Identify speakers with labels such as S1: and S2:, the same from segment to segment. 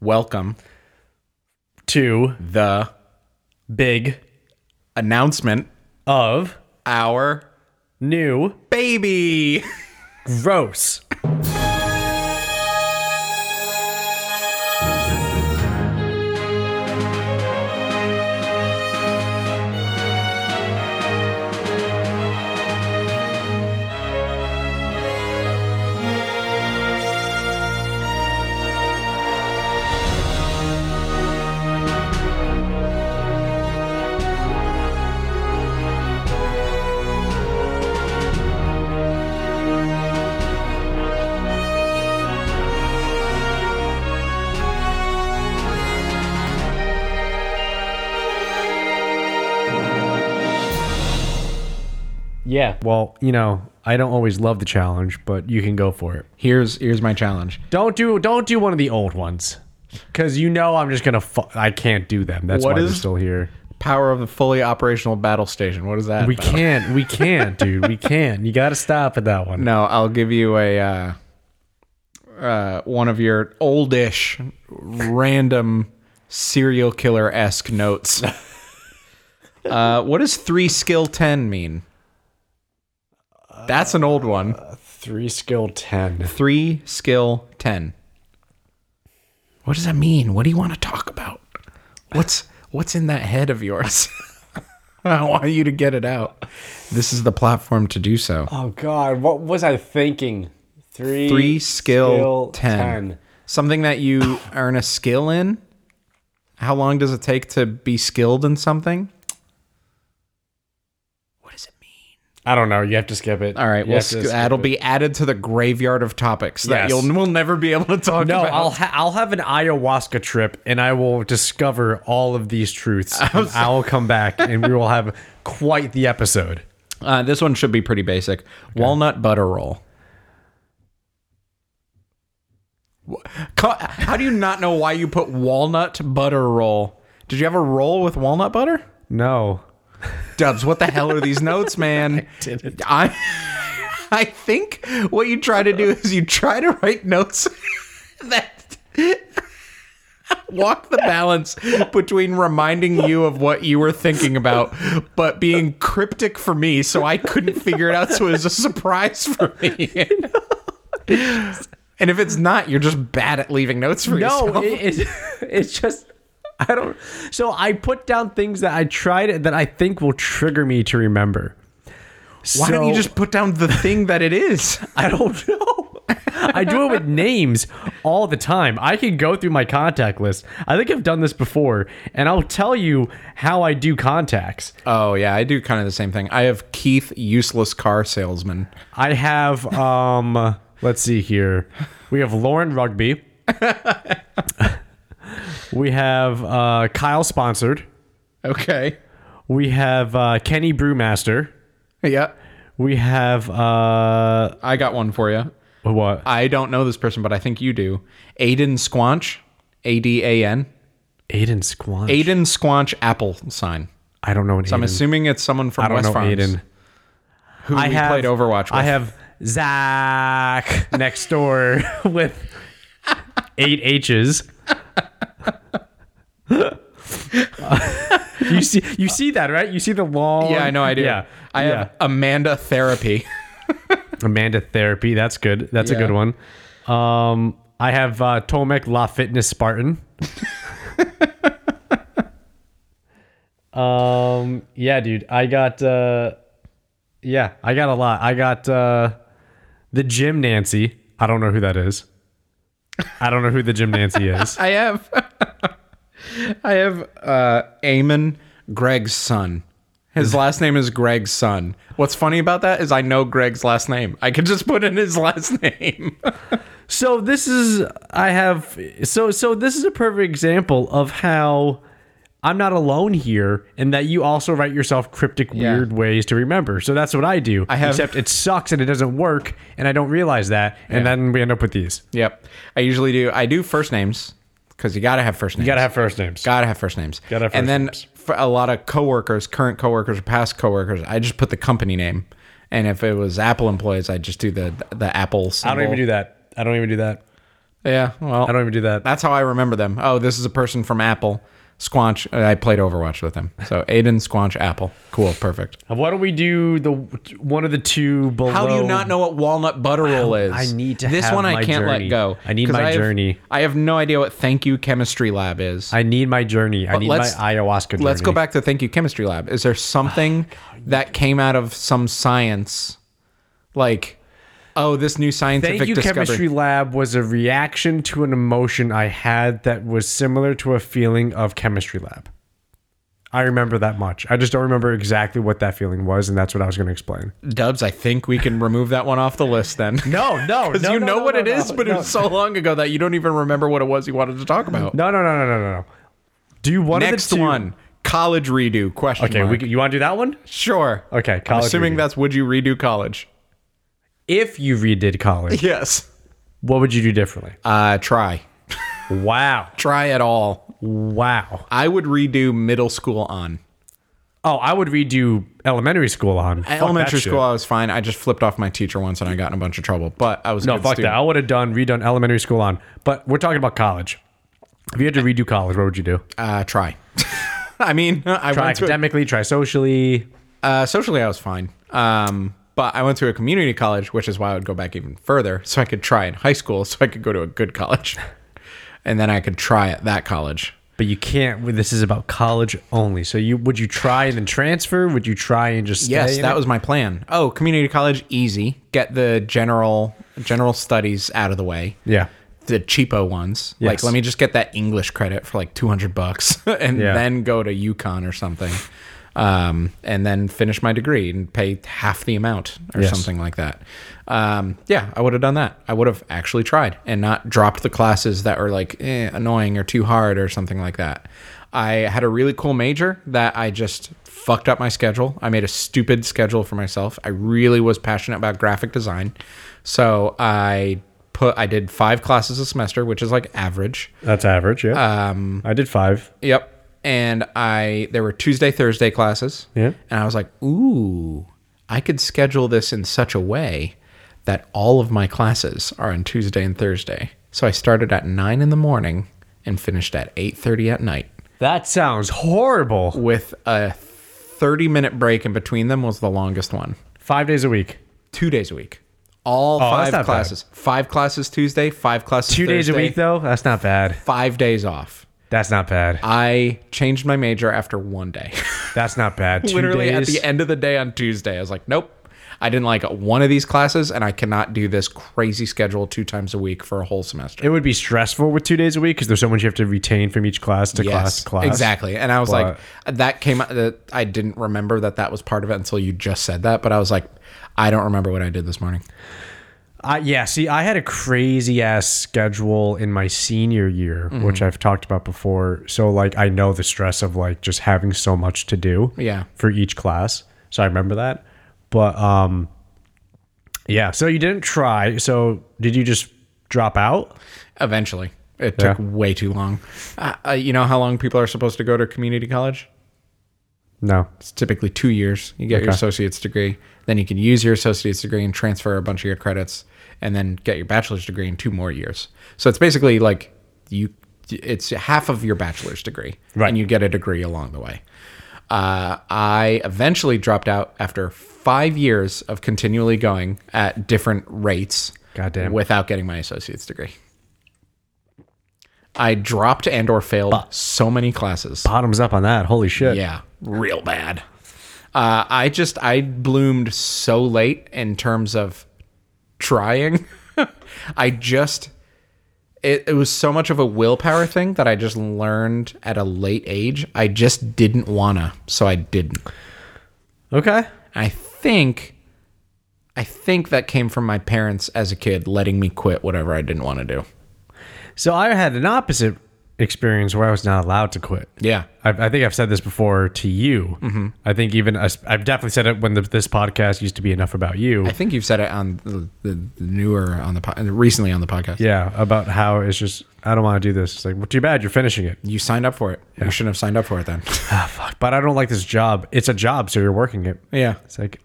S1: welcome to the
S2: Big
S1: announcement.
S2: of
S1: Our
S2: new
S1: baby.
S2: gross. Yeah. Well, you know, I don't always love the challenge, but you can go for it.
S1: Here's here's my challenge.
S2: Don't do don't do one of the old ones. Cause you know I'm just gonna fu- I can't do them. That's
S1: What
S2: why we're
S1: is-
S2: still here.
S1: Power of the fully operational battle station. What is that?
S2: We
S1: about?
S2: can't. We can't, dude. We can't. You gotta stop at that one.
S1: No, I'll give you a uh, uh, one of your oldish, random serial killer esque notes. uh, what does three skill ten mean? That's an old one.
S2: Three skill ten.
S1: Three skill ten. What does that mean? What do you want to talk about? What's what's in that head of yours? I want you to get it out. This is the platform to do so.
S2: Oh God, what was I thinking? Three,
S1: three skill, 10. something that you earn a skill in how long does it take to be skilled in something what does it mean
S2: I don't know. You have to skip it.
S1: all right
S2: You
S1: well
S2: have to
S1: sk-
S2: skip
S1: that'll
S2: it.
S1: be added to the graveyard of topics that
S2: Yes.
S1: you'll we'll never be able to talk
S2: No,
S1: about
S2: I'll ha- I'll have an ayahuasca trip, and I will discover all of these truths. and I'll come back, and we will have quite the episode.
S1: uh, this one should be pretty basic walnut butter roll Wha- co- how do you not know why you put walnut butter roll did you have a roll with walnut butter
S2: No,
S1: Dubs, what the hell are these notes, man? I I think what you try to do is you try to write notes that walk the balance between reminding you of what you were thinking about, but being cryptic for me, so I couldn't figure it out, so it was a surprise for me. And if it's not, you're just bad at leaving notes for yourself.
S2: no, it, it, it's just I don't. So I put down things that I tried that I think will trigger me to remember.
S1: Why don't you just put down the thing that it is?
S2: I don't know. I do it with names all the time. I can go through my contact list. I think I've done this before, and I'll tell you how I do contacts.
S1: Oh yeah, I do kind of the same thing. I have Keith, useless car salesman.
S2: I have um let's see here. We have Lauren Rugby. we have uh, Kyle sponsored.
S1: Okay.
S2: We have uh, Kenny Brewmaster.
S1: Yeah,
S2: We have uh
S1: I got one for you.
S2: what?
S1: I don't know this person, but I think you do. Aiden Squanch, A D A N.
S2: Aiden Squanch.
S1: Aiden Squanch Apple sign.
S2: I don't know an
S1: I'm
S2: Aiden.
S1: assuming it's someone from
S2: I don't
S1: West
S2: know
S1: Farms
S2: Aiden.
S1: who we played Overwatch with.
S2: I have Zach next door with eight H's. you see, you see that, right? You see the long.
S1: yeah, I know I do.
S2: Yeah,
S1: I have Amanda Therapy.
S2: yeah. Amanda therapy. That's good. That's
S1: Yeah.
S2: a good one. Um, I have uh, Tomek La Fitness Spartan. um, yeah, dude. I got. Uh, yeah, I got a lot. I got uh, the gym Nancy. I don't know who that is. I don't know who the gym Nancy is.
S1: I have I have uh Eamon Greg's son. His last name is Greg's son. What's funny about that is I know Greg's last name. I could just put in his last name.
S2: So this is I have so so this is a perfect example of how I'm not alone here and that you also write yourself cryptic
S1: Yeah.
S2: weird ways to remember. So that's what I do. I
S1: have-
S2: except it sucks and it doesn't work and I don't realize that and then we end up with these.
S1: yep. I usually do I do first names cuz you got to have first names.
S2: You got to have first names.
S1: Gotta have first names.
S2: Gotta have
S1: and
S2: first
S1: then
S2: names.
S1: for a lot of coworkers, current coworkers, past coworkers, I just put the company name. And if it was Apple employees, I'd just do the the Apple.
S2: I don't even do that. I don't even do that.
S1: Yeah, well,
S2: I don't even do that.
S1: that's how I remember them. Oh, this is a person from Apple. Squanch. uh, I played Overwatch with him. So Aiden, Squanch, Apple. Cool, perfect.
S2: Why don't we do the one of the two below?
S1: How do you not know what walnut butter roll is?
S2: I need to
S1: This
S2: have
S1: one I
S2: my
S1: can't let
S2: journey.
S1: go.
S2: I need
S1: 'cause
S2: my
S1: have-
S2: journey.
S1: I have no idea what Thank You Chemistry Lab is.
S2: I need my journey. I need my
S1: let's-
S2: ayahuasca journey.
S1: Let's go back to Thank You Chemistry Lab. Is there something that came out of some science, like, oh, this new scientific
S2: Thank you,
S1: discovery?
S2: Chemistry Lab was a reaction to an emotion I had that was similar to a feeling of Chemistry Lab. I remember that much. I just don't remember exactly what that feeling was, and that's what I was going to explain.
S1: Dubs, I think we can remove that one off the list then.
S2: No, no,
S1: Because you know what it is, but it was so long ago that you don't even remember what it was you wanted to talk about.
S2: no, no, no, no, no, no, no. Do you want
S1: Next
S2: the two-
S1: one, college redo question.
S2: Okay, we,
S1: mark.
S2: can- you want to do that one?
S1: sure.
S2: Okay,
S1: I'm
S2: college
S1: assuming
S2: redo.
S1: that's would you redo college?
S2: If you redid college,
S1: Yes.
S2: what would you do differently?
S1: Uh, try,
S2: Wow,
S1: try at all.
S2: wow.
S1: I would redo middle school on.
S2: Oh, I would redo elementary school on Fuck that
S1: Elementary
S2: shit.
S1: school, I was fine. I just flipped off my teacher once and I got in a bunch of trouble. But I was a
S2: No,
S1: good
S2: Oh, fuck
S1: student.
S2: that. I would have done redone elementary school on, but we're talking about college. If you had to redo college, what would you do?
S1: Uh, try. I mean, I
S2: Try
S1: went to a
S2: academically, try socially.
S1: Uh, socially, I was fine. Um, but I went to a community college, which is why I would go back even further, so I could try in high school, so I could go to a good college, and then I could try at that college.
S2: But you can't. This is about college only. So you would you try and then transfer? Would you try and just stay
S1: Yes,
S2: in
S1: that
S2: it?
S1: was my plan. Oh, community college, easy. Get the general general studies out of the way.
S2: yeah.
S1: The cheapo ones. Like,
S2: Yes.
S1: let me just get that English credit for like 200 bucks and
S2: Yeah.
S1: then go to UConn or something. Um, and then finish my degree and pay half the amount or
S2: Yes.
S1: something like that. Um, yeah, I would have done that. I would have actually tried and not dropped the classes that were like eh, annoying or too hard or something like that. I had a really cool major that I just fucked up my schedule. I made a stupid schedule for myself. I really was passionate about graphic design. So I put, I did five classes a semester, which is like average.
S2: That's average. Yeah. Um, I did five.
S1: Yep. And I there were Tuesday, Thursday classes.
S2: Yeah.
S1: And I was like, ooh, I could schedule this in such a way that all of my classes are on Tuesday and Thursday. So I started at nine in the morning and finished at eight thirty at night
S2: That sounds horrible.
S1: with a thirty minute break in between them was the longest one.
S2: Five days a week.
S1: Two days a week. All
S2: Oh, that's
S1: five
S2: not bad.
S1: classes. Five classes Tuesday, five classes
S2: Two days a
S1: Thursday,
S2: week though. That's not bad.
S1: Five days off.
S2: That's not bad.
S1: I changed my major after one day.
S2: That's not bad. Two
S1: literally
S2: days.
S1: at the end of the day on Tuesday, I was like, nope, I didn't like one of these classes, and I cannot do this crazy schedule two times a week for a whole semester.
S2: It would be stressful with two days a week because there's so much you have to retain from each class to class to class.
S1: exactly. And I was like, that came. uh, That I didn't remember that that was part of it until you just said that. But I was like, I don't remember what I did this morning.
S2: I, yeah, see, I had a crazy ass schedule in my senior year,
S1: Mm-hmm.
S2: which I've talked about before. So, like, I know the stress of like just having so much to do.
S1: Yeah.
S2: For each class, so I remember that. But um, yeah. So you didn't try. So did you just drop out?
S1: Eventually, it took
S2: Yeah.
S1: way too long. Uh, uh, you know how long people are supposed to go to community college?
S2: No.
S1: It's typically two years. You get your associate's degree, then you can use your associate's degree and transfer a bunch of your credits, and then get your bachelor's degree in two more years. So it's basically like you, it's half of your bachelor's degree,
S2: Right.
S1: and you get a degree along the way. Uh, I eventually dropped out after five years of continually going at different rates,
S2: Goddamn.
S1: without getting my associate's degree. I dropped and or failed so many classes.
S2: Bottoms up on that. Holy shit.
S1: Yeah, real bad. Uh, I just I bloomed so late in terms of trying. I just it, it was so much of a willpower thing that I just learned at a late age. I just didn't wanna, so I didn't.
S2: Okay.
S1: I think I think that came from my parents as a kid letting me quit whatever I didn't want to do.
S2: So I had an opposite experience where I was not allowed to quit.
S1: Yeah.
S2: I, I think I've said this before to you.
S1: Mm-hmm.
S2: I think even us- I've definitely said it when the, this podcast used to be enough about you.
S1: I think you've said it on the, the, the newer on the po- recently on the podcast.
S2: yeah, about how it's just I don't want to do this. It's like well, too bad you're finishing it.
S1: You signed up for it. You shouldn't have signed up for it then.
S2: Ah, fuck. But I don't like this job. It's a job, so you're working it.
S1: yeah.
S2: It's like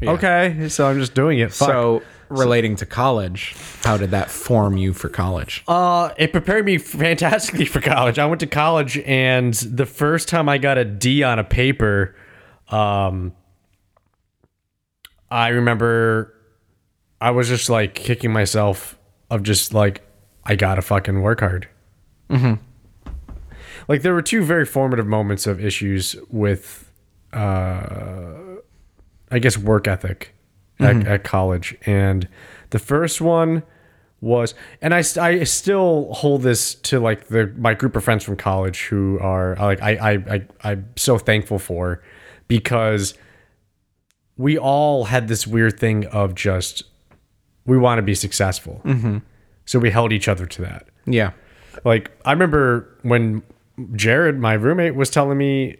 S1: Yeah.
S2: okay, so I'm just doing it. Fuck.
S1: So relating to college, how did that form you for college?
S2: Uh, it prepared me fantastically for college. I went to college, and the first time I got a D on a paper, um, I remember I was just like kicking myself of just like I gotta fucking work hard. Mm-hmm. Like there were two very formative moments of issues with, uh, I guess work ethic at, at college, and the first one was, and I st- I still hold this to like the my group of friends from college who are like I I I I'm so thankful for because we all had this weird thing of just we want to be successful so we held each other to that
S1: Yeah.
S2: like i remember when jared my roommate was telling me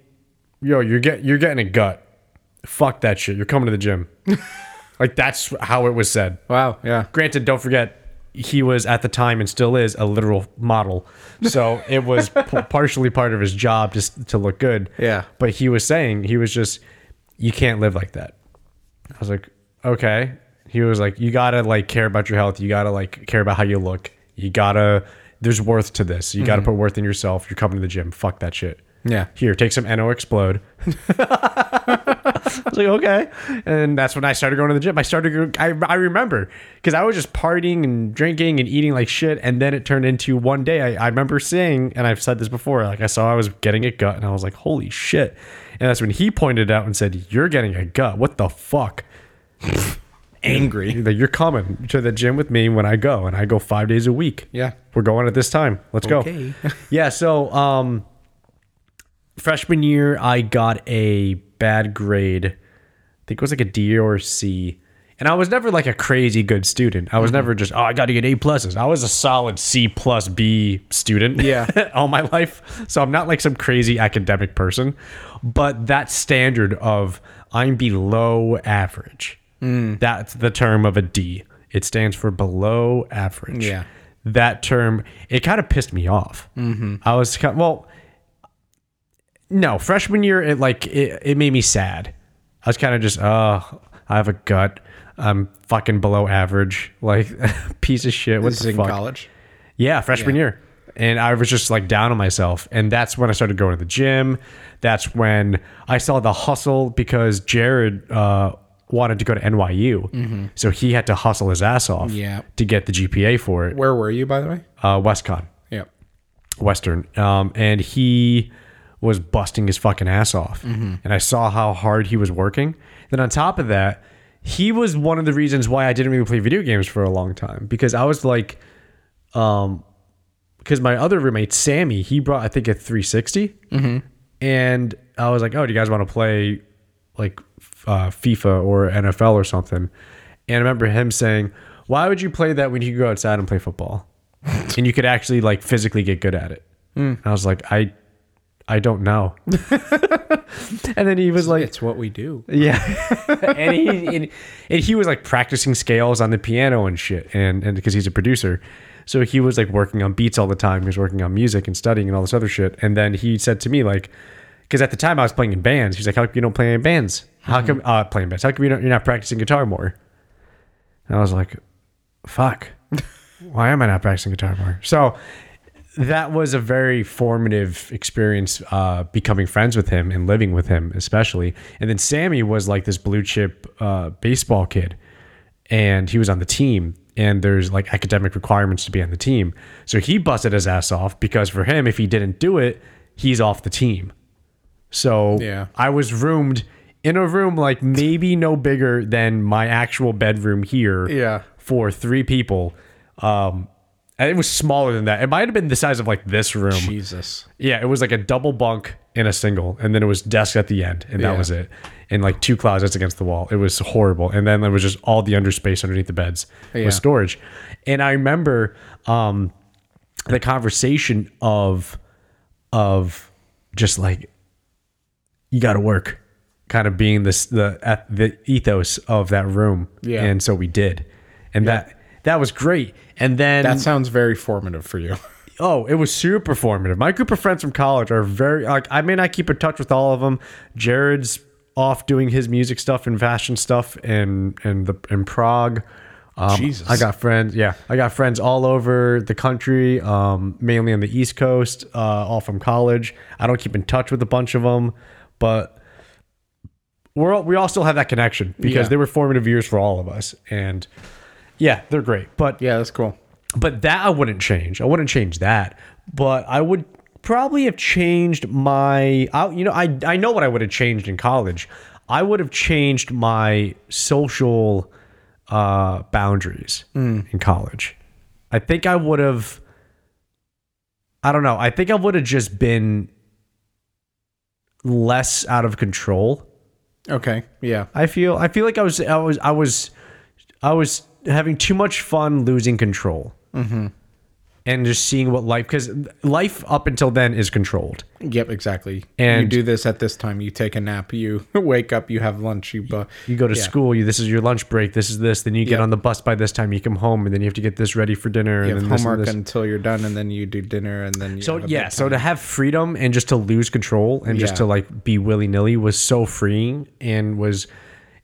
S2: yo you're get you're getting a gut fuck that shit you're coming to the gym like that's how it was said
S1: Wow. Yeah.
S2: granted don't forget he was at the time and still is a literal model so it was p- partially part of his job just to look good
S1: Yeah.
S2: but he was saying he was just you can't live like that i was like okay he was like you gotta like care about your health you gotta like care about how you look you gotta there's worth to this you gotta put worth in yourself you're coming to the gym fuck that shit
S1: Yeah.
S2: here take some no explode i was like okay and that's when i started going to the gym i started i, I remember because i was just partying and drinking and eating like shit and then it turned into one day I, I remember seeing and i've said this before like i saw i was getting a gut and i was like holy shit and that's when he pointed out and said you're getting a gut what the fuck
S1: Angry.
S2: like you're coming to the gym with me when I go, and I go five days a week.
S1: Yeah.
S2: we're going at this time. Let's
S1: Okay.
S2: go. yeah. So, um, freshman year, I got a bad grade. I think it was like a D or C, and I was never like a crazy good student. I
S1: Mm-hmm.
S2: was never just oh I got to get A pluses. I was a solid C plus B student.
S1: Yeah.
S2: all my life. So I'm not like some crazy academic person, but that standard of I'm below average.
S1: Hmm.
S2: That's the term of a D. It stands for below average.
S1: Yeah.
S2: That term, it kind of pissed me off.
S1: Mm-hmm.
S2: I was kind well, no, freshman year, it like it, it made me sad. I was kind of just, oh, I have a gut. I'm fucking below average. Like, piece of shit. What
S1: This is
S2: the
S1: in
S2: fuck?
S1: college.
S2: Yeah, freshman year. And I was just like down on myself. And that's when I started going to the gym. That's when I saw the hustle because Jared uh, wanted to go to NYU. So he had to hustle his ass off
S1: Yeah.
S2: to get the GPA for it.
S1: Where were you, by the way?
S2: Uh, WestCon,
S1: Yeah.
S2: Western. Um, and he was busting his fucking ass off. And I saw how hard he was working. Then on top of that, he was one of the reasons why I didn't really play video games for a long time because I was like, because my other roommate Sammy, he brought I think a 360, and I was like, "Oh, do you guys want to play like f- uh, FIFA or NFL or something?" And I remember him saying, "Why would you play that when you could go outside and play football, and you could actually like physically get good at it?" And I was like, "I, I don't know." and then he was like,
S1: It's what we do.
S2: yeah. and he and, and he was like practicing scales on the piano and shit and and because he's a producer. So he was like working on beats all the time. He was working on music and studying and all this other shit. And then he said to me like because at the time I was playing in bands. He's like, "How come you don't play in bands? How come uh, playing bands? How come you don't, you're not practicing guitar more?" And I was like, "Fuck, why am I not practicing guitar more?" So that was a very formative experience uh, becoming friends with him and living with him especially and then sammy was like this blue chip uh, baseball kid and he was on the team and there's like academic requirements to be on the team so he busted his ass off because for him if he didn't do it he's off the team so
S1: Yeah.
S2: i was roomed in a room like maybe no bigger than my actual bedroom here
S1: Yeah.
S2: for three people. Um, and it was smaller than that. It might have been the size of like this room.
S1: Jesus.
S2: Yeah, it was like a double bunk and a single, and then it was desk at the end, and that
S1: Yeah.
S2: was it. And like two closets against the wall. It was horrible. And then there was just all the underspace underneath the beds
S1: Yeah.
S2: was storage. And I remember um, the conversation of of just like you got to work, kind of being this the at the ethos of that room.
S1: Yeah.
S2: And so we did, and that that was great. And then
S1: That sounds very formative for you.
S2: Oh, it was super formative. My group of friends from college are very like I may not keep in touch with all of them. Jared's off doing his music stuff and fashion stuff and and the in Prague. Um,
S1: Jesus.
S2: I got friends. Yeah, I got friends all over the country, um, mainly on the East Coast, uh, all from college. I don't keep in touch with a bunch of them, but we're all, we all still have that connection because
S1: Yeah.
S2: they were formative years for all of us. And yeah, they're great. But
S1: Yeah, that's cool.
S2: but that I wouldn't change. I wouldn't change that. But I would probably have changed my. I, you know, I I know what I would have changed in college. I would have changed my social uh, boundaries in college. I think I would have. I don't know. I think I would have just been less out of control.
S1: Okay. Yeah.
S2: I feel I feel like I was I was I was I was having too much fun losing control. Mm-hmm. And just seeing what life because life up until then is controlled.
S1: Yep. Exactly. you
S2: And-
S1: do this at this time. You take a nap. You wake up. You have lunch. You bu-
S2: You go to school. You this is your lunch break. This is this. Then you get
S1: Yep.
S2: on the bus by this time. You come home and then you have to get this ready for dinner.
S1: you have
S2: and then this and
S1: homework
S2: this.
S1: until you're done, and then you do dinner, and then you
S2: So
S1: have a
S2: yeah, so to have freedom and just to lose control and just
S1: Yeah.
S2: to like be willy nilly was so freeing and was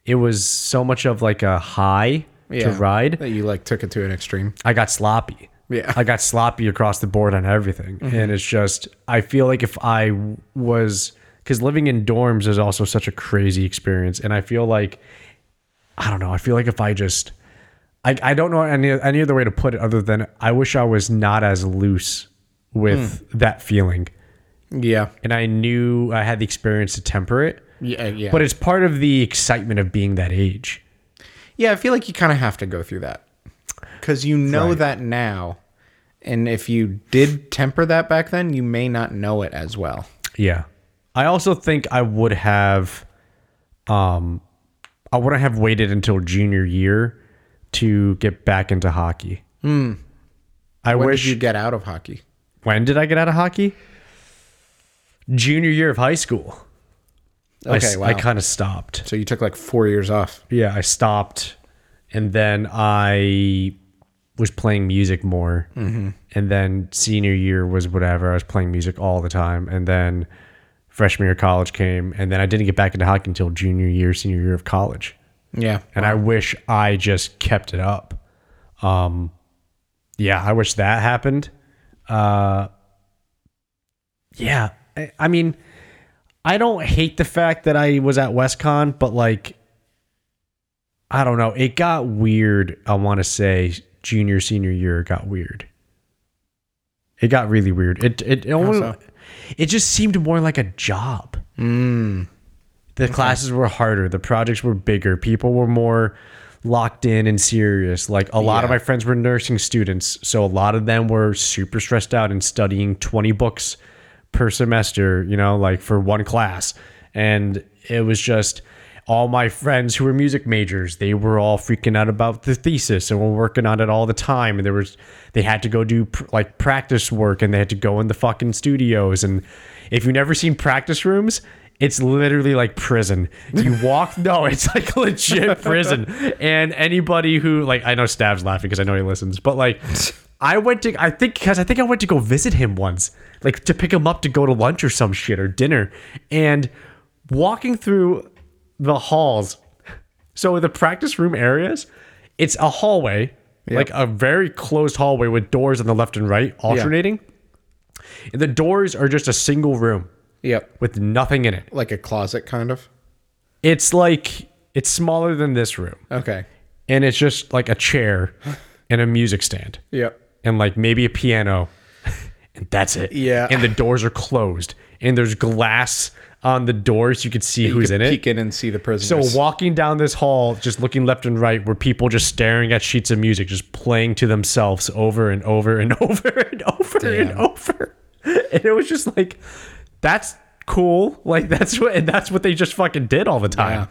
S2: it was so much of like a high
S1: big-
S2: to
S1: yeah,
S2: ride.
S1: that you like took it to an extreme.
S2: I got sloppy.
S1: Yeah. Mm-hmm.
S2: I got sloppy across the board on everything. And it's just, I feel like if I was, because living in dorms is also such a crazy experience. And I feel like, I don't know, I feel like if I just, I, I don't know any, any other way to put it other than I wish I was not as loose with
S1: Mm.
S2: that feeling.
S1: Yeah.
S2: And I knew I had the experience to temper it.
S1: Yeah. Yeah.
S2: But it's part of the excitement of being that age.
S1: Yeah, I feel like you kind of have to go through that because you know that now, and if you did temper that back then, you may not know it as well.
S2: Yeah. I also think I would have um I wouldn't have waited until junior year to get back into hockey. I
S1: Hmm. When
S2: wish
S1: did you get out of hockey?
S2: when did I get out of hockey? Junior year of high school. I
S1: Okay,
S2: s-
S1: wow.
S2: I kind of stopped.
S1: So you took like four years off.
S2: Yeah, I stopped, and then I was playing music more, mm-hmm. and then senior year was whatever. I was playing music all the time, and then freshman year of college came, and then I didn't get back into hockey until junior year, senior year of college,
S1: Yeah,
S2: and I wish I just kept it up. Um, yeah, I wish that happened. Uh, yeah, I, I mean, I don't hate the fact that I was at WestCon, but like. I don't know. It got weird. I want to say junior senior year it got weird. It got really weird. It it it, almost,
S1: so?
S2: it just seemed more like a job. The classes were harder. The projects were bigger. People were more locked in and serious. Like a lot of
S1: Yeah.
S2: my friends were nursing students, so a lot of them were super stressed out and studying twenty books per semester. You know, like for one class, and it was just all my friends who were music majors they were all freaking out about the thesis and were working on it all the time and there was they had to go do pr- like practice work and they had to go in the fucking studios and if you've never seen practice rooms it's literally like prison you walk no it's like legit prison and anybody who like i know stab's laughing because i know he listens but like i went to i think because i think i went to go visit him once like to pick him up to go to lunch or some shit or dinner and walking through the halls. So the practice room areas, it's a hallway, like a very closed hallway with doors on the left and right alternating. And the doors are just a single room
S1: yep,
S2: with nothing in it.
S1: like a closet kind of.
S2: It's like it's smaller than this room
S1: Okay,
S2: and it's just like a chair and a music stand
S1: yep,
S2: and like maybe a piano and that's it.
S1: Yeah.
S2: And the doors are closed and there's glass on the doors you could see who's in it.
S1: peek in and see the
S2: So
S1: prisoners.
S2: walking down this hall, just looking left and right, were people just staring at sheets of music, just playing to themselves over and over and over and over and
S1: Damn.
S2: over. And it was just like, that's cool. Like that's what and that's what they just fucking did all the time.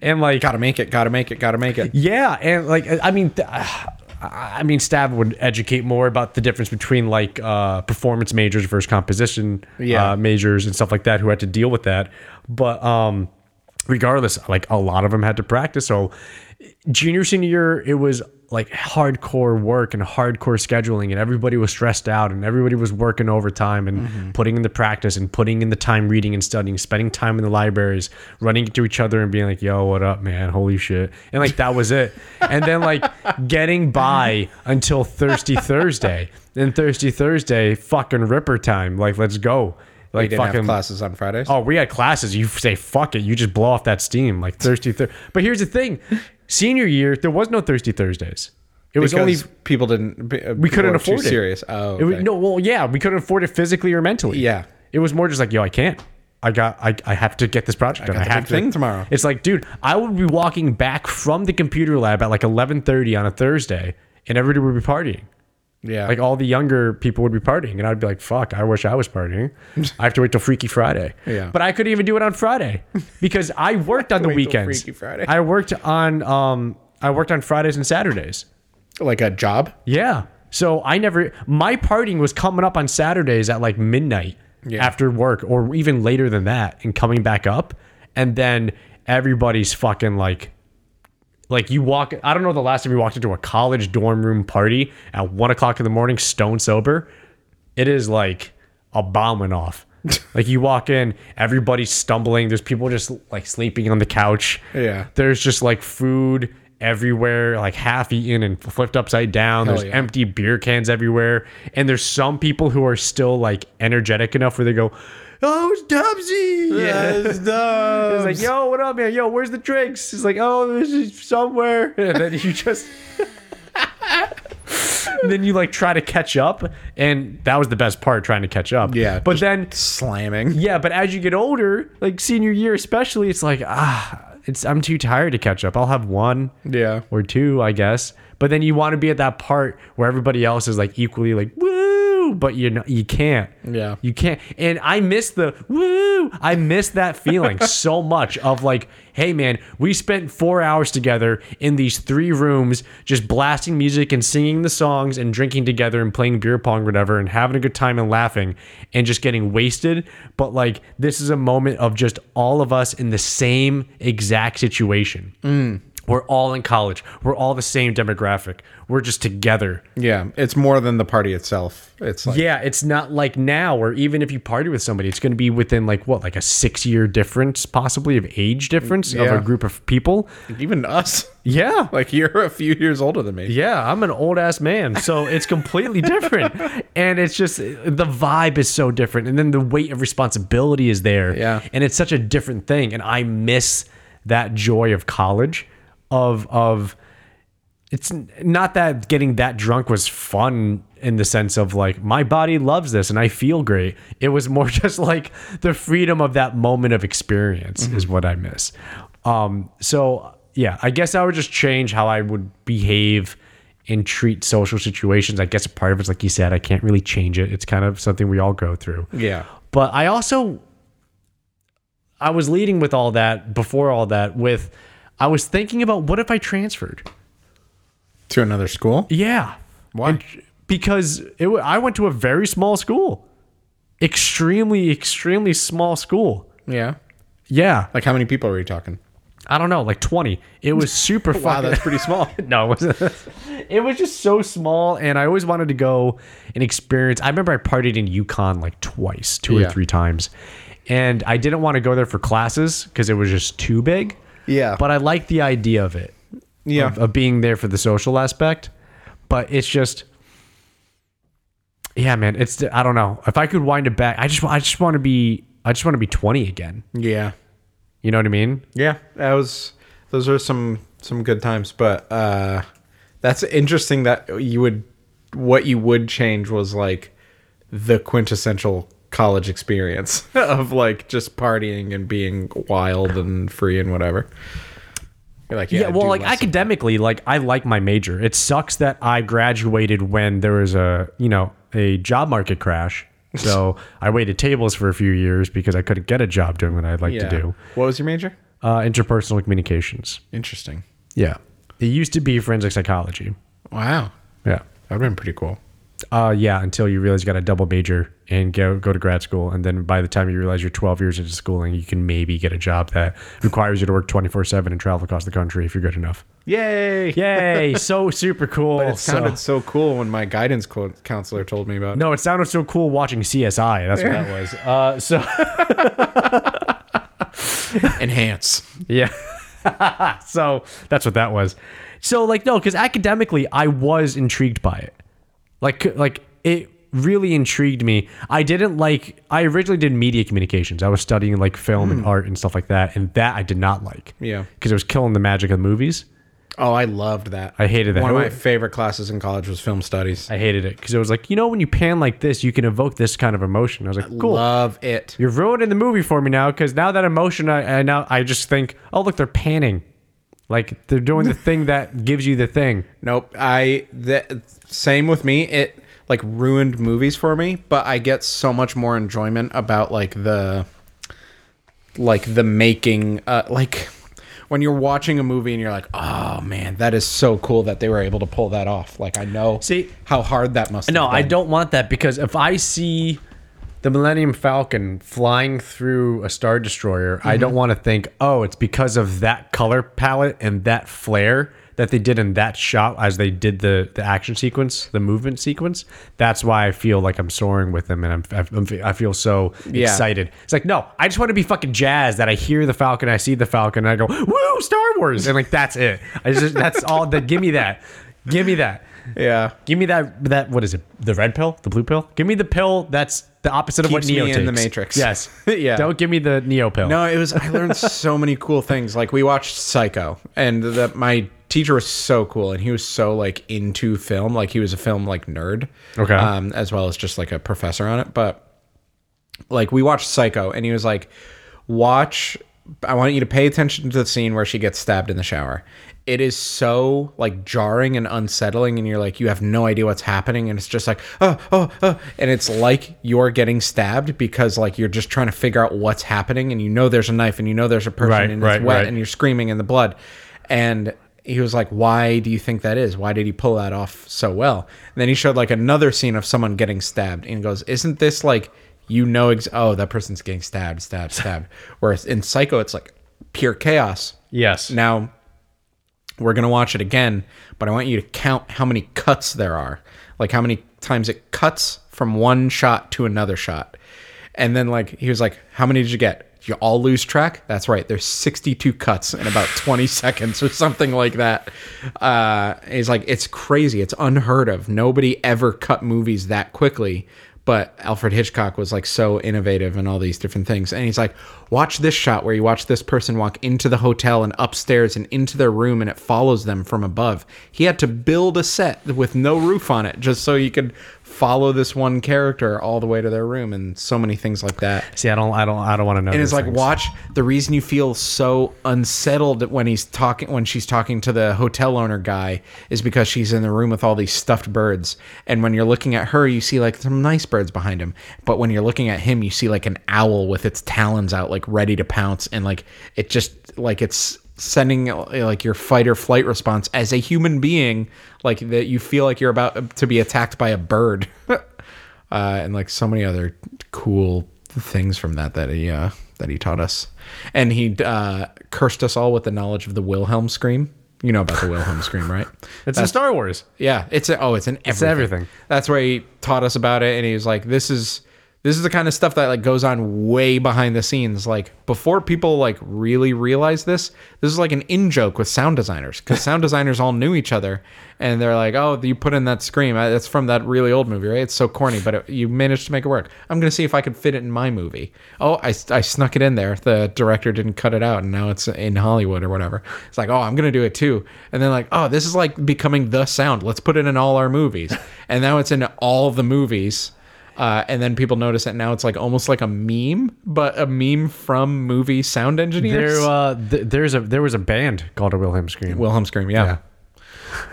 S2: And like
S1: gotta make it, gotta make it, gotta make it.
S2: yeah, and like I I mean, th- I I mean, Stab would educate more about the difference between like uh, performance majors versus composition
S1: Yeah.
S2: uh, majors and stuff like that, who had to deal with that. But um, regardless, like a lot of them had to practice. So junior senior year, it was like hardcore work and hardcore scheduling and everybody was stressed out and everybody was working overtime and putting in the practice and putting in the time reading and studying spending time in the libraries running into each other and being like yo what up man holy shit and like that was it and then like getting by until thirsty thursday then thirsty thursday fucking ripper time like let's go like
S1: We didn't
S2: fucking
S1: have classes on Fridays.
S2: Oh, we had classes. You say fuck it. You just blow off that steam like thirsty. Thir- but here's the thing: senior year, there was no thirsty Thursdays. It was
S1: because
S2: only
S1: people didn't.
S2: we couldn't afford
S1: too
S2: it.
S1: Serious. Oh,
S2: It was-
S1: okay.
S2: no. Well, yeah, we couldn't afford it physically or mentally.
S1: Yeah.
S2: it was more just like yo, I can't. I got. I, I have to get this project done. I,
S1: got the
S2: have
S1: big
S2: to.
S1: thing tomorrow.
S2: It's like, dude, I would be walking back from the computer lab at like 11:30 on a Thursday, and everybody would be partying.
S1: yeah.
S2: Like all the younger people would be partying, and I'd be like, "Fuck! I wish I was partying. I have to wait till Freaky Friday."
S1: Yeah.
S2: But I couldn't even do it on Friday because I worked on the
S1: Wait till
S2: weekends.
S1: Freaky Friday.
S2: I worked on um, I worked on Fridays and Saturdays.
S1: like a job.
S2: Yeah. So I never my partying was coming up on Saturdays at like midnight
S1: Yeah.
S2: after work or even later than that and coming back up and then everybody's fucking like like you walk I don't know the last time you walked into a college dorm room party at one o'clock in the morning, stone sober. It is like a bomb went off. like you walk in, everybody's stumbling. There's people just like sleeping on the couch
S1: Yeah.
S2: there's just like food everywhere, like half eaten and flipped upside down.
S1: Hell
S2: there's
S1: yeah.
S2: empty beer cans everywhere. And there's some people who are still like energetic enough where they go, Oh, it's Dubsy.
S1: Yes, dubs.
S2: It's like, yo, what up, man? Yo, where's the drinks? It's like, oh, this is somewhere. And then you just. And then you like try to catch up. And that was the best part, trying to catch up.
S1: Yeah,
S2: But
S1: just-
S2: then
S1: slamming.
S2: yeah, but as you get older, like senior year especially, it's like ah, it's I'm too tired to catch up. I'll have one
S1: Yeah.
S2: or two, I guess. But then you want to be at that part where everybody else is like equally like woo, but you know you can't.
S1: Yeah.
S2: you can't. And I miss the woo. I miss that feeling so much of like, hey man, we spent four hours together in these three rooms, just blasting music and singing the songs and drinking together and playing beer pong, or whatever, and having a good time and laughing and just getting wasted. But like, this is a moment of just all of us in the same exact situation. We're all in college. We're all the same demographic. We're just together.
S1: Yeah. It's more than the party itself. It's like
S2: Yeah, it's not like now or even if you party with somebody, it's going to be within like what, like a 6-year difference possibly of age difference of
S1: Yeah.
S2: a group of people.
S1: even us.
S2: Yeah.
S1: Like you're a few years older than me.
S2: Yeah, I'm an old ass man, so it's completely different. And it's just the vibe is so different. And then the weight of responsibility is there.
S1: Yeah.
S2: And it's such a different thing. And I miss that joy of college of of it's n- not that getting that drunk was fun in the sense of like my body loves this and I feel great. It was more just like the freedom of that moment of experience is what I miss. Um, so yeah, I guess I would just change how I would behave and treat social situations. I guess a part of it's like you said, I can't really change it. It's kind of something we all go through.
S1: Yeah.
S2: But I also I was leading with all that before all that with I was thinking about what if I transferred?
S1: To another school.
S2: Yeah.
S1: Why?
S2: Because it, wa- I went to a very small school, extremely, extremely small school.
S1: yeah.
S2: Yeah.
S1: Like how many people are you talking?
S2: I don't know, like 20. It was super
S1: Wow,
S2: fun.
S1: that's pretty small.
S2: no, it wasn't. It was just so small, and I always wanted to go and experience. I remember I partied in Yukon like twice, two
S1: Yeah.
S2: or three times, and I didn't want to go there for classes because it was just too big.
S1: Yeah.
S2: But um, I liked the idea of it.
S1: Yeah.
S2: of, of being there for the social aspect. But it's just, yeah, man. It's I don't know if I could wind it back. I just I just want to be I just want to be 20 again.
S1: Yeah.
S2: You know what I mean?
S1: Yeah, that was those are some some good times, but uh that's interesting that you would what you would change was like the quintessential college experience of like just partying and being wild and free and whatever. You're like, yeah,
S2: Yeah. well,
S1: do
S2: like
S1: less.
S2: academically, like I like my major. It sucks that I graduated when there was a you know a job market crash. So I waited tables for a few years because I couldn't get a job doing what I'd like
S1: yeah.
S2: to do.
S1: What was your major?
S2: Uh, interpersonal communications.
S1: Interesting.
S2: Yeah. It used to be forensic psychology.
S1: Wow,
S2: Yeah.
S1: that'd been pretty cool.
S2: Uh, yeah, until you realize you got a double major and go go to grad school, and then by the time you realize you're 12 years into schooling, you can maybe get a job that requires you to work 24 seven and travel across the country if you're good enough.
S1: Yay!
S2: Yay! so super cool.
S1: It sounded so, cool when my guidance co- counselor told me about it.
S2: no, it sounded so cool watching CSI. That's what that was. Uh, so
S1: Enhance.
S2: Yeah. so that's what that was. So like no, because academically I was intrigued by it. Like like it really intrigued me. I didn't like. I originally did media communications. I was studying like film and art and stuff like that, and that I did not like.
S1: Hmm. Yeah.
S2: Because it was killing the magic of movies.
S1: Oh, I loved that.
S2: I hated that.
S1: One of
S2: It
S1: my
S2: was-
S1: favorite classes in college was film studies.
S2: I hated it because it was like you know when you pan like this, you can evoke this kind of emotion. I was like, cool.
S1: Love it.
S2: You're ruining the movie for me now because now that emotion, I, I now I just think, oh look, they're panning, like they're doing the thing that gives you the thing.
S1: Nope. I the same with me. It like ruined movies for me, but I get so much more enjoyment about like the like the making uh like when you're watching a movie and you're like, "Oh man, that is so cool that they were able to pull that off." Like I know
S2: See-
S1: how hard that must
S2: No,
S1: have
S2: I
S1: been.
S2: don't want that because if I see the Millennium Falcon flying through a Star Destroyer, I don't want to think, oh, it's because of that color palette and that flare that they did in that shot as they did the, the action sequence, the movement sequence. That's why I feel like I'm soaring with them and I'm, I'm I feel so
S1: Yeah.
S2: excited. It's like, no, I just want to be fucking jazzed that I hear the Falcon, I see the Falcon, and I go, woo, Star Wars. And like, that's it. I just, that's all that, give me that. Give me that.
S1: Yeah.
S2: Give me that that what is it? The red pill, the blue pill. Give me the pill that's the opposite of what
S1: Keeps me
S2: Neo
S1: in the
S2: takes.
S1: Matrix.
S2: Yes.
S1: Yeah.
S2: Don't give me the Neo pill.
S1: No, it was. I learned so many cool things. Like we watched Psycho, and that my teacher was so cool, and he was so like into film. Like he was a film like nerd.
S2: Okay.
S1: Um, as well as just like a professor on it, but like we watched Psycho, and he was like, "Watch. I want you to pay attention to the scene where she gets stabbed in the shower. It is so like jarring and unsettling, and you're like, you have no idea what's happening, and it's just like, oh, oh, oh, and it's like you're getting stabbed because like you're just trying to figure out what's happening, and you know there's a knife, and you know there's a person,
S2: Right,
S1: and
S2: right,
S1: it's wet,
S2: right.
S1: and you're screaming in the blood, and he was like, "Why do you think that is? Why did he pull that off so well?" And then he showed like another scene of someone getting stabbed, and he goes, "Isn't this like you know? Ex- oh, that person's getting stabbed, stabbed, stabbed." Whereas in Psycho, it's like pure chaos.
S2: Yes.
S1: Now we're gonna watch it again, but I want you to count how many cuts there are, like how many times it cuts from one shot to another shot, and then like he was like, "How many did you get? Did you all lose track?" That's right. There's 62 cuts in about 20 seconds or something like that. Uh, he's like, "It's crazy. It's unheard of. Nobody ever cut movies that quickly." But Alfred Hitchcock was like so innovative and all these different things. And he's like, watch this shot where you watch this person walk into the hotel and upstairs and into their room and it follows them from above. He had to build a set with no roof on it just so you could follow this one character all the way to their room and so many things like that.
S2: See, I don't I don't I don't want to know.
S1: And it's like, watch the reason you feel so unsettled when he's talking when she's talking to the hotel owner guy is because she's in the room with all these stuffed birds. And when you're looking at her, you see like some nice birds behind him. But when you're looking at him, you see like an owl with its talons out, like ready to pounce, and like it just like it's sending uh, like your fight or flight response as a human being, like that you feel like you're about to be attacked by a bird. uh, and like so many other cool things from that that he uh, that he taught us, and he uh, cursed us all with the knowledge of the Wilhelm scream. You know about the Wilhelm scream, right?
S2: It's in Star Wars.
S1: Yeah, it's oh, it's in everything.
S2: everything.
S1: That's where he taught us about it, and he was like, "This is this is the kind of stuff that like goes on way behind the scenes. Like before people like really realize this, this is like an in joke with sound designers because sound designers all knew each other, and they're like, "Oh, you put in that scream. I- That's from that really old movie, right? It's so corny, but it, you managed to make it work. I'm gonna see if I could fit it in my movie. Oh, I, I snuck it in there. The director didn't cut it out, and now it's in Hollywood or whatever. It's like, oh, I'm gonna do it too. And then like, oh, this is like becoming the sound. Let's put it in all our movies. And now it's in all the movies. Uh, and then people notice that now it's like almost like a meme, but a meme from movie sound engineers.
S2: There uh th- there's a there was a band called a Wilhelm Scream.
S1: Wilhelm scream, yeah.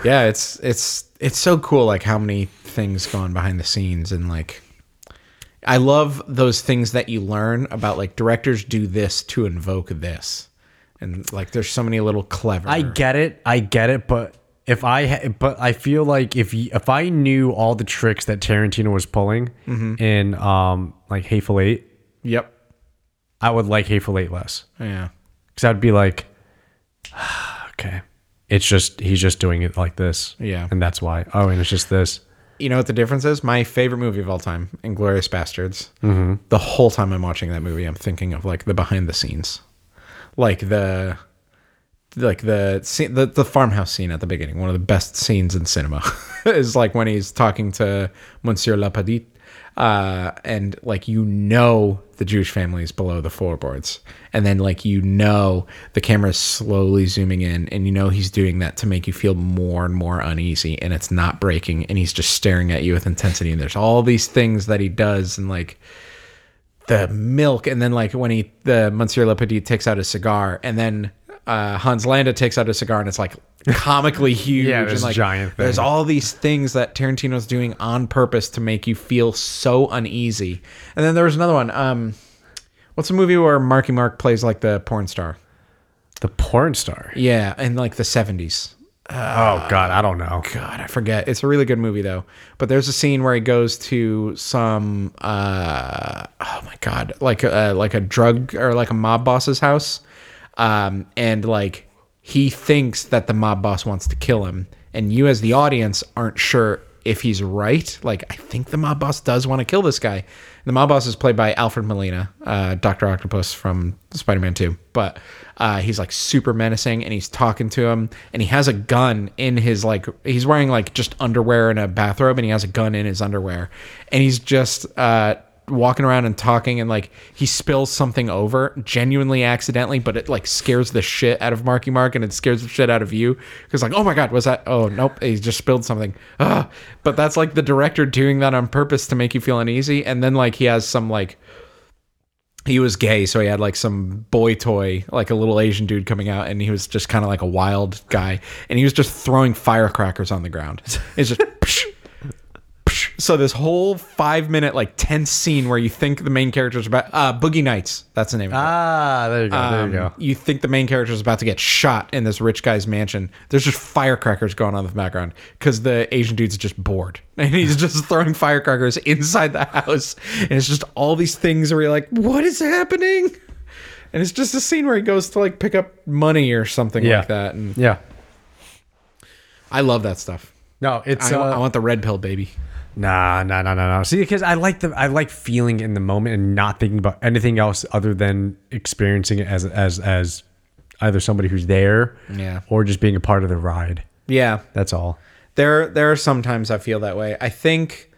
S1: yeah, It's it's it's so cool, like how many things go on behind the scenes, and like I love those things that you learn about. Like directors do this to invoke this, and like there's so many little clever.
S2: I get it. I get it, but if I ha- but I feel like if y- if I knew all the tricks that Tarantino was pulling in um like Hateful Eight,
S1: Yep.
S2: I would like Hateful Eight less
S1: Yeah.
S2: because I'd be like, okay, it's just he's just doing it like this,
S1: Yeah.
S2: and that's why. Oh, and it's just this.
S1: You know what the difference is? My favorite movie of all time, Inglorious Bastards. Mm-hmm. The whole time I'm watching that movie, I'm thinking of like the behind the scenes, like the, like the scene, the, the farmhouse scene at the beginning. One of the best scenes in cinema is like when he's talking to Monsieur Lapadite, uh, and like you know the Jewish family is below the floorboards, and then like you know the camera is slowly zooming in, and you know he's doing that to make you feel more and more uneasy, and it's not breaking, and he's just staring at you with intensity, and there's all these things that he does, and like the milk, and then like when he the Monsieur Le Petit takes out his cigar, and then uh, Hans Landa takes out a cigar, and it's like comically huge,
S2: Yeah,
S1: and,
S2: this
S1: like,
S2: giant thing.
S1: There's all these things that Tarantino's doing on purpose to make you feel so uneasy. And then there was another one. Um, what's a movie where Marky Mark plays like the porn star?
S2: The porn star.
S1: Yeah, in like the 70s.
S2: oh God, I don't know.
S1: God, I forget. It's a really good movie though. But there's a scene where he goes to some uh oh my god, like a like a drug or like a mob boss's house. Um and like he thinks that the mob boss wants to kill him and you as the audience aren't sure if he's right. Like I think the mob boss does want to kill this guy. The mob boss is played by Alfred Molina, uh, Doctor Octopus from Spider-Man Two. But uh, he's like super menacing, and he's talking to him, and he has a gun in his like he's wearing like just underwear and a bathrobe, and he has a gun in his underwear, and he's just uh, walking around and talking, and like he spills something over genuinely accidentally, but it like scares the shit out of Marky Mark, and it scares the shit out of you because like oh my god, was that? Oh nope, he just spilled something. Ugh. But that's like the director doing that on purpose to make you feel uneasy, and then like he has some like he was gay, so he had like some boy toy, like a little Asian dude coming out, and he was just kind of like a wild guy, and he was just throwing firecrackers on the ground. It's just. psh, psh. So this whole five minute like tense scene where you think the main character's about uh, Boogie Nights that's the name of it
S2: Ah, there you go. there you
S1: um,
S2: go.
S1: you think the main character is about to get shot in this rich guy's mansion. There's just firecrackers going on in the background because the Asian dude's just bored and he's just throwing firecrackers inside the house. And it's just all these things where you're like, what is happening? And it's just a scene where he goes to like pick up money or something
S2: Yeah.
S1: like that. And
S2: Yeah.
S1: I love that stuff.
S2: No, it's
S1: I,
S2: uh,
S1: I want the red pill, baby.
S2: Nah, nah, nah, nah, nah. See, because I like the I like feeling in the moment and not thinking about anything else other than experiencing it as as as either somebody who's there,
S1: Yeah.
S2: or just being a part of the ride.
S1: Yeah.
S2: That's all.
S1: There, there are sometimes I feel that way. I think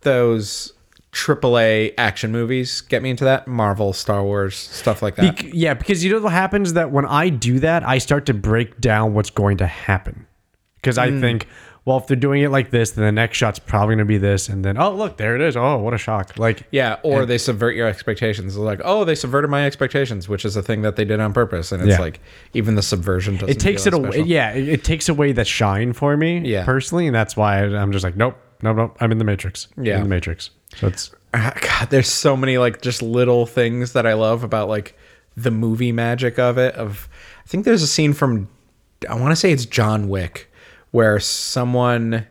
S1: those AAA action movies get me into that. Marvel, Star Wars, stuff like that.
S2: Bec- yeah, because you know what happens that when I do that, I start to break down what's going to happen. Because I think, well, if they're doing it like this, then the next shot's probably going to be this, and then oh look, there it is. Oh, what a shock! Like
S1: yeah, or they subvert your expectations. They're like, oh, they subverted my expectations, which is a thing that they did on purpose. And it's
S2: Yeah.
S1: like, even the subversion doesn't.
S2: it takes it
S1: feel as
S2: away.
S1: special.
S2: Yeah, it, it takes away that shine for me.
S1: Yeah.
S2: personally, and that's why I, I'm just like, nope, nope, nope. I'm in the matrix. I'm
S1: Yeah.
S2: in the matrix. So it's
S1: Ah, God, there's so many like just little things that I love about like the movie magic of it. Of I think there's a scene from I want to say it's John Wick where someone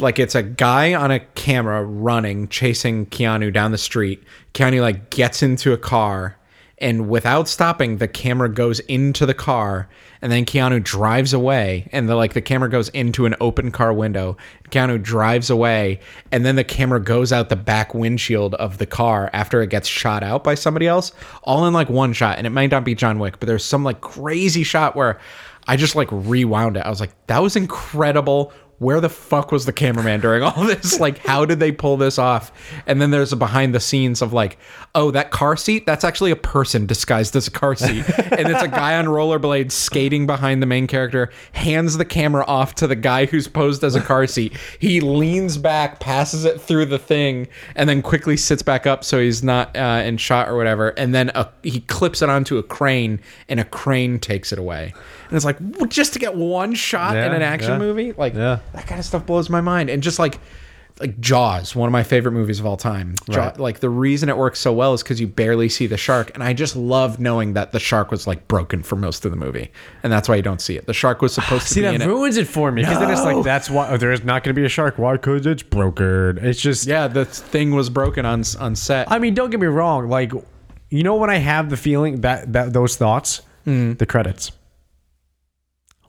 S1: like it's a guy on a camera running chasing Keanu down the street. Keanu like gets into a car and without stopping the camera goes into the car and then keanu drives away and the like the camera goes into an open car window keanu drives away and then the camera goes out the back windshield of the car after it gets shot out by somebody else all in like one shot and it might not be john wick but there's some like crazy shot where i just like rewound it i was like that was incredible where the fuck was the cameraman during all this? Like, how did they pull this off? And then there's a behind the scenes of like, oh, that car seat, that's actually a person disguised as a car seat. And it's a guy on rollerblades skating behind the main character, hands the camera off to the guy who's posed as a car seat. He leans back, passes it through the thing, and then quickly sits back up so he's not uh, in shot or whatever. And then a, he clips it onto a crane, and a crane takes it away. And it's like, w- just to get one shot in
S2: Yeah,
S1: an action
S2: yeah.
S1: movie? Like,
S2: Yeah.
S1: that kind of stuff blows my mind and just like like Jaws, one of my favorite movies of all time. Jaw, Like the reason it works so well is because you barely see the shark, and I just love knowing that the shark was like broken for most of the movie, and that's why you don't see it. The shark was supposed to
S2: Ah, See,
S1: be in
S2: that
S1: it.
S2: ruins it for me because then it's like, that's why oh, there is not going to be a shark. Why? Because it's brokered. It's just,
S1: Yeah, the thing was broken on on set.
S2: I mean, don't get me wrong. Like, you know, when I have the feeling that, that those thoughts,
S1: Mm.
S2: the credits.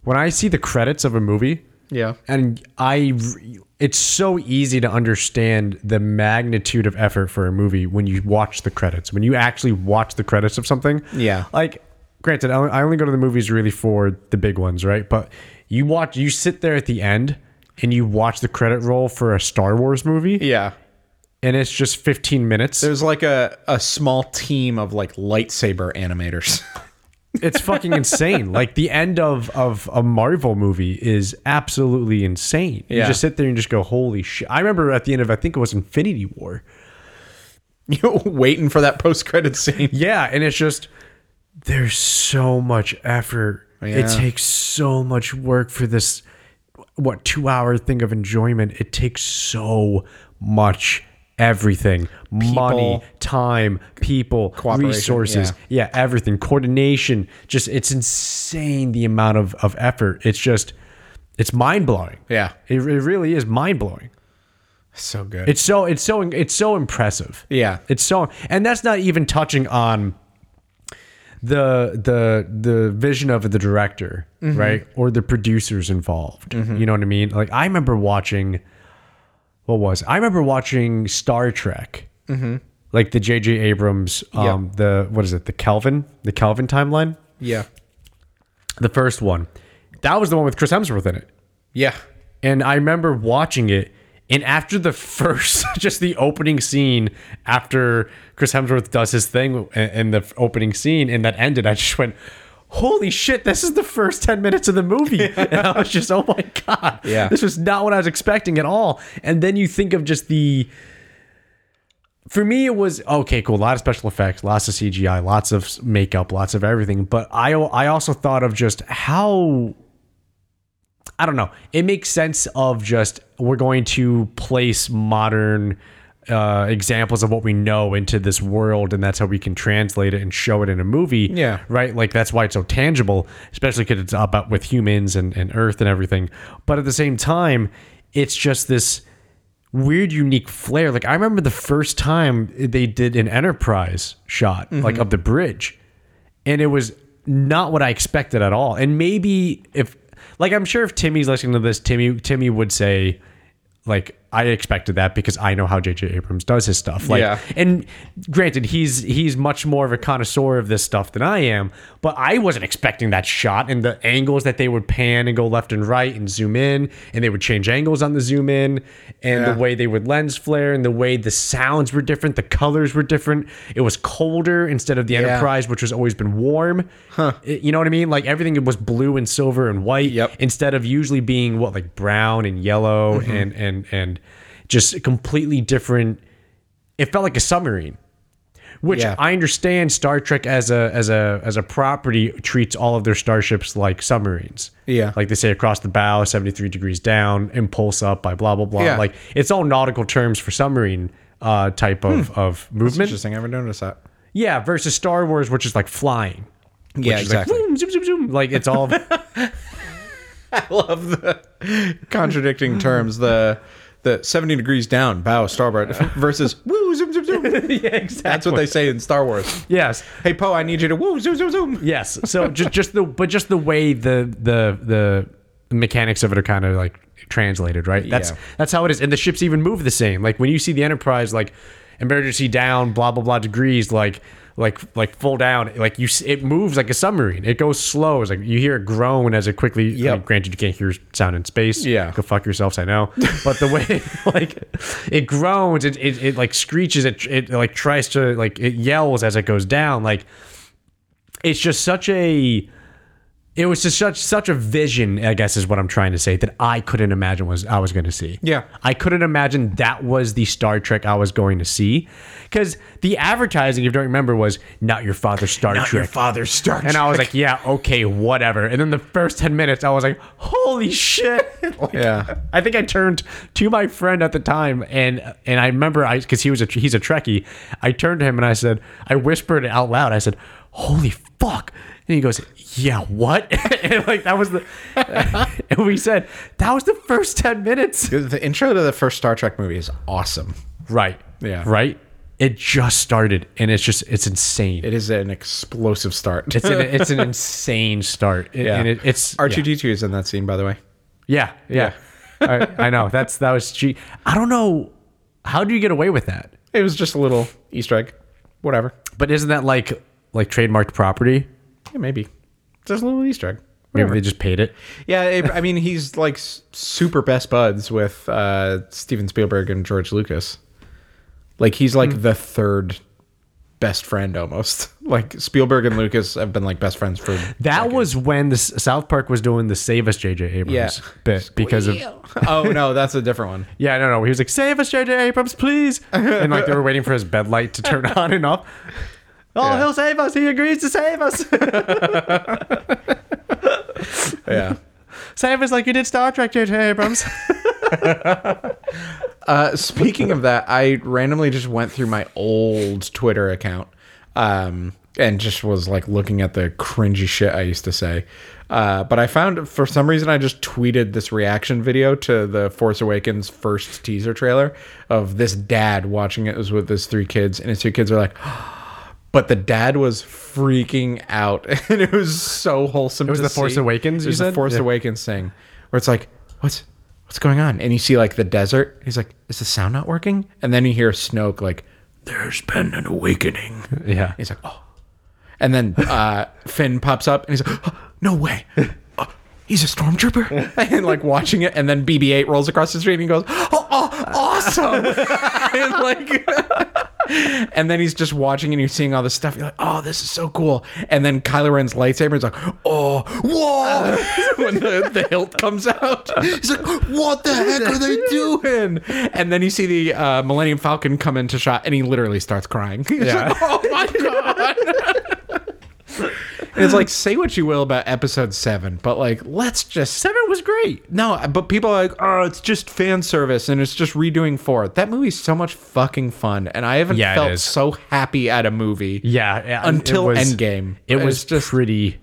S2: When I see the credits of a movie,
S1: yeah,
S2: and I, re- it's so easy to understand the magnitude of effort for a movie when you watch the credits. When you actually watch the credits of something,
S1: Yeah.
S2: Like, granted, I I only go to the movies really for the big ones, right? But you watch, you sit there at the end and you watch the credit roll for a Star Wars movie,
S1: yeah.
S2: and it's just 15 minutes.
S1: There's like a a small team of like lightsaber animators.
S2: it's fucking insane. Like the end of of a Marvel movie is absolutely insane. You
S1: Yeah.
S2: just sit there and just go, holy shit! I remember at the end of I think it was Infinity War.
S1: you waiting for that post credit scene.
S2: Yeah, and it's just there's so much effort.
S1: Oh, Yeah.
S2: It takes so much work for this what two hour thing of enjoyment. It takes so much everything money
S1: People.
S2: time people
S1: Cooperation,
S2: resources yeah. everything coordination just it's insane the amount of, of effort it's just it's mind-blowing
S1: Yeah.
S2: it, it really is mind-blowing
S1: So good.
S2: it's so it's so it's so impressive
S1: yeah.
S2: it's so, and that's not even touching on the the the vision of the director, right, or the producers involved. You know what I mean? Like I remember watching, what was it? I remember watching Star Trek, like the J.J. Abrams, um, the what is it? The Kelvin, the Kelvin timeline,
S1: yeah.
S2: the first one. That was the one with Chris Hemsworth in it.
S1: Yeah.
S2: And I remember watching it. And after the first, just the opening scene, after Chris Hemsworth does his thing in- in the opening scene, and that ended, I just went, "Holy shit! This is the first ten minutes of the movie." and I was just, "Oh my god,
S1: Yeah.
S2: this was not what I was expecting at all." And then you think of just the. For me, it was okay, cool. A lot of special effects, lots of CGI, lots of makeup, lots of everything. But I, I also thought of just how I don't know. It makes sense of just we're going to place modern uh, examples of what we know into this world, and that's how we can translate it and show it in a movie.
S1: Yeah.
S2: right. Like that's why it's so tangible, especially because it's about with humans and, and Earth and everything. But at the same time, it's just this weird, unique flair. Like I remember the first time they did an Enterprise shot, like of the bridge and it was not what I expected at all. And maybe if like I'm sure if Timmy's listening to this, Timmy Timmy would say like I expected that because I know how JJ Abrams does his stuff. Like
S1: Yeah.
S2: and granted he's he's much more of a connoisseur of this stuff than I am, but I wasn't expecting that shot and the angles that they would pan and go left and right and zoom in and they would change angles on the zoom in and
S1: Yeah.
S2: the way they would lens flare and the way the sounds were different, the colors were different. It was colder instead of the Enterprise, which has always been warm. It- you know what I mean? Like everything was blue and silver and white
S1: Yep. Mm-hmm.
S2: instead of usually being what like brown and yellow and and and just completely different. It felt like a submarine, which
S1: Yeah.
S2: I understand Star Trek as a as a as a property treats all of their starships like submarines.
S1: Yeah.
S2: like they say across the bow, seventy three degrees down, impulse up by blah blah blah.
S1: Yeah.
S2: Like it's all nautical terms for submarine uh, type of of movement.
S1: Hmm. Interesting. I never noticed that.
S2: Yeah, versus Star Wars, which is like flying.
S1: Yeah,
S2: Which is like, zoom, zoom, zoom, zoom. Like it's all
S1: love the contradicting terms. The the seventy degrees down bow starboard versus woo zoom zoom zoom.
S2: exactly.
S1: That's what they say in Star Wars.
S2: Yes.
S1: Hey Poe, I need you to woo zoom zoom zoom.
S2: Yes. So just just the but just the way the the the mechanics of it are kind of like translated, right? That's
S1: Yeah.
S2: that's how it is. And the ships even move the same. Like when you see the Enterprise, like emergency down, blah blah blah degrees, like like like full down, like you s- it moves like a submarine. It goes slow. It's like you hear it groan as it quickly. I mean,
S1: Yep.
S2: granted, you can't hear sound in space.
S1: Yeah.
S2: Go fuck yourselves. I know. But the way like it groans, it it, it like screeches. It it like tries to like it yells as it goes down. Like it's just such a It was just such such a vision, I guess, is what I'm trying to say that I couldn't imagine was I was going to see.
S1: Yeah.
S2: I couldn't imagine that was the Star Trek I was going to see, because the advertising, if you don't remember, was not your father's Star Trek.
S1: father's Star
S2: and I was like, yeah, okay, whatever. And then the first 10 minutes, I was like, holy shit. Like,
S1: Yeah.
S2: I think I turned to my friend at the time and and I remember I cuz he was a he's a Trekkie. I turned to him and I said, I whispered it out loud. I said, "Holy fuck." And he goes, "Yeah, what?" and like that was the and we said, "That was the first 10 minutes."
S1: the intro to the first Star Trek movie is awesome.
S2: Right.
S1: Yeah.
S2: Right? It just started and it's just it's insane.
S1: It is an explosive start.
S2: it's an it's an insane start.
S1: yeah.
S2: And it, it's yeah.
S1: R2D2 is in that scene, by the way.
S2: Yeah, yeah. I, I know. That's that was cheap. I don't know how do you get away with that?
S1: It was just a little Easter egg. Whatever.
S2: But isn't that like like trademarked property?
S1: Yeah, maybe. Just a little Easter egg.
S2: Maybe they just paid it.
S1: Yeah, it, I mean, he's like s- super best buds with uh, Steven Spielberg and George Lucas. Like he's like the third best friend almost. Like Spielberg and Lucas have been like best friends for
S2: That was when the S- South Park was doing the "Save Us, J.J. Abrams"
S1: Yeah.
S2: bit because of
S1: oh no, that's a different one.
S2: yeah, no, no, he was like "Save us, J.J. Abrams, please," and like they were waiting for his bed light to turn on and off. Oh,
S1: Yeah.
S2: he'll save us. He agrees to save us.
S1: Yeah.
S2: save us like you did Star Trek, J.J. Abrams.
S1: Uh, speaking of that, I randomly just went through my old Twitter account um, and just was like looking at the cringy shit I used to say. Uh, but I found for some reason I just tweeted this reaction video to the Force Awakens first teaser trailer of this dad watching it was with his three kids, and his three kids are like, but the dad was freaking out, and it was so wholesome. It
S2: was The Force Awakens,
S1: It
S2: you
S1: was the
S2: said?
S1: Force
S2: Yeah.
S1: Awakens thing, where it's like, what's what's going on? And you see like the desert. He's like, is the sound not working? And then you hear Snoke like, there's been an awakening.
S2: yeah,
S1: He's like, oh. And then uh, Finn pops up, and he's like, oh, no way. Oh, he's a stormtrooper, and like watching it, and then BB-8 rolls across the street and he goes, "Oh, oh, awesome!" and like, and then he's just watching and you're seeing all this stuff. You're like, "Oh, this is so cool!" And then Kylo Ren's lightsaber is like, "Oh, whoa!" when the, the hilt comes out, he's like, "What the heck are they doing?" And then you see the uh, Millennium Falcon come into shot, and he literally starts crying. He's
S2: Yeah.
S1: like, "Oh my god!" And it's like, say what you will about episode seven, but like, let's just
S2: seven was great.
S1: no, but people are like, oh, it's just fan service and it's just redoing four. That movie's so much fucking fun, and I haven't
S2: Yeah, it
S1: felt
S2: is.
S1: so happy at a movie.
S2: Yeah, yeah,
S1: Until
S2: it was-
S1: Endgame.
S2: It
S1: It's
S2: was
S1: just-
S2: just pretty.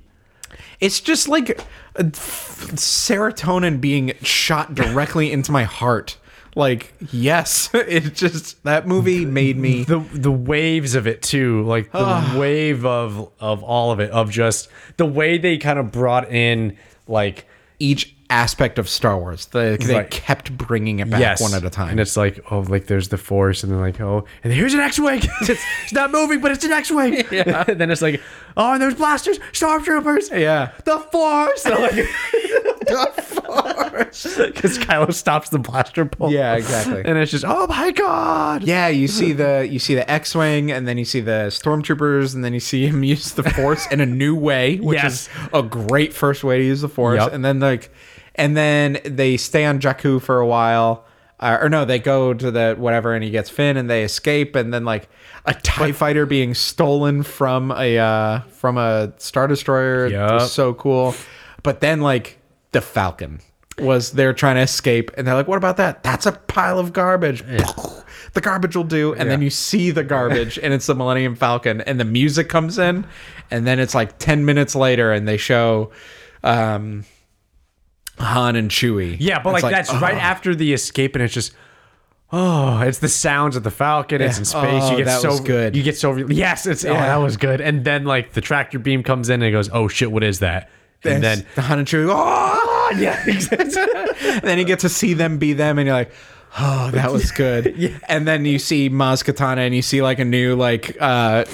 S1: It's just like uh, f- serotonin being shot directly into my heart. Like, yes, it just that movie made me.
S2: the the waves of it too, like
S1: Ah.
S2: the wave of of all of it, of just the way they kind of brought in like
S1: Each aspect of Star Wars, they, they
S2: Right.
S1: kept bringing it back
S2: yes,
S1: one at a time.
S2: and it's like oh, like there's the force, and then like oh, and here's an X-wing. it's, it's not moving, but it's an X-wing. Yeah. and then it's like oh, and there's blasters, stormtroopers.
S1: Yeah.
S2: the force. So like, because Kylo stops the blaster bolt.
S1: Yeah, exactly.
S2: And it's just oh my god.
S1: Yeah, you see the you see the X-wing, and then you see the stormtroopers, and then you see him use the Force in a new way, which
S2: Yes.
S1: is a great first way to use the Force.
S2: Yep.
S1: And then like, and then they stay on Jakku for a while, uh, or no, they go to the whatever, and he gets Finn, and they escape, and then like a Tie Fighter being stolen from a uh, from a Star Destroyer
S2: Yep.
S1: was so cool. But then like the Falcon was they're trying to escape and they're like, What about that? That's a pile of garbage. The garbage will do. And then you see the garbage and it's the Millennium Falcon and the music comes in and then it's like ten minutes later and they show um Han and Chewie.
S2: Yeah, but
S1: It's
S2: like, that's right after the escape, and it's just oh, it's the sounds of the Falcon. It's in space.
S1: Oh,
S2: you get
S1: that
S2: so
S1: was good.
S2: You get so re- yes, it's oh,
S1: Yeah.
S2: that was good. And then like the tractor beam comes in and it goes, oh shit, what is that? And then
S1: the Han and Chewie oh!
S2: yeah,
S1: and then you get to see them be them, and you're like, oh, that was good. And then you see Maz Katana, and you see like a new like uh,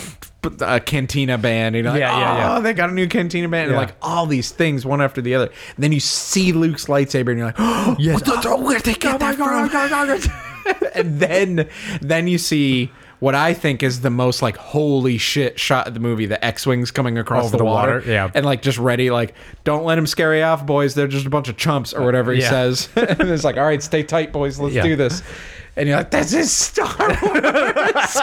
S1: p- uh cantina band, and you're like,
S2: Yeah,
S1: yeah,
S2: yeah,
S1: yeah,
S2: yeah.
S1: oh, they got a new cantina band,
S2: Yeah.
S1: and like all these things one after the other. And then you see Luke's lightsaber, and you're like, oh,
S2: Yes. Oh,
S1: what the, where'd they get that from? and then then you see what I think is the most like holy shit shot of the movie, the X Wings coming across
S2: Over
S1: the,
S2: the
S1: water,
S2: water, yeah.
S1: And like just ready, like, don't let him scare you off, boys. They're just a bunch of chumps or whatever he
S2: yeah.
S1: says. and it's like, all right, stay tight, boys, let's
S2: Yeah.
S1: do this. And you're like, this is Star Wars.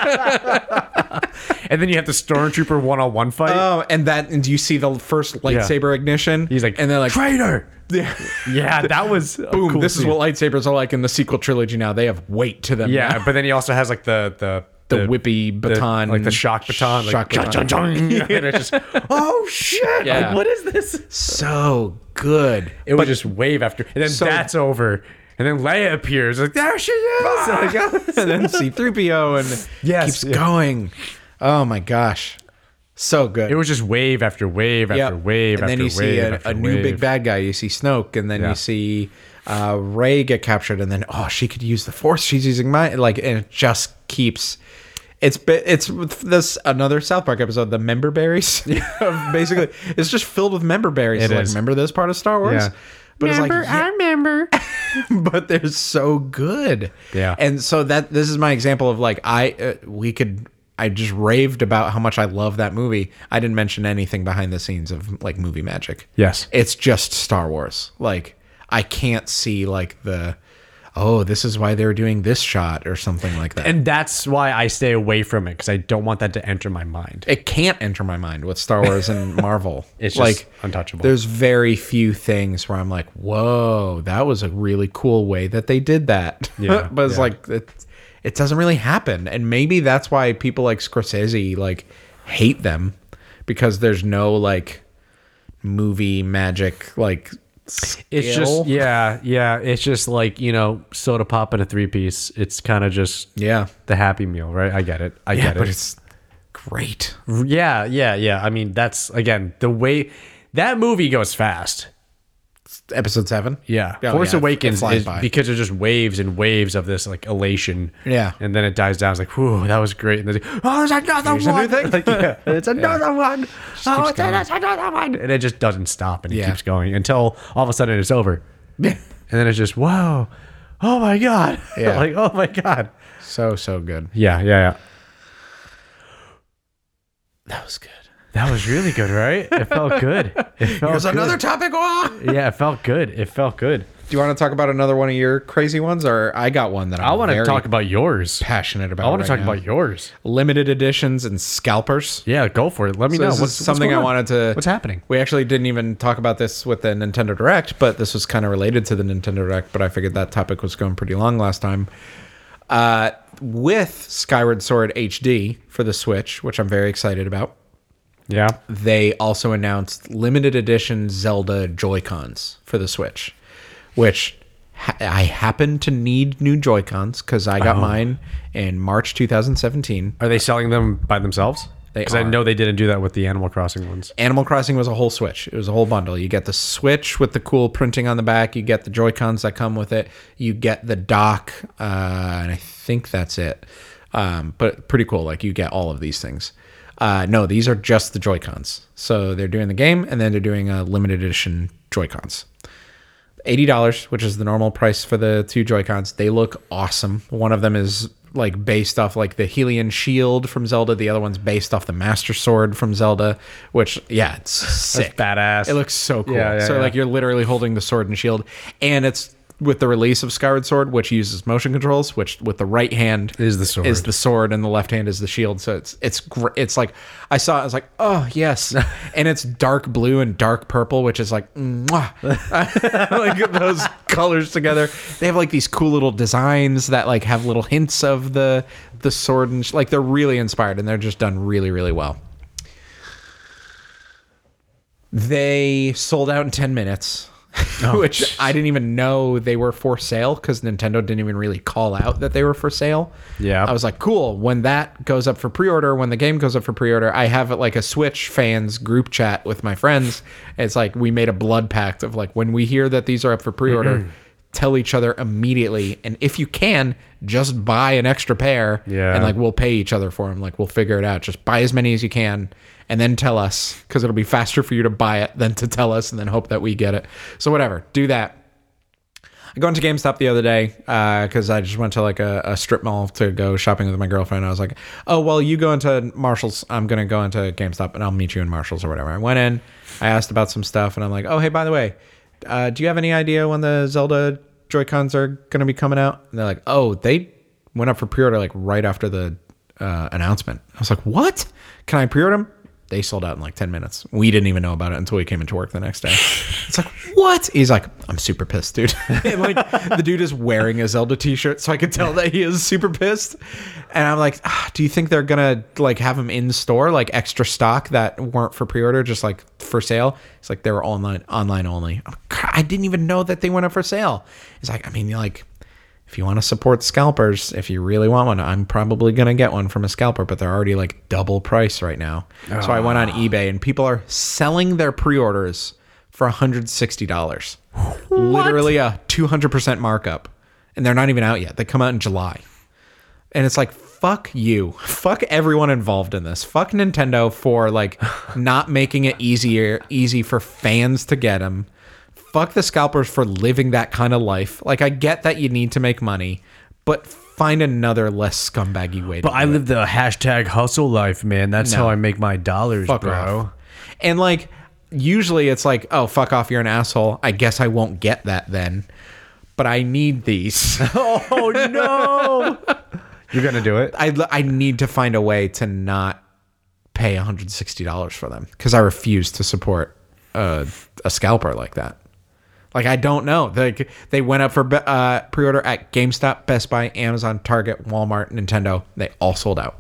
S2: And then you have the stormtrooper one on one fight.
S1: oh, and that and you see the first lightsaber ignition.
S2: He's like,
S1: and they're like
S2: traitor.
S1: yeah.
S2: Yeah, that was
S1: Boom, this is what lightsabers are like in the sequel trilogy now. They have weight to them. now.
S2: Yeah, but then he also has like the the
S1: the, whippy baton,
S2: like the shock baton, like,
S1: shock baton.
S2: and it's just oh shit!
S1: Yeah.
S2: Like, what is this?
S1: So good.
S2: It was just wave after, and then
S1: So-
S2: that's over, and then Leia appears. Like there she is. Like,
S1: and then C3PO and
S2: Yes,
S1: keeps
S2: yeah.
S1: going. Oh my gosh. So good.
S2: it was just wave after wave
S1: Yep.
S2: after wave
S1: And
S2: after
S1: then you
S2: wave.
S1: see a,
S2: after
S1: a new
S2: wave.
S1: big bad guy. You see Snoke, and then
S2: Yeah.
S1: you see uh, Ray get captured, and then oh, she could use the Force. She's using mine. Like, and it just keeps. It's bi- it's with this another South Park episode, the member berries. Basically, it's just filled with member berries.
S2: It
S1: It's like,
S2: is.
S1: remember this part of Star Wars?
S2: Yeah.
S1: But it's like, yeah,
S2: remember.
S1: but they're so good.
S2: Yeah.
S1: And so that this is my example of like I uh, we could I just raved about how much I love that movie. I didn't mention anything behind the scenes of like movie magic.
S2: Yes.
S1: It's just Star Wars. Like I can't see like the oh, this is why they were doing this shot or something like that.
S2: And that's why I stay away from it because I don't want that to enter my mind.
S1: it can't enter my mind with Star Wars and Marvel.
S2: It's just untouchable.
S1: There's very few things where I'm like, "Whoa, that was a really cool way that they did that."
S2: Yeah,
S1: but it's
S2: yeah.
S1: like it, it doesn't really happen, and maybe that's why people like Scorsese like hate them because there's no like movie magic like
S2: It's
S1: skill.
S2: just yeah, yeah. It's just like you know, soda pop and a three piece. It's kind of just
S1: yeah.
S2: the happy meal, right? I get it. I
S1: Yeah,
S2: get it.
S1: but it's great.
S2: yeah, yeah, yeah. I mean, that's again the way that movie goes fast.
S1: Episode 7?
S2: Yeah,
S1: Oh,
S2: Force
S1: yeah, it- it
S2: Awakens
S1: flies
S2: is
S1: by.
S2: because there's just waves and waves of this like elation.
S1: Yeah.
S2: and then it dies down. It's like, whew, that was great. And then like, oh, there's another
S1: a new
S2: one.
S1: thing.
S2: Like, yeah, it's another one. Oh,
S1: keeps
S2: it's another, another one. And it just doesn't stop, and it
S1: Yeah.
S2: keeps going until all of a sudden it's over. and then it's just, whoa, oh my god,
S1: Yeah.
S2: like oh my god.
S1: So so good.
S2: Yeah, yeah, yeah.
S1: That was good.
S2: That was really good, right? It felt good. It felt
S1: There's
S2: good.
S1: another topic. Oh!
S2: yeah, it felt good. It felt good.
S1: Do you want to talk about another one of your crazy ones, or I got one that I'm
S2: I want to
S1: very
S2: talk about yours.
S1: passionate about.
S2: I want
S1: right
S2: to talk
S1: now.
S2: about yours.
S1: limited editions and scalpers.
S2: Yeah, go for it. Let me
S1: So
S2: know.
S1: this
S2: What's
S1: is something
S2: what's
S1: I
S2: going on?
S1: wanted to.
S2: What's happening?
S1: We actually didn't even talk about this with the Nintendo Direct, but this was kind of related to the Nintendo Direct. But I figured that topic was going pretty long last time. Uh, with Skyward Sword HD for the Switch, which I'm very excited about,
S2: Yeah.
S1: they also announced limited edition Zelda Joy Cons for the Switch, which ha- I happen to need new Joy Cons because I got mine in March 2017.
S2: Are they selling them by themselves?
S1: They
S2: I
S1: are.
S2: know they didn't do that with the Animal Crossing ones.
S1: Animal Crossing was a whole Switch. It was a whole bundle. You get the Switch with the cool printing on the back. You get the Joy Cons that come with it. You get the dock, uh, and I think that's it. Um, but pretty cool. Like you get all of these things. Uh, no, these are just the Joy Cons. So they're doing the game, and then they're doing a limited edition Joy Cons. eighty dollars, which is the normal price for the two Joy Cons. They look awesome. One of them is like based off like the Helion Shield from Zelda. The other one's based off the Master Sword from Zelda. Which yeah, it's sick,
S2: badass.
S1: It looks so cool.
S2: Yeah, yeah,
S1: so
S2: yeah.
S1: like you're literally holding the sword and shield, and it's with the release of Skyward Sword, which uses motion controls, which with the right hand
S2: Is the sword.
S1: is the sword and the left hand is the shield. So it's it's gr- it's like I saw it, I was like, oh yes, and it's dark blue and dark purple, which is like mwah. like those colors together. They have like these cool little designs that like have little hints of the the sword and sh- like they're really inspired and they're just done really really well. They sold out in 10 minutes. which I didn't even know they were for sale because Nintendo didn't even really call out that they were for sale.
S2: Yeah.
S1: I was like, cool. When that goes up for pre order, when the game goes up for pre order, I have it like a Switch fans group chat with my friends. It's like we made a blood pact of like, when we hear that these are up for pre order, tell each other immediately. And if you can, just buy an extra pair.
S2: Yeah.
S1: And like, we'll pay each other for them. Like, we'll figure it out. Just buy as many as you can and then tell us because it'll be faster for you to buy it than to tell us and then hope that we get it. So, whatever, do that. I go into GameStop the other day because I just went to like a, a strip mall to go shopping with my girlfriend. I was like, "Oh well, you go into Marshalls. I'm gonna go into GameStop and I'll meet you in Marshalls or whatever." I went in, I asked about some stuff, and I'm like, "Oh hey, by the way, uh, do you have any idea when the Zelda Joy Cons are gonna be coming out?" And they're like, "Oh, they went up for pre-order like right after the uh, announcement." I was like, "What? Can I pre-order them?" They sold out in like 10 minutes. We didn't even know about it until we came into work the next day. It's like, what? He's like, I'm super pissed, dude. and like, the dude is wearing a Zelda t shirt, so I could tell that he is super pissed. And I'm like, ah, do you think they're going to like have them in store, like extra stock that weren't for pre order, just like for sale? It's like, they were online, online only. I'm like, "God, I didn't even know that they went up for sale. He's like, I mean, like, if you want to support scalpers, if you really want one, I'm probably going to get one from a scalper, but they're already like double price right now. So I went on eBay and people are selling their pre orders for $160. Literally a 200% markup. And they're not even out yet. They come out in July. And it's like, fuck you. Fuck everyone involved in this. Fuck Nintendo for like not making it easier easy for fans to get them. Fuck the scalpers for living that kind of life. Like I get that you need to make money, but find another less scumbaggy way to
S2: But I live the hashtag hustle life, man. That's how I make my dollars,
S1: fuck
S2: bro.
S1: off. And like usually it's like, oh fuck off, you're an asshole. I guess I won't get that then. But I need these.
S2: Oh no! You're gonna do it.
S1: I, I need to find a way to not pay $160 for them because I refuse to support a, a scalper like that. Like I don't know. Like they went up for be- uh, pre-order at GameStop, Best Buy, Amazon, Target, Walmart, Nintendo. They all sold out.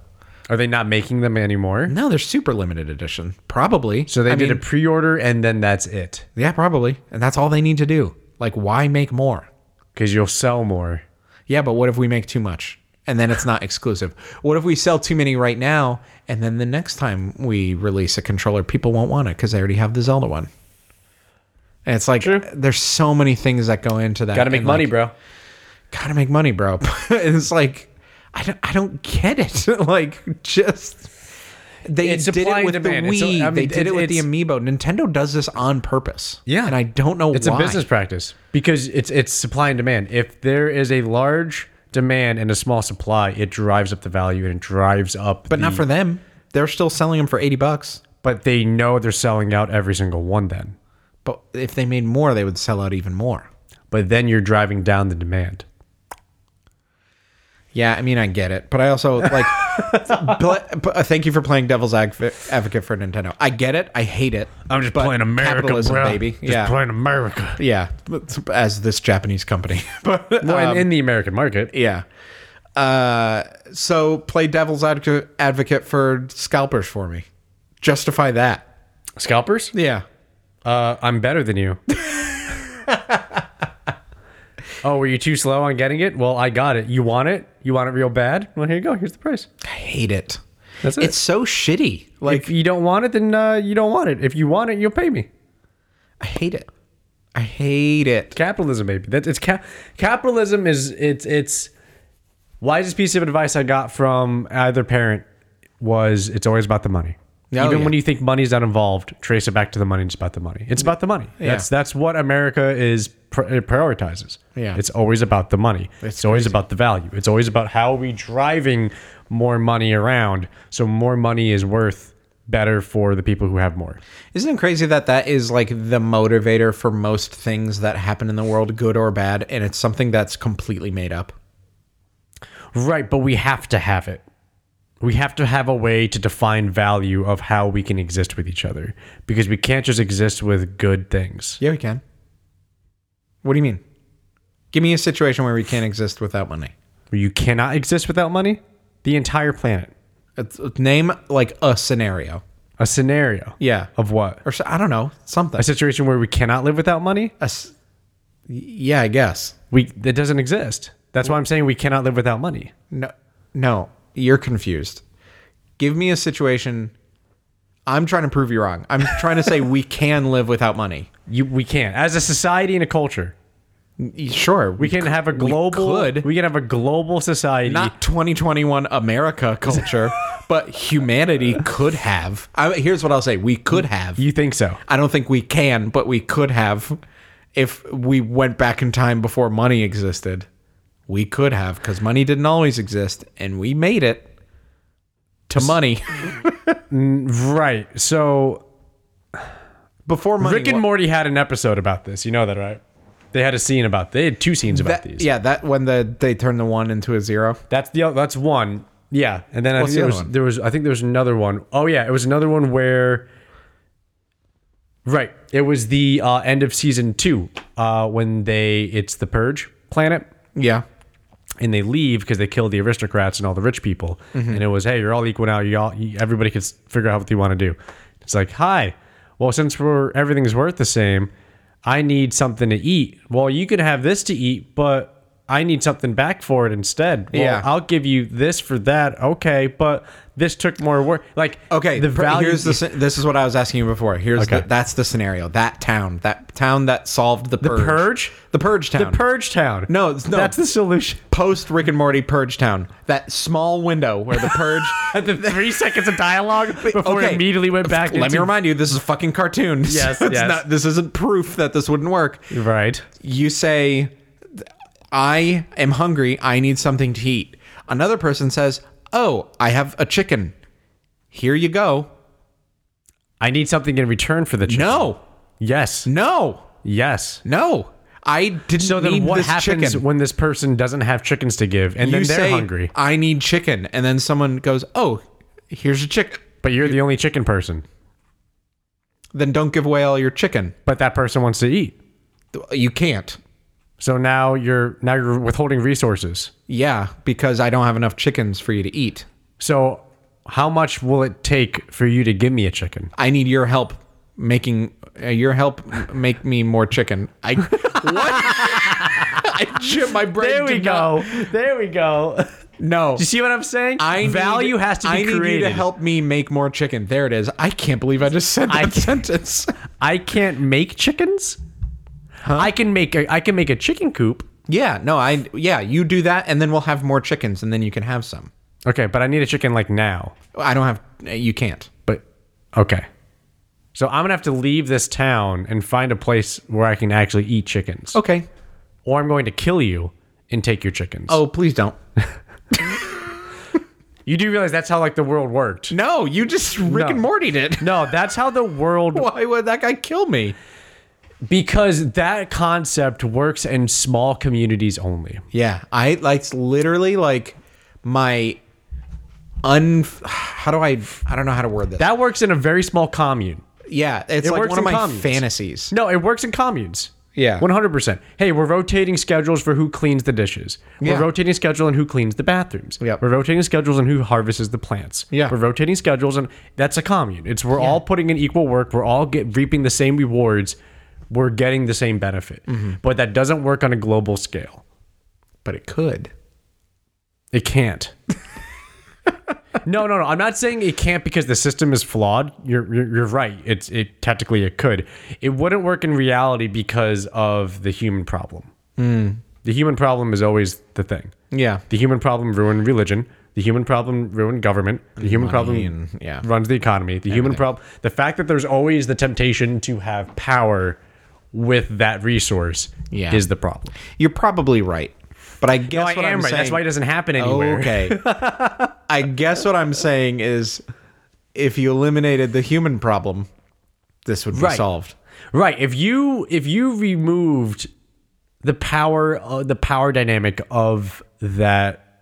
S2: Are they not making them anymore?
S1: No, they're super limited edition. Probably.
S2: So they
S1: I
S2: did
S1: mean,
S2: a pre-order and then that's it
S1: yeah, probably. And that's all they need to do. Like why make more?
S2: because you'll sell more.
S1: Yeah, but what if we make too much? And then it's not exclusive. What if we sell too many right now, and then the next time we release a controller, people won't want it because they already have the Zelda one. And it's like there's so many things that go into that. And, like,
S2: bro.
S1: Gotta make money, bro. And it's like I don't, I don't get it. like just they
S2: It's
S1: did
S2: supply
S1: it
S2: and
S1: with the
S2: demand. It's
S1: Wii.
S2: so- I mean,
S1: they did
S2: it-
S1: it with the
S2: it's-
S1: Amiibo. Nintendo does this on purpose.
S2: Yeah.
S1: and I don't know
S2: It's
S1: Oh, why.
S2: a business practice because it's it's supply and demand. If there is a large demand and a small supply, it drives up the value and it drives up.
S1: but not for them. They're still selling them for eighty bucks.
S2: But they know they're selling out every single one then.
S1: But if they made more, they would sell out even more.
S2: But then you're driving down the demand.
S1: Yeah, I mean, I get it, but I also like. but, but, uh, thank you for playing devil's adv- advocate for Nintendo. I get it. I hate it. but capitalism, baby. yeah,
S2: America.
S1: yeah. but- As this Japanese company, but um,
S2: Well, and in the American market,
S1: yeah. Uh, so play devil's advocate advocate for scalpers for me. Justify that.
S2: scalpers.
S1: Yeah.
S2: Uh, I'm better than you. oh, were you too slow on getting it? Well, I got it. You want it? You want it real bad? Well, here you go. Here's the price.
S1: I hate it.
S2: That's it.
S1: It's so shitty. Like
S2: if you don't want it, then uh, you don't want it. If you want it, you'll pay me.
S1: I hate it. I hate it.
S2: Capitalism, baby. That it's ca- capitalism is it's it's wisest piece of advice I got from either parent was it's always about the money.
S1: Oh,
S2: Even
S1: yeah.
S2: when you think money's not involved, trace it back to the money. It's about the money. It's about the money. That's that's what America is pr- it prioritizes.
S1: Yeah.
S2: it's always about the money. It's, always about the value. It's always about how are we driving more money around so more money is worth better for the people who have more.
S1: Isn't it crazy that that is like the motivator for most things that happen in the world, good or bad, and it's something that's completely made up?
S2: Right, but we have to have it. We have to have a way to define value of how we can exist with each other because we can't just exist with good things.
S1: Yeah, we can. What do you mean? Give me a situation where we can't exist without money.
S2: You cannot exist without money. The entire planet.
S1: It's, uh, name like a scenario.
S2: A scenario.
S1: Yeah.
S2: Of what?
S1: Or so, I don't know, something.
S2: A situation where we cannot live without money?
S1: A s- yeah, I guess.
S2: We that doesn't exist. That's why I'm saying we cannot live without money.
S1: No, no, you're confused. Give me a situation. I'm trying to prove you wrong. I'm trying to say we can live without money.
S2: You we can't. As a society and a culture,
S1: Sure,
S2: we can have a global
S1: We could.
S2: we can have a global society.
S1: not 2021 America culture, but humanity could have. I, here's what I'll say: we could have.
S2: you think so?
S1: I don't think we can, but we could have if we went back in time before money existed, we could have because money didn't always exist, and we made it to money
S2: Right. So
S1: before money.
S2: Rick and
S1: wa-
S2: Morty had an episode about this. You know that, right? They had a scene about. They had two scenes about
S1: that,
S2: these.
S1: yeah, that when the they turned the one into a zero.
S2: That's the that's one. Yeah, and then I
S1: What's the
S2: think there
S1: other
S2: was,
S1: one?
S2: there was I think there was another one. Oh yeah, it was another one where. Right, it was the uh, end of season two uh, when they it's the purge planet
S1: Yeah,
S2: and they leave because they killed the aristocrats and all the rich people.
S1: Mm-hmm.
S2: And it was, hey, you're all equal now. You all, you, everybody can s- figure out what you want to do. It's like, hi, well, since we're everything's worth the same, I need something to eat. Well, you can have this to eat, but I need something back for it instead. Well,
S1: Yeah.
S2: I'll give you this for that. Okay, but this took more work. Like,
S1: Okay,
S2: the
S1: pr-
S2: value.
S1: Here's the, sce- this is what I was asking you before. Here's
S2: Okay.
S1: the, that's the scenario. That town, that town that solved the purge.
S2: purge?
S1: The purge town.
S2: the purge town.
S1: No, it's- no.
S2: That's the solution.
S1: Post Rick and Morty purge town. That small window where the purge.
S2: At the three seconds of dialogue before it
S1: Okay.
S2: immediately went back.
S1: Let me
S2: into-
S1: remind you, this is a fucking cartoon.
S2: Yes,
S1: it's
S2: yes.
S1: Not, this isn't proof that this wouldn't work.
S2: Right.
S1: You say, "I am hungry. I need something to eat." Another person says, "Oh, I have a chicken. Here you go."
S2: I need something in return for the chicken.
S1: No,
S2: Yes.
S1: no,
S2: Yes.
S1: no. I didn't
S2: So then
S1: need
S2: what
S1: this
S2: happens
S1: chicken.
S2: when this person doesn't have chickens to give and then
S1: you
S2: they're
S1: say,
S2: hungry?
S1: I need chicken, and then someone goes, "Oh, here's a chicken."
S2: But you're the only chicken person.
S1: Then don't give away all your chicken.
S2: But that person wants to eat.
S1: You can't.
S2: So now you're now you're withholding resources.
S1: Yeah, because I don't have enough chickens for you to eat.
S2: So how much will it take for you to give me a chicken?
S1: I need your help making uh, your help m- make me more chicken. I what? I Jim, my brain. did not-
S2: There we go.
S1: No.
S2: You see what I'm saying?
S1: I need-
S2: Value has to be
S1: I need
S2: created.
S1: you to help me make more chicken. There it is. I can't believe I just said
S2: I
S1: that
S2: can't-
S1: sentence.
S2: I can't make chickens. I can make a I can make a chicken coop.
S1: Yeah, no, I yeah, you do that and then we'll have more chickens and then you can have some.
S2: Okay, but I need a chicken like now.
S1: I don't have you can't.
S2: But okay. So I'm gonna have to leave this town and find a place where I can actually eat chickens.
S1: Okay.
S2: Or I'm going to kill you and take your chickens.
S1: Oh, please don't.
S2: You do realize that's how like the world worked.
S1: No, you just Rick
S2: No.
S1: and Morty did.
S2: No, that's how the world
S1: Why would that guy kill me?
S2: because that concept works in small communities only.
S1: Yeah, I like it's literally like my un. How do I? I don't know how to word this.
S2: That works in a very small commune.
S1: yeah, it's
S2: It
S1: like
S2: works
S1: one of
S2: in
S1: my
S2: communes.
S1: fantasies.
S2: No, it works in communes.
S1: Yeah.
S2: 100%. Hey, we're rotating schedules for who cleans the dishes.
S1: Yeah.
S2: We're rotating schedule on who cleans the bathrooms.
S1: Yep.
S2: We're rotating schedules on who harvests the plants.
S1: Yeah.
S2: We're rotating schedules and that's a commune. It's we're all putting in equal work. We're all get, reaping the same rewards. We're getting the same benefit.
S1: Mm-hmm.
S2: But that doesn't work on a global scale.
S1: But it could.
S2: It can't. no, no, no. I'm not saying it can't because the system is flawed. You're you're, you're right. It's it technically it could. It wouldn't work in reality because of the human problem.
S1: Hmm.
S2: The human problem is always the thing.
S1: Yeah.
S2: The human problem ruined religion. The human problem ruined government. The human problem
S1: and- yeah.
S2: runs the economy. The human problem. The fact that there's always the temptation to have power with that resource
S1: Yeah.
S2: is the problem.
S1: You're probably right. But I guess
S2: No, I
S1: what
S2: am
S1: I'm
S2: right.
S1: saying. Oh,
S2: That's why it doesn't happen anywhere.
S1: Okay. I guess what I'm saying is, if you eliminated the human problem, this would be
S2: Right.
S1: solved.
S2: Right. If you if you removed the power uh, the power dynamic of that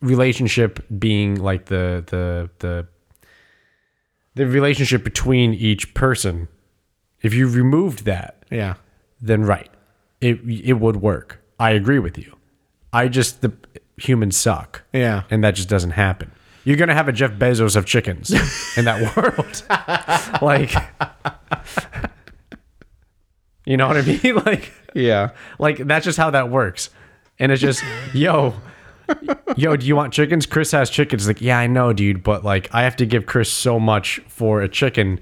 S2: relationship being like the the the the relationship between each person, if you removed that,
S1: Yeah.
S2: then right, it it would work. I agree with you. I just the humans suck.
S1: Yeah.
S2: and that just doesn't happen. You're gonna have a Jeff Bezos of chickens in that world, like. You know what I mean? Like,
S1: Yeah.
S2: like that's just how that works. And it's just, yo, yo, do you want chickens? Chris has chickens. Like, yeah, I know, dude, but like, I have to give Chris so much for a chicken.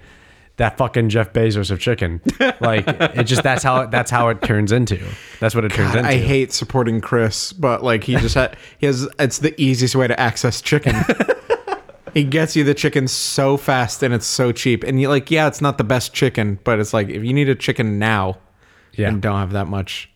S2: That fucking Jeff Bezos of chicken. Like, it just that's how that's how it turns into. That's what it turns into.
S1: I hate supporting Chris, but like he just had, he has it's the easiest way to access chicken. he gets you the chicken so fast and it's so cheap. And you like, yeah, it's not the best chicken, but it's like if you need a chicken now,
S2: Yeah.
S1: and don't have that much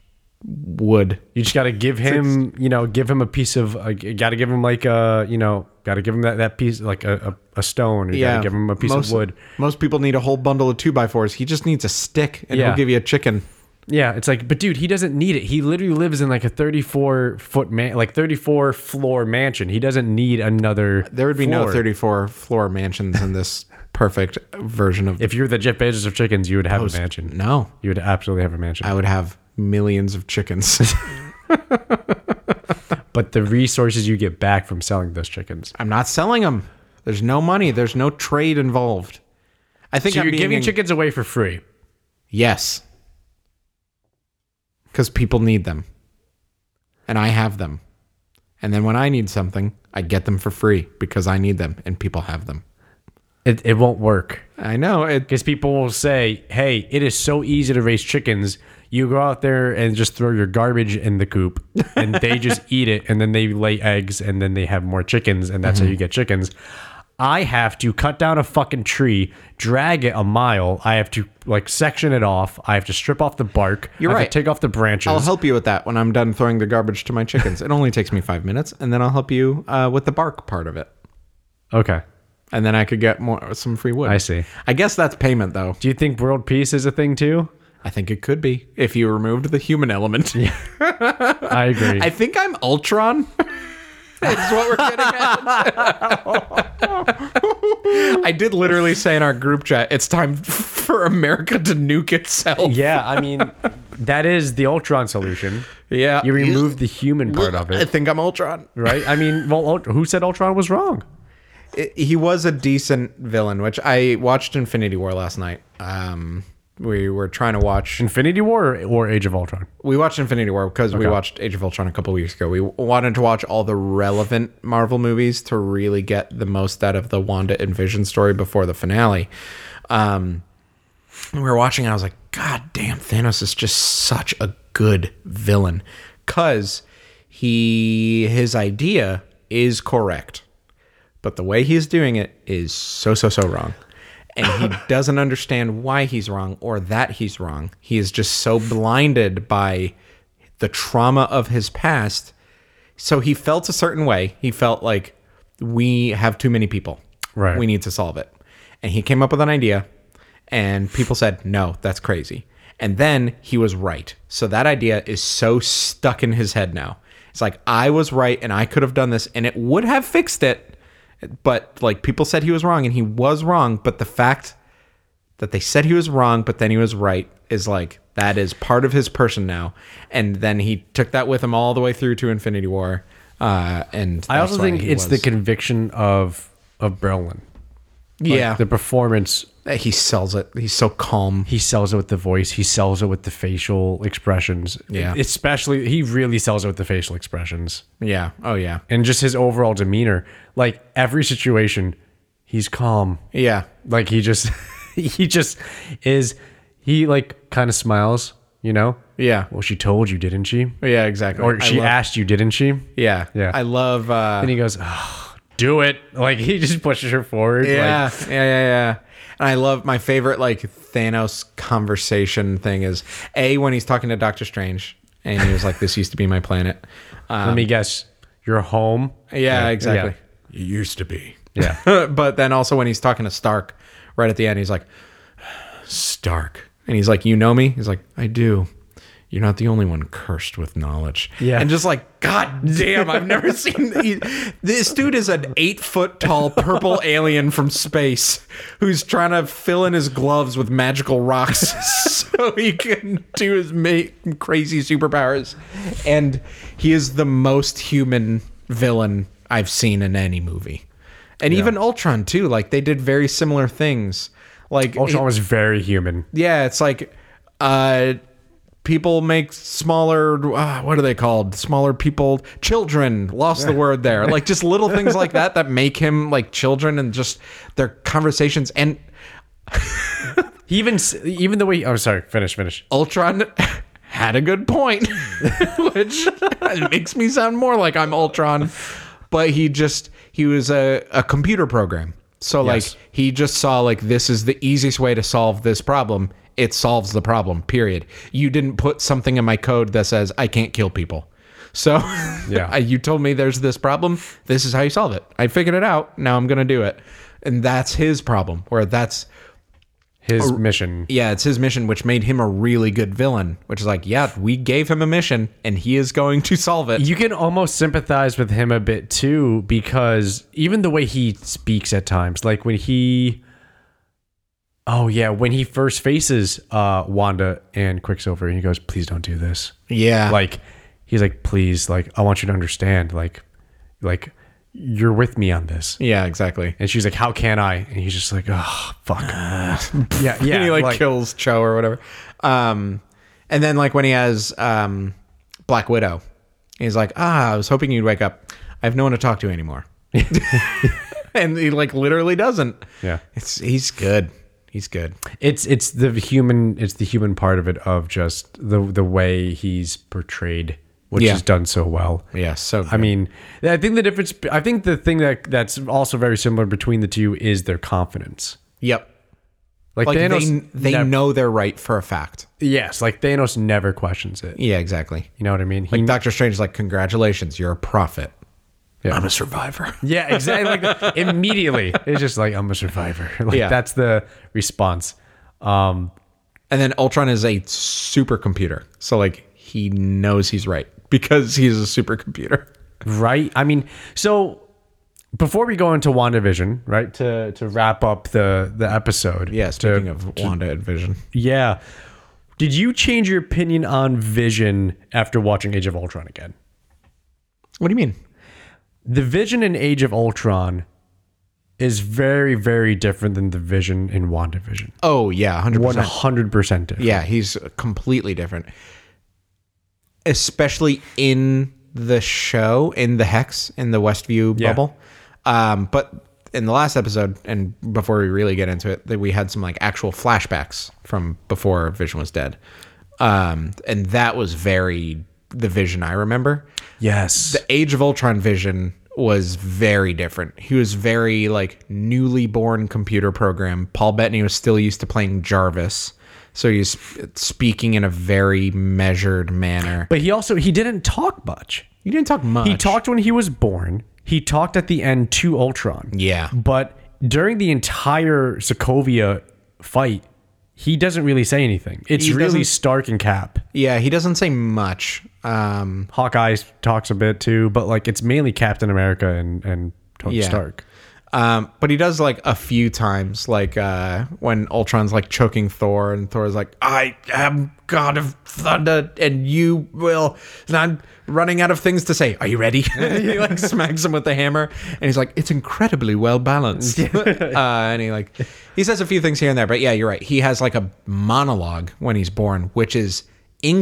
S1: wood.
S2: You just got to give him, you know, give him a piece of, uh, got to give him like a, you know, got to give him that, that piece, like a, a, a stone. or You got to give him a piece
S1: most,
S2: of wood.
S1: Most people need a whole bundle of two by fours. He just needs a stick, and
S2: Yeah.
S1: he'll give you a chicken.
S2: Yeah. It's like, but dude, he doesn't need it. He literally lives in like a 34 foot man, like 34 floor mansion. He doesn't need another.
S1: There would be no
S2: floor.
S1: 34 floor mansions in this perfect version of.
S2: If you were the Jeff Bezos of chickens, you would have a mansion.
S1: no,
S2: You would absolutely have a mansion.
S1: I would have millions of chickens.
S2: but the resources you get back from selling those chickens.
S1: I'm not selling them. There's no money. There's no trade involved. I think
S2: So
S1: I'm
S2: you're
S1: being
S2: giving
S1: in-
S2: chickens away for free.
S1: Yes, because people need them, and I have them. And then when I need something, I get them for free because I need them, and people have them.
S2: It, it won't work.
S1: I know it.
S2: Because people will say, hey, it is so easy to raise chickens. You go out there and just throw your garbage in the coop, and they just eat it, and then they lay eggs, and then they have more chickens, and that's how
S1: Mm-hmm.
S2: you get chickens. I have to cut down a fucking tree, drag it a mile. I have to like section it off. I have to strip off the bark.
S1: You're
S2: I have
S1: right.
S2: To take off the branches.
S1: I'll help you with that when I'm done throwing the garbage to my chickens. it only takes me five minutes, and then I'll help you uh, with the bark part of it,
S2: okay,
S1: and then I could get more some free wood.
S2: I see.
S1: I guess that's payment, though.
S2: Do you think world peace is a thing too?
S1: I think it could be if you removed the human element.
S2: I agree.
S1: I think I'm Ultron. That's what we're getting at. I did literally say in our group chat, it's time for America to nuke itself.
S2: yeah, I mean, that is the Ultron solution.
S1: Yeah.
S2: You remove the human part of
S1: I
S2: it,
S1: think I'm Ultron.
S2: right? I mean, well, Ult- who said Ultron was wrong?
S1: it- he was a decent villain, which I watched Infinity War last night. Um, we were trying to watch.
S2: Infinity War or, or Age of Ultron?
S1: We watched Infinity War because we watched Age of Ultron a couple weeks ago. We wanted to watch all the relevant Marvel movies to really get the most out of the Wanda and Vision story before the finale. Um, and we were watching, and I was like, God damn, Thanos is just such a good villain because he his idea is correct but the way he's doing it is so so so wrong and he doesn't understand why he's wrong or that he's wrong he is just so blinded by the trauma of his past so he felt a certain way he felt like we have too many people
S2: Right.
S1: we need to solve it and he came up with an idea and people said no that's crazy and then he was right so that idea is so stuck in his head now it's like i was right and i could have done this and it would have fixed it but like people said he was wrong and he was wrong but the fact that they said he was wrong but then he was right is like that is part of his person now and then he took that with him all the way through to infinity war uh, and
S2: I also think it's the
S1: the
S2: conviction of of Brolin. Like,
S1: yeah
S2: the performance.
S1: Eh, he sells it he's so calm
S2: He sells it with the voice. He sells it with the facial expressions.
S1: Yeah.
S2: especially he really sells it with the facial expressions
S1: yeah oh yeah
S2: and just his overall demeanor. Like every situation, he's calm.
S1: yeah
S2: Like he just he just is he like kind of smiles. You know.
S1: yeah
S2: Well, she told you, didn't she?
S1: yeah exactly
S2: Or
S1: I
S2: she
S1: love-
S2: asked you, didn't she?
S1: yeah
S2: Yeah.
S1: i love uh
S2: And he goes, oh, "Do it!" Like he just pushes her forward.
S1: Yeah, yeah,
S2: Like,
S1: yeah, yeah. And I love my favorite like Thanos conversation thing is a when he's talking to Doctor Strange and he was like, "This used to be my planet." Uh,
S2: let me guess, you're home.
S1: yeah, exactly.
S3: It used to be.
S2: Yeah.
S1: but then also when he's talking to Stark, right at the end, he's like, "Stark," and he's like, "You know me?" He's like, "I do." You're not the only one cursed with knowledge.
S2: Yeah.
S1: And just like, God damn, I've never seen he- this dude is an eight foot tall purple alien from space who's trying to fill in his gloves with magical rocks so he can do his ma- crazy superpowers. And he is the most human villain I've seen in any movie. And even Ultron too, like they did very similar things. Like
S2: Ultron was very human.
S1: yeah, it's like uh people make smaller uh, what are they called? Smaller people children. Lost the word there. Like just little things like that that make him like children and just their conversations and
S2: He even s- even the way. Oh, sorry. Finish. Finish.
S1: Ultron had a good point, which makes me sound more like I'm Ultron. But he just he was a, a computer program. So like
S2: Yes.
S1: he just saw like this is the easiest way to solve this problem It solves the problem, period. You didn't put something in my code that says I can't kill people. So
S2: Yeah.
S1: you told me there's this problem. This is how you solve it. I figured it out. Now I'm going to do it. And that's his problem, where that's
S2: His mission.
S1: yeah, it's his mission, which made him a really good villain. Which is like, yeah, we gave him a mission, and he is going to solve it.
S2: You can almost sympathize with him a bit too, because even the way he speaks at times, like when he, oh yeah, when he first faces uh, Wanda and Quicksilver, and he goes, "Please don't do this."
S1: Yeah,
S2: Like he's like, "Please, like I want you to understand, like, like you're with me on this."
S1: yeah, exactly.
S2: And she's like, "How can I?" And he's just like, "Oh fuck." yeah, yeah.
S1: and he like,
S2: like-
S1: kills Cho or whatever. Um, and then like when he has um, Black Widow, he's like, ah, I was hoping you'd wake up. I have no one to talk to anymore. and he like literally doesn't.
S2: Yeah.
S1: it's he's good. He's good.
S2: It's it's the human it's the human part of it of just the the way he's portrayed, which
S1: Yeah.
S2: is done so well.
S1: Yeah, so good.
S2: I mean, I think the difference. I think the thing that that's also very similar between the two is their confidence.
S1: yep.
S2: Like,
S1: Like they
S2: Thanos,
S1: they
S2: nev-
S1: know they're right for a fact.
S2: yes, like Thanos never questions it.
S1: Yeah, exactly.
S2: You know what I mean? He-
S1: Like Doctor Strange is like, congratulations, you're a prophet.
S2: Yeah.
S1: I'm a survivor.
S2: yeah, exactly. Like immediately, it's just like I'm a survivor. Like
S1: Yeah.
S2: that's the response. Um,
S1: And then Ultron is a supercomputer. So like he knows he's right because he's a supercomputer.
S2: Right? I mean, so before we go into WandaVision, right? To to wrap up the the episode.
S1: Yeah,
S2: to-
S1: speaking of Wanda and Vision.
S2: Yeah. Did you change your opinion on Vision after watching Age of Ultron again?
S1: What do you mean?
S2: The Vision in Age of Ultron is very very different than the Vision in WandaVision.
S1: Oh yeah, hundred
S2: 100%
S1: percent.
S2: different.
S1: Yeah, he's completely different. Especially in the show, in the hex, in the Westview
S2: Yeah.
S1: bubble. Um, but in the last episode, and before we really get into it, that we had some like actual flashbacks from before Vision was dead. Um, and that was very the Vision I remember.
S2: Yes.
S1: the Age of Ultron vision was very different. He was very like newly born computer program. Paul Bettany was still used to playing Jarvis, so he's sp- speaking in a very measured manner.
S2: but he also he didn't talk much.
S1: You didn't talk much.
S2: He talked when he was born. He talked at the end to Ultron.
S1: Yeah.
S2: But during the entire Sokovia fight, he doesn't really say anything. It's
S1: He
S2: really
S1: doesn't-
S2: Stark and Cap.
S1: Yeah, he doesn't say much. Um,
S2: Hawkeye talks a bit too, but like it's mainly Captain America and and Tony
S1: Yeah.
S2: Stark.
S1: Um, but he does like a few times, like uh, when Ultron's like choking Thor, and Thor's like, "I am God of Thunder, and you will." And I'm running out of things to say. Are you ready? he like smacks him with the hammer, and he's like, "It's incredibly well balanced." uh, and he like he says a few things here and there, but yeah, you're right. He has like a monologue when he's born, which is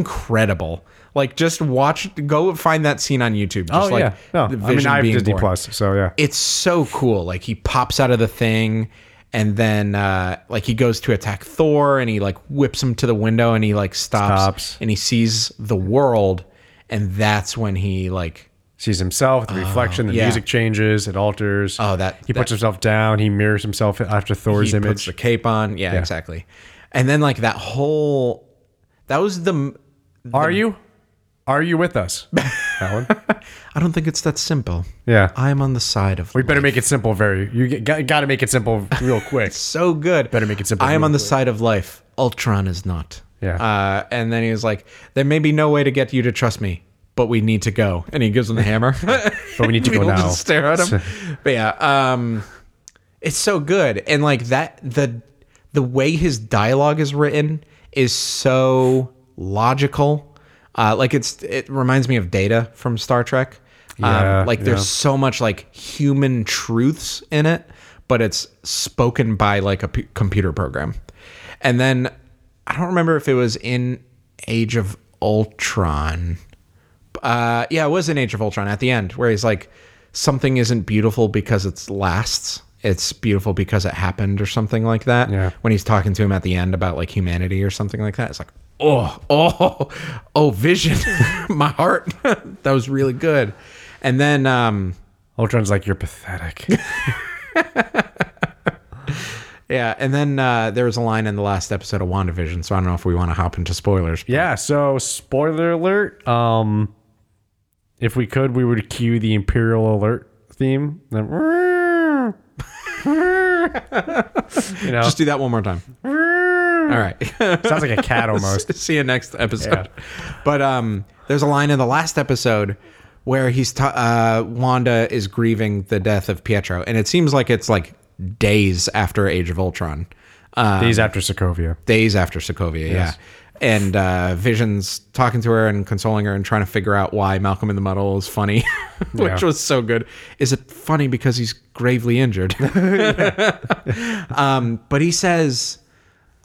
S1: incredible. Like just watch, go find that scene on YouTube. Just
S2: oh
S1: like
S2: yeah, no,
S1: the
S2: I mean
S1: Vision
S2: I have
S1: being
S2: Disney
S1: born
S2: Plus, so yeah.
S1: it's so cool. Like he pops out of the thing and then uh like he goes to attack Thor and he like whips him to the window and he like stops,
S2: Stops.
S1: and he sees the world and that's when he like
S2: Sees himself, the reflection, the
S1: Oh, yeah.
S2: music changes, it alters.
S1: Oh, that-
S2: he puts himself down. He mirrors himself after Thor's
S1: he
S2: image.
S1: puts the cape on. Yeah, exactly. And then like that whole that was the
S2: Are you? Are you with us? that one.
S1: I don't think it's that simple.
S2: Yeah.
S1: I'm on the side of
S2: We better make it simple. Very. You got, got to make it simple real quick.
S1: so good.
S2: Better make it simple
S1: I am
S2: real
S1: on the side of life. Ultron is not.
S2: Yeah.
S1: Uh, and then he was like, "There may be no way to get you to trust me, but we need to go." And he gives him the hammer. but
S2: But we need to go now.
S1: Just stare at him. but yeah, um, it's so good, and like that the the way his dialogue is written is so logical. Uh, like it's it reminds me of Data from Star Trek.
S2: Yeah,
S1: um, like there's
S2: yeah.
S1: so much like human truths in it, but it's spoken by like a p- computer program. And then I don't remember if it was in Age of Ultron. Uh, yeah, it was in Age of Ultron at the end where he's like, something isn't beautiful because it lasts. It's beautiful because it happened or something like that.
S2: Yeah.
S1: When he's talking to him at the end about like humanity or something like that, it's like, oh, oh, oh, vision, my heart. that was really good. And then, um,
S2: Ultron's like, you're pathetic.
S1: Yeah, and then uh, there was a line in the last episode of WandaVision, so I don't know if we want to hop into spoilers. but-
S2: Yeah, so spoiler alert. Um if we could, we would cue the Imperial Alert theme. Then- you know.
S1: Just do that one more time. All right.
S2: Sounds like a cat Mm. almost.
S1: See you next episode. But um, there's a line in the last episode where he's ta- uh, Wanda is grieving the death of Pietro, and it seems like it's like days after Age of Ultron, uh,
S2: Days after Sokovia.
S1: days after Sokovia. Yeah. And uh, Vision's talking to her and consoling her and trying to figure out why Malcolm in the Muddle is funny, which
S2: Yeah.
S1: was so good. Is it funny because he's gravely injured? um, but he says,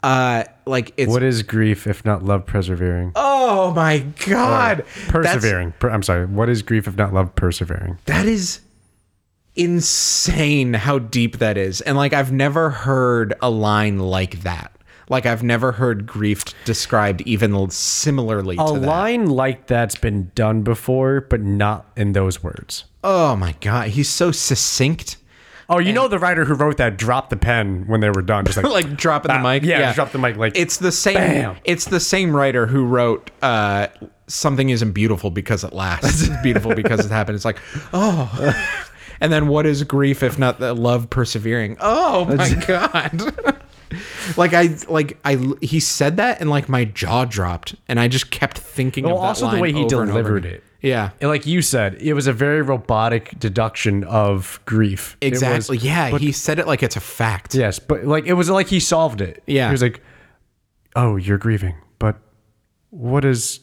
S1: uh, like it's
S2: What is grief if not love persevering?
S1: Oh my God. That's,
S2: persevering. Per- I'm sorry. What is grief if not love persevering?
S1: that is insane how deep that is. And like, I've never heard a line like that. Like, I've never heard grief described even l- similarly
S2: A
S1: to that.
S2: line like that's been done before, but not in those words.
S1: Oh my God. He's so succinct.
S2: Oh, you know the writer who wrote that dropped the pen when they were done. Just like,
S1: like dropping the mic.
S2: yeah, just drop the mic, like,
S1: it's the same.
S2: bam.
S1: It's the same writer who wrote uh, "Something Isn't Beautiful Because It Lasts." It's beautiful because it happened. It's like, oh, and then what is grief if not the love persevering? Oh my god! like I like I he said that and like my jaw dropped and I just kept thinking.
S2: Well,
S1: of that
S2: also the
S1: line
S2: way he
S1: over and over
S2: delivered
S1: again.
S2: it.
S1: Yeah.
S2: And like you said, it was a very robotic deduction of grief. It was-
S1: Exactly. yeah, he said it like it's a fact.
S2: yes, but like it was like he solved it.
S1: Yeah.
S2: He was like, "Oh, you're grieving, but what is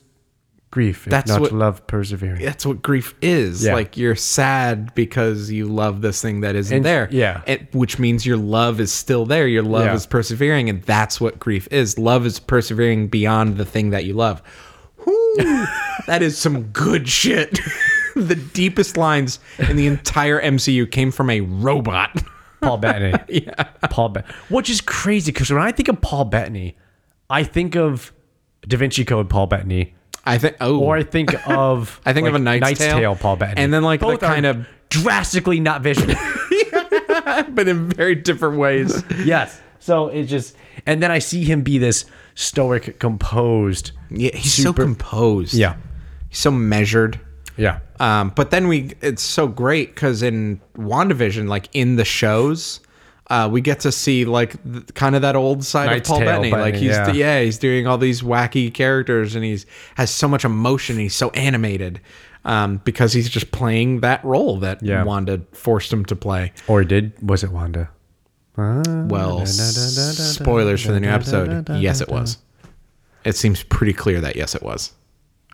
S2: grief if
S1: That's
S2: not
S1: what-
S2: love persevering?"
S1: that's what grief is.
S2: Yeah.
S1: Like you're sad because you love this thing that isn't there.
S2: yeah.
S1: It, which means your love is still there. Your love
S2: Yeah.
S1: is persevering, and that's what grief is. Love is persevering beyond the thing that you love. Whoo! that is some good shit. the deepest lines in the entire MCU came from a robot.
S2: Paul Bettany. yeah. Paul Bet, Which is crazy because when I think of Paul Bettany, I think of Da Vinci Code Paul Bettany,
S1: I think. Oh,
S2: or I think of
S1: I think of
S2: like,
S1: a Knight's Tale.
S2: Paul Bettany,
S1: And then, like, the
S2: Both are
S1: kind of-
S2: drastically not visual.
S1: but in very different ways.
S2: yes. So it's just, and then I see him be this stoic, composed.
S1: yeah, he's
S2: Super-
S1: so composed.
S2: Yeah.
S1: he's so measured.
S2: Yeah.
S1: Um, but then we, it's so great because in WandaVision, like in the shows, uh, we get to see like th- kind of that old side
S2: Knight's
S1: of Paul
S2: Tale
S1: Bettany. Like
S2: Bettany,
S1: he's, yeah.
S2: yeah.
S1: he's doing all these wacky characters and he's has so much emotion. He's so animated um, because he's just playing that role that
S2: Yeah.
S1: Wanda forced him to play.
S2: Or did, was it Wanda?
S1: Well, s- spoilers for the new episode. Yes, it was. It seems pretty clear that yes, it was.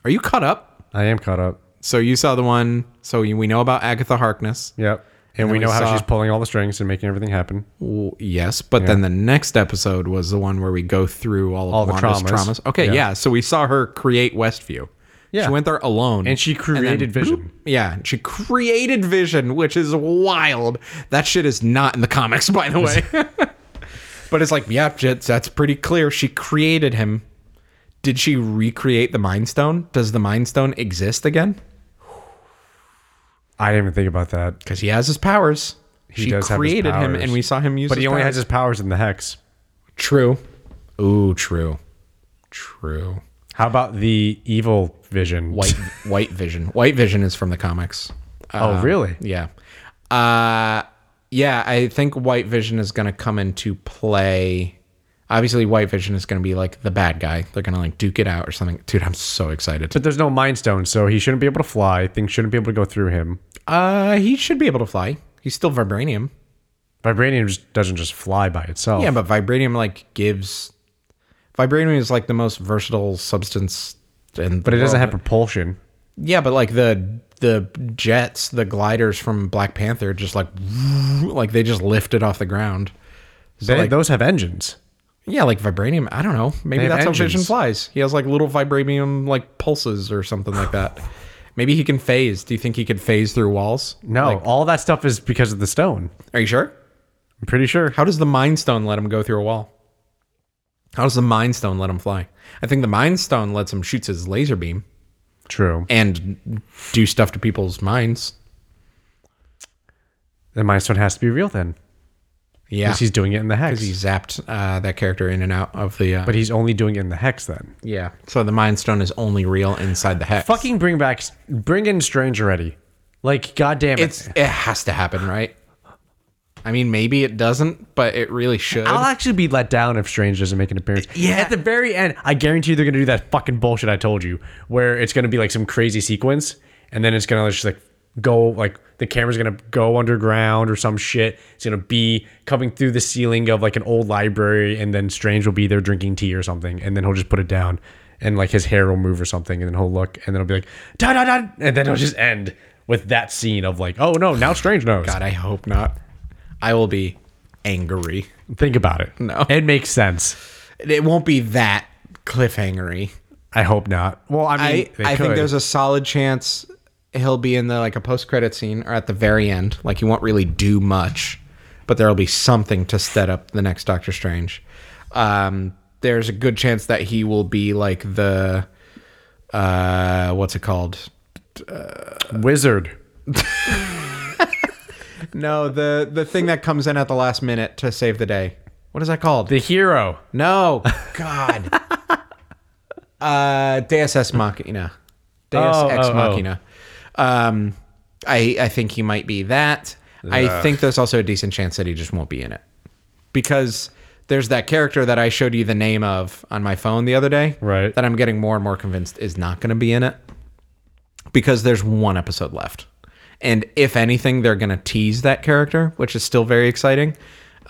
S1: Are you caught up?
S2: I am caught up.
S1: So you saw the one. So you, we know about Agatha Harkness.
S2: Yep. And,
S1: then
S2: we
S1: we
S2: know how
S1: saw-
S2: she's pulling all the strings and making everything happen.
S1: Well, yes, but then the next episode was the one where we go through all of
S2: All the
S1: Wanda's
S2: traumas.
S1: traumas. Okay, yeah.
S2: Yeah.
S1: So we saw her create Westview.
S2: Yeah.
S1: She went there alone.
S2: And she created
S1: then,
S2: Vision.
S1: boop, yeah, she created Vision, which is wild. That shit is not in the comics, by the way. but it's like, yeah, shit, that's pretty clear. She created him. Did she recreate the Mind Stone? Does the Mind Stone exist again?
S2: I didn't even think about that.
S1: Because he has his powers.
S2: He
S1: she
S2: does have his
S1: created him,
S2: powers.
S1: and we saw him use.
S2: But he
S1: his
S2: only
S1: powers.
S2: has his powers in the hex.
S1: True. Ooh, true. True.
S2: How about the evil vision?
S1: White White Vision. White Vision is from the comics.
S2: Oh,
S1: Um,
S2: really?
S1: Yeah. Uh yeah, I think White Vision is going to come into play. Obviously, White Vision is going to be like the bad guy. They're going to like duke it out or something. Dude, I'm so excited.
S2: But there's no mind stone, so he shouldn't be able to fly. Things shouldn't be able to go through him.
S1: Uh he should be able to fly. He's still vibranium.
S2: Vibranium just doesn't just fly by itself.
S1: Yeah, but vibranium like gives vibranium is like the most versatile substance and
S2: but it doesn't have propulsion.
S1: Yeah, but like the the jets, the gliders from Black Panther, just like like they just lifted off the ground. So
S2: They,
S1: like,
S2: those have engines.
S1: yeah, like vibranium. I don't know. Maybe
S2: They have
S1: that's how Vision
S2: engines.
S1: flies. He has like little vibranium like pulses or something like that. Maybe he can phase. Do you think he could phase through walls?
S2: No, all that stuff is because of the stone.
S1: Are you sure?
S2: I'm pretty sure.
S1: How does the Mind Stone let him go through a wall? How does the Mind Stone let him fly? I think the Mind Stone lets him shoots his laser beam
S2: True.
S1: and do stuff to people's minds.
S2: The mind stone has to be real then.
S1: Yeah.
S2: Because he's doing it in the hex.
S1: He zapped uh, that character in and out of the. Uh,
S2: but he's only doing it in the hex then.
S1: yeah. So the Mind Stone is only real inside the hex.
S2: Fucking bring back, bring in Strange already. Like, goddamn it.
S1: It's it has to happen, right? I mean, maybe it doesn't, but it really should.
S2: I'll actually be let down if Strange doesn't make an appearance.
S1: Yeah.
S2: At the very end, I guarantee you they're gonna do that fucking bullshit I told you, where it's gonna be like some crazy sequence, and then it's gonna just like go like the camera's gonna go underground or some shit. It's gonna be coming through the ceiling of like an old library, and then Strange will be there drinking tea or something, and then he'll just put it down, and like his hair will move or something, and then he'll look, and then he'll be like da da da, and then it'll just end with that scene of like, oh no, now Strange knows.
S1: God, I hope not. I will be angry.
S2: Think about it.
S1: No.
S2: it makes sense.
S1: It won't be that cliffhangery.
S2: I hope not. Well, I mean,
S1: I, I think there's a solid chance he'll be in the like a post credit scene or at the very end. Like he won't really do much, but there'll be something to set up the next Doctor Strange. Um, there's a good chance that he will be like the uh, what's it called?
S2: wizard.
S1: No, the the thing that comes in at the last minute to save the day. What is that called?
S2: The hero.
S1: no, God. uh, Deus ex machina. Deus
S2: Oh,
S1: ex
S2: oh, oh.
S1: machina. Um, I I think he might be that. I think there's also a decent chance that he just won't be in it because there's that character that I showed you the name of on my phone the other day.
S2: Right.
S1: That I'm getting more and more convinced is not going to be in it because there's one episode left. And if anything, they're going to tease that character, which is still very exciting.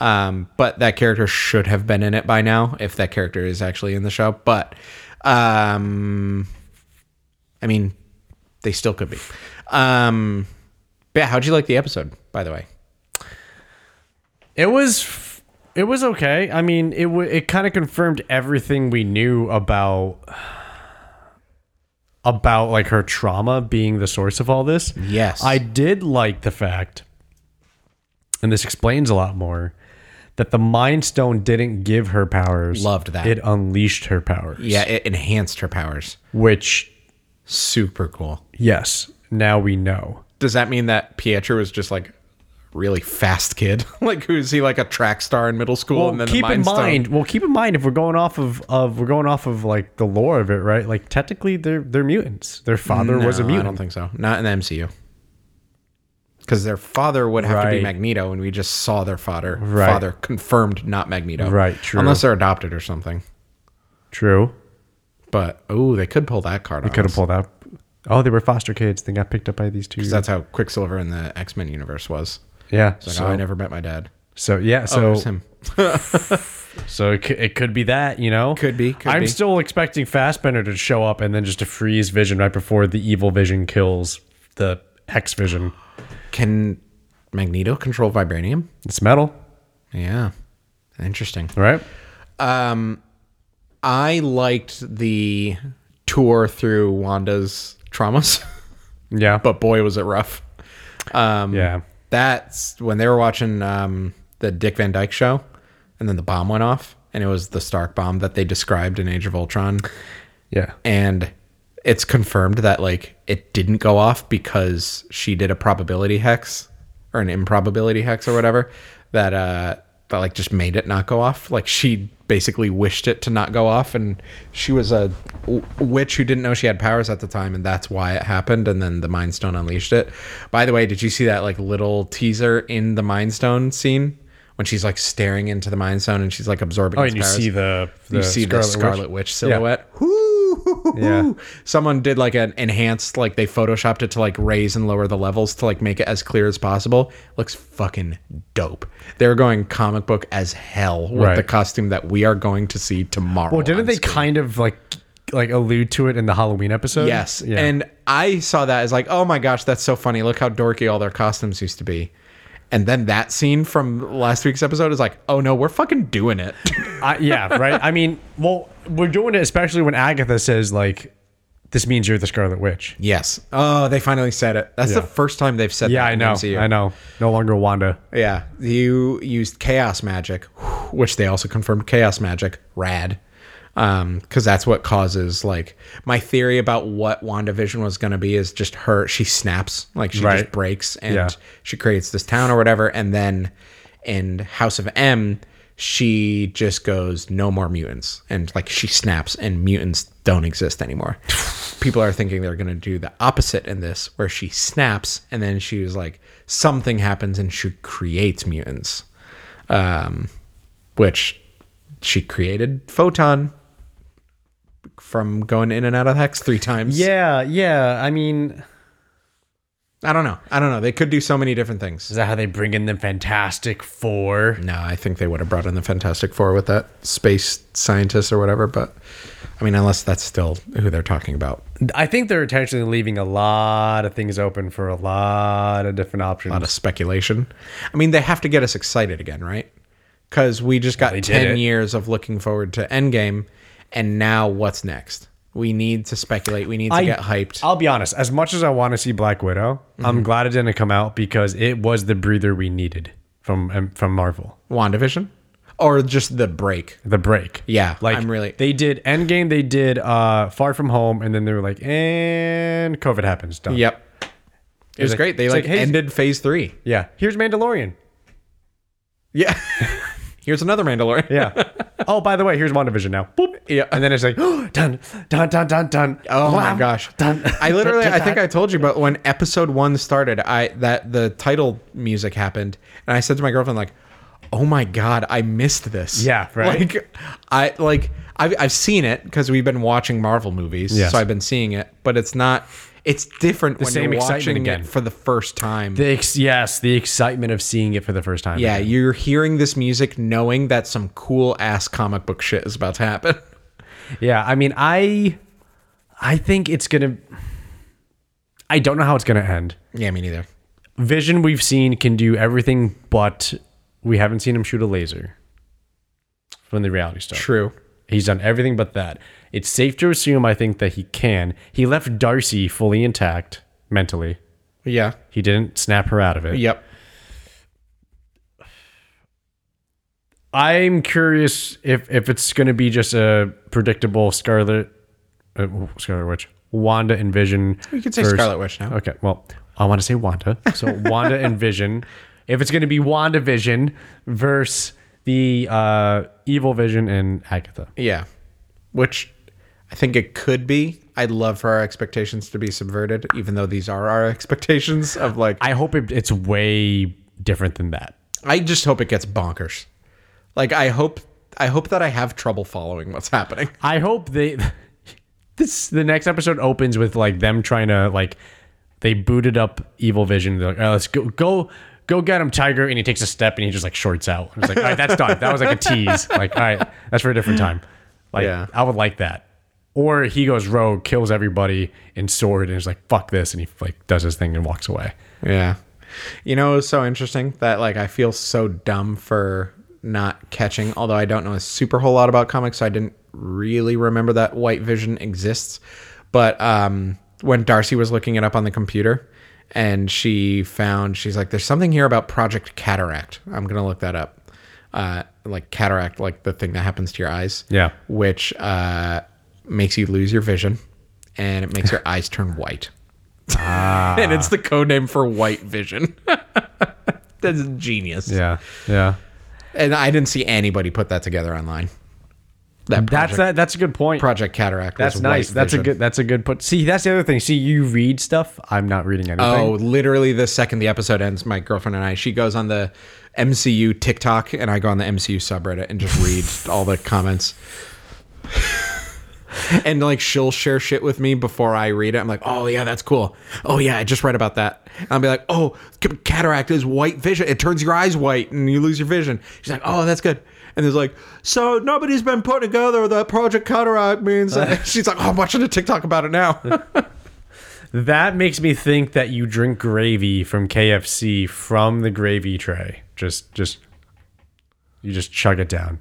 S1: Um, but that character should have been in it by now if that character is actually in the show. But um, I mean, they still could be. Um, but yeah, how'd you like the episode, by the way?
S2: It was. f- It was okay. I mean, it w- it kind of confirmed everything we knew about about like her trauma being the source of all this.
S1: Yes.
S2: I did like the fact, and this explains a lot more, that the Mind Stone didn't give her powers.
S1: Loved that.
S2: It unleashed her powers.
S1: Yeah, it enhanced her powers.
S2: Which,
S1: Super cool.
S2: yes, now we know.
S1: Does that mean that Pietro was just like really fast kid? like who's he like a track star in middle school
S2: Well,
S1: and then
S2: keep
S1: the Mind
S2: in
S1: Stone?
S2: mind. Well, keep in mind if we're going off of of we're going off of like the lore of it, right? Like technically, they're they're mutants. Their father was a
S1: No, I
S2: mutant.
S1: don't think so. Not in the MCU. Because their father would have to be
S2: Right.
S1: Magneto, and we just saw their father.
S2: Right.
S1: Father confirmed not Magneto.
S2: Right, true.
S1: Unless they're adopted or something.
S2: True.
S1: But oh, they could pull that card. They
S2: Could have pulled out. Oh, they were foster kids. They got picked up by these two.
S1: That's how Quicksilver in the X Men universe was.
S2: yeah.
S1: Like,
S2: So, Oh.
S1: oh, I never met my dad.
S2: so yeah. So
S1: It was Oh, him.
S2: so it, c- it could be that you know.
S1: Could be, could
S2: I'm
S1: be.
S2: still expecting Fassbender to show up and then just to freeze Vision right before the evil Vision kills the Hex Vision.
S1: Can Magneto control vibranium?
S2: It's metal,
S1: Yeah, interesting.
S2: right?
S1: I liked the tour through Wanda's traumas,
S2: Yeah.
S1: but boy, was it rough. Um,
S2: yeah.
S1: that's when they were watching um, the Dick Van Dyke show, and then the bomb went off, and it was the Stark bomb that they described in Age of Ultron,
S2: Yeah.
S1: and it's confirmed that like it didn't go off because she did a probability hex or an improbability hex or whatever that uh that like just made it not go off. Like she basically wished it to not go off, and she was a w- witch who didn't know she had powers at the time, and that's why it happened. And then the Mind Stone unleashed it. By the way, did you see that like little teaser in the Mind Stone scene when she's like staring into the Mind Stone and she's like absorbing?
S2: Oh,
S1: its
S2: and you
S1: powers?
S2: see the, the
S1: you see the
S2: Witch.
S1: Scarlet Witch, silhouette. Whoo!
S2: Yeah.
S1: Someone did like an enhanced, like they photoshopped it to like raise and lower the levels to like make it as clear as possible. Looks fucking dope. They're going comic book as hell with
S2: Right.
S1: the costume that we are going to see tomorrow.
S2: Well, didn't
S1: on
S2: they
S1: screen.
S2: kind of like like allude to it in the Halloween episode?
S1: Yes.
S2: Yeah.
S1: And I saw that as like, oh my gosh, that's so funny. Look how dorky all their costumes used to be. And then that scene from last week's episode is like, oh no, we're fucking doing it.
S2: I, yeah, right. I mean, well, we're doing it especially when Agatha says like, "This means you're the Scarlet Witch."
S1: yes. Oh, they finally said it. That's the
S2: Yeah.
S1: first time they've said
S2: Yeah,
S1: that.
S2: I
S1: in
S2: know.
S1: MCU.
S2: I know. No longer Wanda.
S1: Yeah, you used chaos magic, which they also confirmed chaos magic, rad. Um, because that's what causes like my theory about what WandaVision was gonna be is just her she snaps, like she
S2: Right.
S1: just breaks and
S2: Yeah.
S1: she creates this town or whatever, and then and House of M, she just goes, no more mutants. And like she snaps, and mutants don't exist anymore. People are thinking they're going to do the opposite in this, where she snaps, and then she was like, something happens, and she creates mutants, um, which she created Photon from going in and out of Hex three times.
S2: Yeah, yeah. I mean,
S1: I don't know. I don't know. They could do so many different things.
S2: is that how they bring in the Fantastic Four?
S1: No, I think they would have brought in the Fantastic Four with that space scientist or whatever. But I mean, unless that's still who they're talking about.
S2: I think they're intentionally leaving a lot of things open for a lot of different options.
S1: A lot of speculation. I mean, they have to get us excited again, right? Because we just got
S2: they did
S1: 10
S2: it.
S1: years of looking forward to Endgame. And now what's next? We need to speculate. We need to
S2: I-
S1: get hyped.
S2: I'll be honest. As much as I want to see Black Widow, I'm glad it didn't come out because it was the breather we needed from um, from Marvel.
S1: WandaVision? Or just the break?
S2: The break.
S1: Yeah.
S2: Like
S1: I'm really.
S2: they did Endgame, they did uh Far From Home, and then they were like, and COVID happens. Done.
S1: Yep. It was
S2: like-
S1: great. They
S2: it's
S1: like,
S2: like, hey-
S1: ended phase three.
S2: Yeah. Here's Mandalorian.
S1: Yeah. Here's another Mandalorian.
S2: Yeah. oh, by the way, here's WandaVision now. Boop.
S1: Yeah.
S2: And then it's like dun dun dun dun dun.
S1: Oh my
S2: Wow.
S1: gosh.
S2: Dun.
S1: I literally I think I told you but when episode 1 started, I that the title music happened and I said to my girlfriend like, "Oh my god, I missed this."
S2: Yeah, right?
S1: Like I like I've, I've seen it because we've been watching Marvel movies,
S2: Yes.
S1: so I've been seeing it, but it's not it's different when
S2: same
S1: you're
S2: excitement
S1: watching
S2: again.
S1: it for the first time.
S2: The ex- yes, the excitement of seeing it for the first time.
S1: yeah, you're hearing this music knowing that some cool ass comic book shit is about to happen.
S2: Yeah, I mean, I I think it's gonna. I don't know how it's gonna end.
S1: yeah, me neither.
S2: Vision we've seen can do everything, but we haven't seen him shoot a laser from the reality stuff.
S1: True.
S2: He's done everything but that. It's safe to assume, I think, that he can. He left Darcy fully intact mentally.
S1: Yeah.
S2: He didn't snap her out of it.
S1: Yep.
S2: I'm curious if if it's going to be just a predictable Scarlet, uh, Scarlet Witch, Wanda and Vision.
S1: We could say Scarlet Witch now.
S2: Okay, well, I want to say Wanda. So Wanda and Vision. If it's going to be Wanda Vision versus the uh, evil Vision and Agatha.
S1: Yeah. Which I think it could be. I'd love for our expectations to be subverted, even though these are our expectations of like I,
S2: I hope it, it's way different than that.
S1: just hope it gets bonkers. Like I hope I hope that I have trouble following what's happening.
S2: I hope they this the next episode opens with like them trying to like they booted up Evil Vision. They're like, oh, let's go go go get him, Tiger, and he takes a step and he just like shorts out. It's like, all right, that's done. That was like a tease. Like, all right, that's for a different time. Like,
S1: Yeah.
S2: I would like that. Or he goes rogue, kills everybody in sword, and is like, fuck this, and he like does his thing and walks away.
S1: Yeah. You know, it was so interesting that like I feel so dumb for not catching, although I don't know a super whole lot about comics, so I didn't really remember that White Vision exists. But um when Darcy was looking it up on the computer and she found she's like, There's something here about Project Cataract. I'm gonna look that up. Uh like cataract, like the thing that happens to your eyes.
S2: Yeah.
S1: Which uh makes you lose your vision and it makes your eyes turn white and
S2: Uh.
S1: it's the code name for White Vision. That's genius.
S2: Yeah, yeah.
S1: And I didn't see anybody put that together online. That project,
S2: That's that. That's a good point.
S1: project Cataract.
S2: that's
S1: was
S2: nice.
S1: White
S2: That's a
S1: Vision.
S2: good. That's a good put. See, that's the other thing. See, you read stuff. I'm not reading anything.
S1: Oh, literally the second the episode ends, my girlfriend and I, she goes on the MCU TikTok, and I go on the MCU subreddit and just read all the comments. and like she'll share shit with me before I read it. I'm like, oh yeah, that's cool. Oh yeah, I just read about that. And I'll be like, oh, c- cataract is white vision. It turns your eyes white and you lose your vision. She's like, oh, that's good. And there's like, so nobody's been put together that Project Cataract means. that-" She's like, oh, I'm watching a TikTok about it now.
S2: That makes me think that you drink gravy from KFC from the gravy tray. Just just you just chug it down.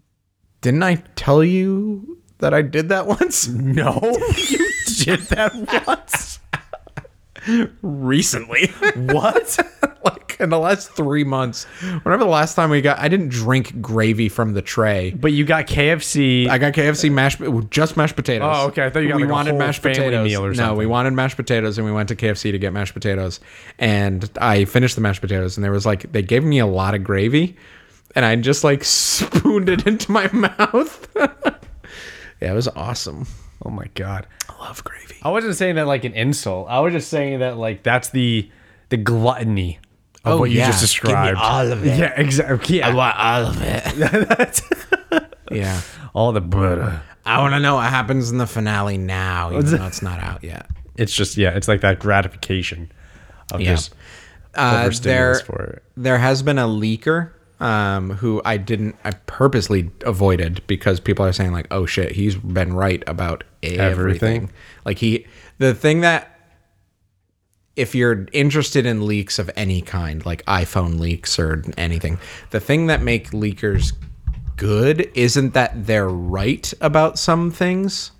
S1: Didn't I tell you that I did that once?
S2: No, you did that once.
S1: Recently.
S2: What?
S1: like like in the last three months. Whenever the last time we got, I didn't drink gravy from the tray.
S2: But you got KFC.
S1: I got KFC mashed, just mashed potatoes.
S2: Oh, okay. I thought you got,
S1: we
S2: like, a
S1: wanted
S2: whole
S1: mashed
S2: family
S1: potatoes.
S2: meal or
S1: No, we wanted mashed potatoes, and we went to KFC to get mashed potatoes. And I finished the mashed potatoes, and there was like they gave me a lot of gravy, and I just like spooned it into my mouth. yeah, it was awesome.
S2: oh my god.
S1: I love gravy.
S2: I wasn't saying that like an insult. I was just saying that like that's the the gluttony
S1: Oh,
S2: of what you
S1: yeah.
S2: just
S1: Give me
S2: described.
S1: all of it.
S2: Yeah, exactly. Yeah.
S1: want all of it. yeah.
S2: all the butter.
S1: I want to know what happens in the finale now, even though it's not out yet.
S2: It's just yeah, it's like that gratification of
S1: Yeah.
S2: just
S1: Uh,
S2: overstimulus
S1: there,
S2: for it.
S1: there has been a leaker um, who I didn't, I purposely avoided because people are saying like, "Oh shit, he's been right about everything."
S2: Everything.
S1: Like he, the thing that, if you're interested in leaks of any kind, like iPhone leaks or anything, the thing that make leakers good isn't that they're right about some things.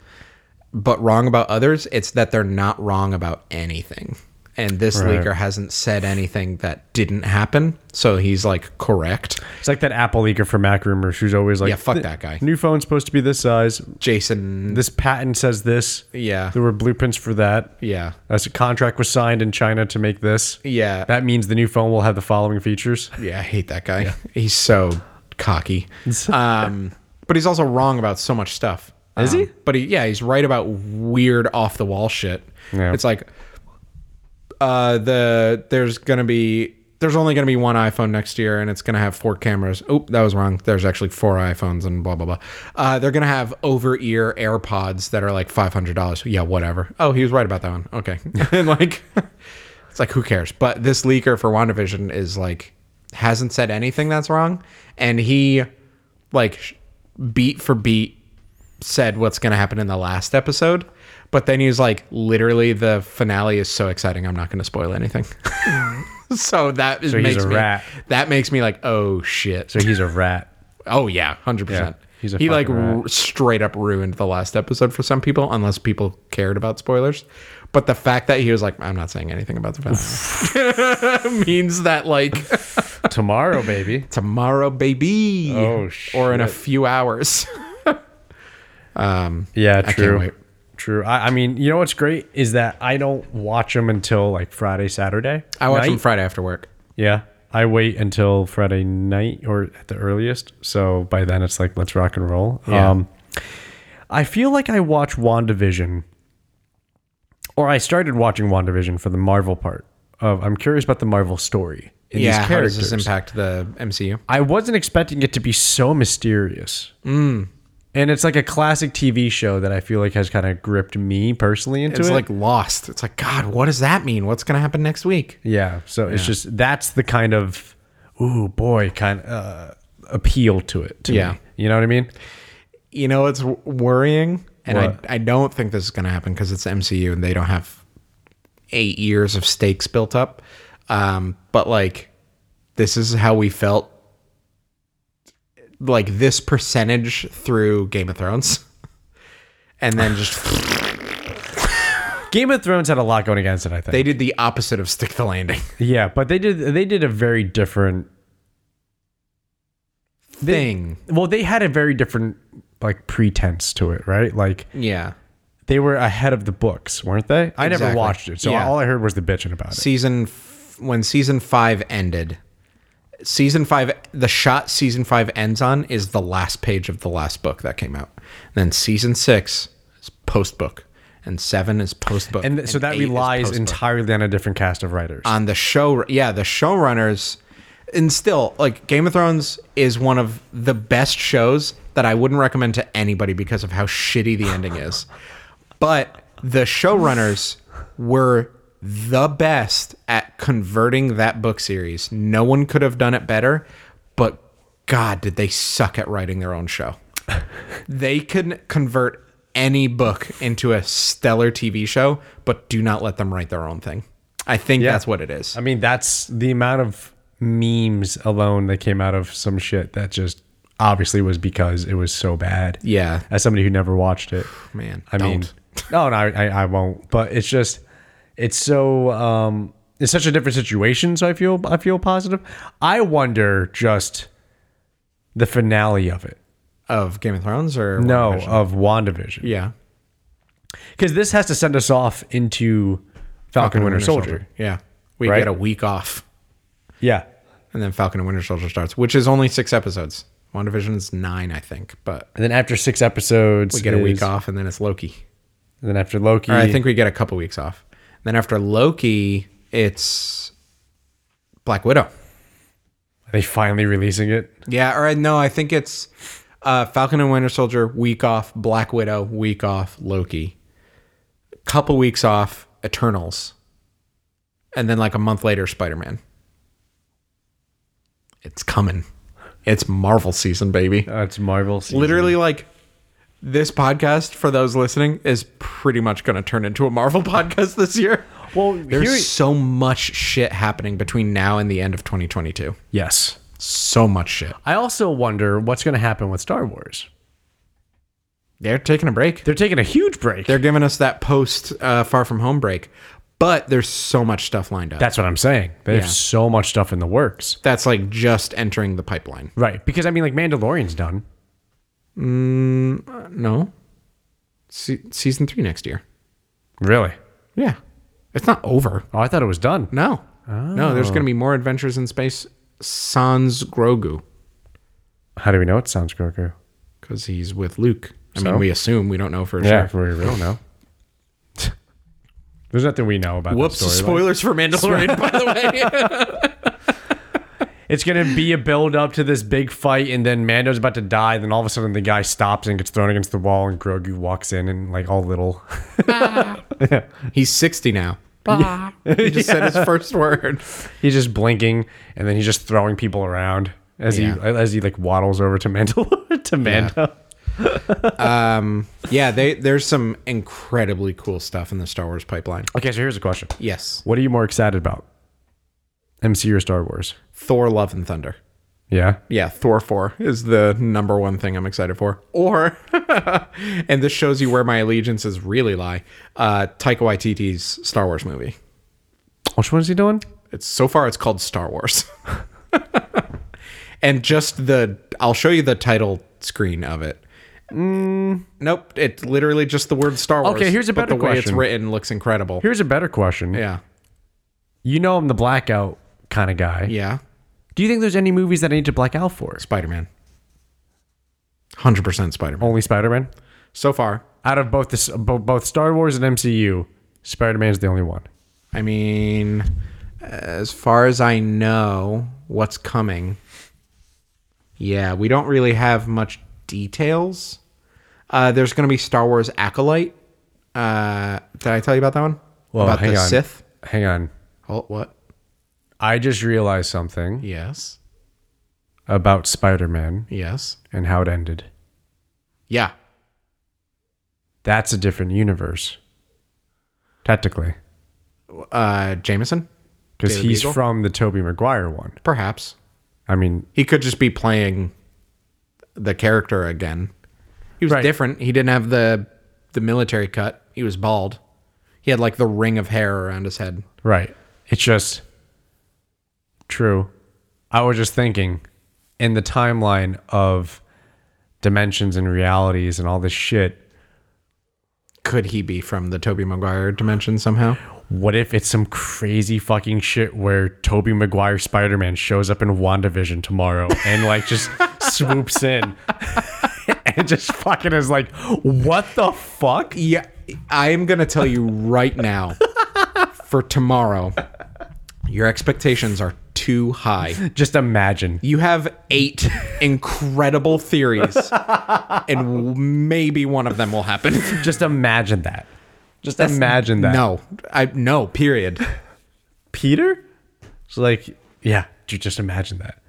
S1: but wrong about others, it's that they're not wrong about anything. And this
S2: Right.
S1: leaker hasn't said anything that didn't happen, so he's like correct.
S2: It's like that Apple leaker for Mac rumors who's always like
S1: Yeah, fuck
S2: "Th-
S1: that guy."
S2: New phone's supposed to be this size.
S1: Jason,
S2: This patent says this.
S1: yeah,
S2: There were blueprints for that.
S1: yeah,
S2: As a contract was signed in China to make this.
S1: yeah,
S2: That means the new phone will have the following features.
S1: yeah. I hate that guy. He's so cocky. Um, but he's also wrong about so much stuff.
S2: Is
S1: Um,
S2: he?
S1: But he, yeah, he's right about weird off the wall shit.
S2: Yeah.
S1: It's like uh, the there's gonna be there's only gonna be one iPhone next year, and it's gonna have four cameras. Oh, that was wrong. There's actually four iPhones and blah blah blah. Uh, they're gonna have over ear AirPods that are like five hundred dollars. Yeah, whatever. Oh, he was right about that one. Okay, and like it's like who cares? But this leaker for WandaVision is like hasn't said anything that's wrong, and he like sh- beat for beat said what's going to happen in the last episode. But then he was like, literally, the finale is so exciting. I'm not going to spoil anything. so that is
S2: he's
S1: makes
S2: a
S1: me
S2: rat.
S1: that makes me like, oh shit.
S2: So he's a rat.
S1: oh yeah, hundred percent.
S2: Yeah, he's a
S1: he like
S2: fucking rat.
S1: r- straight up ruined the last episode for some people, unless people cared about spoilers. But the fact that he was like, I'm not saying anything about the finale means that like
S2: Tomorrow, baby.
S1: tomorrow, baby,
S2: Oh,
S1: or in a
S2: shit.
S1: few hours.
S2: Yeah,
S1: can't
S2: true.
S1: wait.
S2: True. I, I mean, you know what's great is that I don't watch them until like Friday, Saturday.
S1: I watch
S2: night.
S1: him Friday after work.
S2: Yeah. I wait until Friday night or at the earliest. So by then it's like, let's rock and roll.
S1: Yeah.
S2: Um, I feel like I watch WandaVision or I started watching WandaVision for the Marvel part of I'm curious about the Marvel story in
S1: yeah,
S2: these
S1: how does
S2: characters.
S1: this impact the MCU?
S2: I wasn't expecting it to be so mysterious.
S1: Mm.
S2: And it's like a classic TV show that I feel like has kind of gripped me personally into
S1: It's
S2: it.
S1: like lost. It's like, God, what does that mean? What's going to happen next week?
S2: yeah, so it's just that's the kind of ooh boy kind of uh, appeal to it. To
S1: Yeah.
S2: me. you know what I mean.
S1: You know, it's w- worrying. And I,
S2: What?
S1: I don't think this is going to happen because it's MCU and they don't have eight years of stakes built up. Um, but like, this is how we felt like this percentage through Game of Thrones. And then just
S2: Game of Thrones had a lot going against it. I think.
S1: they did the opposite of stick the landing
S2: yeah, but they did they did a very different.
S1: thing.
S2: Well, they had a very different like pretense to it, right? Like
S1: Yeah.
S2: they were ahead of the books, weren't they? I never
S1: Exactly.
S2: watched it, so
S1: Yeah.
S2: all I heard was the bitching about it.
S1: season f- when season five ended season five the shot season five ends on is the last page of the last book that came out then season six is post book and seven is post book
S2: and th- so that
S1: eight is
S2: relies
S1: post-book.
S2: entirely on a different cast of writers.
S1: on the show yeah the showrunners and still like game of thrones is one of the best shows that i wouldn't recommend to anybody because of how shitty the ending is but the showrunners were the best at converting that book series no one could have done it better but god did they suck at writing their own show they can convert any book into a stellar tv show but do not let them write their own thing i think that's what it is
S2: I mean, that's the amount of memes alone that came out of some shit that just obviously was because it was so bad.
S1: Yeah.
S2: As somebody who never watched it,
S1: Man,
S2: I mean, no, no, I, I I won't. But it's just, it's so um, it's such a different situation. So I feel I feel positive. I wonder just the finale of it.
S1: Of Game of Thrones or
S2: No, of WandaVision.
S1: Yeah.
S2: because this has to send us off into Falcon, Winter, Soldier.
S1: Yeah. We
S2: Right?
S1: get a week off.
S2: Yeah,
S1: And then Falcon and Winter Soldier starts, which is only six episodes. WandaVision is nine, I think, but
S2: and then after six episodes,
S1: we get a week
S2: is-
S1: off and then it's Loki.
S2: And then after Loki,
S1: Or I think we get a couple weeks off. then after Loki, it's Black Widow.
S2: are they finally releasing it.
S1: Yeah, or I- no, I think it's uh, Falcon and Winter Soldier, week off, Black Widow, week off, Loki. Couple weeks off, Eternals. And then like a month later, Spider Man. It's coming. It's Marvel season, baby.
S2: Uh, it's Marvel. season.
S1: Literally, like this podcast for those listening is pretty much going to turn into a Marvel podcast this year.
S2: Well,
S1: There's
S2: here-
S1: so much shit happening between now and the end of 2022.
S2: yes.
S1: So much shit.
S2: I also wonder what's going to happen with Star Wars.
S1: They're taking a break.
S2: They're taking a huge break.
S1: They're giving us that post uh, Far From Home break, but there's so much stuff lined up.
S2: That's what I'm saying. They
S1: Yeah.
S2: have so much stuff in the works.
S1: That's like just entering the pipeline.
S2: Right, because I mean, like Mandalorian's done.
S1: Uh, no, Se- season three next year.
S2: Really?
S1: Yeah, it's not over.
S2: Oh, I thought it was done.
S1: No, no, there's gonna be more adventures in space. Sans Grogu,
S2: How do we know it sounds Grogu?
S1: because he's with Luke. I mean,
S2: So?
S1: we assume we don't know for
S2: Yeah,
S1: sure.
S2: we don't know. There's nothing we know about. that
S1: Whoops!
S2: storyline.
S1: Spoilers for Mandalorian, by the way.
S2: It's gonna be a build up to this big fight, and then Mando's about to die. Then all of a sudden, the guy stops and gets thrown against the wall, and Grogu walks in and like all little.
S1: he's sixty now. He just said his first word.
S2: he's just blinking, and then he's just throwing people around as
S1: Yeah.
S2: he as he like waddles over to Mandal to Mando.
S1: Um, Yeah, they, there's some incredibly cool stuff in the Star Wars pipeline.
S2: Okay, so here's a question:
S1: Yes.
S2: What are you more excited about, MCU or Star Wars?
S1: Thor Love and Thunder.
S2: Yeah,
S1: Yeah, Thor 4 is the number one thing I'm excited for. Or, and this shows you where my allegiances really lie, uh, Taika Waititi's Star Wars movie.
S2: which one's he doing?
S1: It's So far, it's called Star Wars. and just the, I'll show you the title screen of it. Nope, it's literally just the word Star Wars.
S2: Mm. Okay, here's a
S1: but
S2: better
S1: the way it's
S2: question.
S1: written looks incredible.
S2: Here's a better question.
S1: yeah,
S2: You know I'm the blackout kind of guy.
S1: yeah,
S2: Do you think there's any movies that I need to black out for?
S1: Spider Man. 100% Spider Man.
S2: Only Spider-Man.
S1: So far,
S2: out of both the bo- both Star Wars and MCU, Spider Man's the only one.
S1: I mean, as far as I know, what's coming. Yeah, we don't really have much details. Uh, there's going to be Star Wars Acolyte. Uh, did I tell you about that one? about the
S2: on.
S1: Sith?
S2: Hang on.
S1: Oh, what?
S2: I just realized something
S1: Yes.
S2: about Spider Man
S1: Yes.
S2: and how it ended.
S1: Yeah.
S2: That's a different universe, technically,
S1: Uh, Jameson?
S2: because
S1: Daily
S2: he's
S1: Bugle?
S2: from the Tobey Maguire one.
S1: Perhaps.
S2: I mean,
S1: He could just be playing the character again. He was
S2: Right.
S1: different. He didn't have the the military cut. He was bald. He had like the ring of hair around his head.
S2: right? It's just true. I was just thinking in the timeline of dimensions and realities and all this shit.
S1: could he be from the Toby Maguire dimension somehow?
S2: What if it's some crazy fucking shit where Toby Maguire Spider Man shows up in WandaVision tomorrow and like just swoops in and just fucking is like, what the fuck?
S1: Yeah, I am going to tell you right now for tomorrow, your expectations are too high.
S2: Just imagine.
S1: You have eight incredible theories, and maybe one of them will happen.
S2: Just imagine that. Just imagine that.
S1: No, I no. Period.
S2: Peter? It's like, yeah, dude, just imagine that.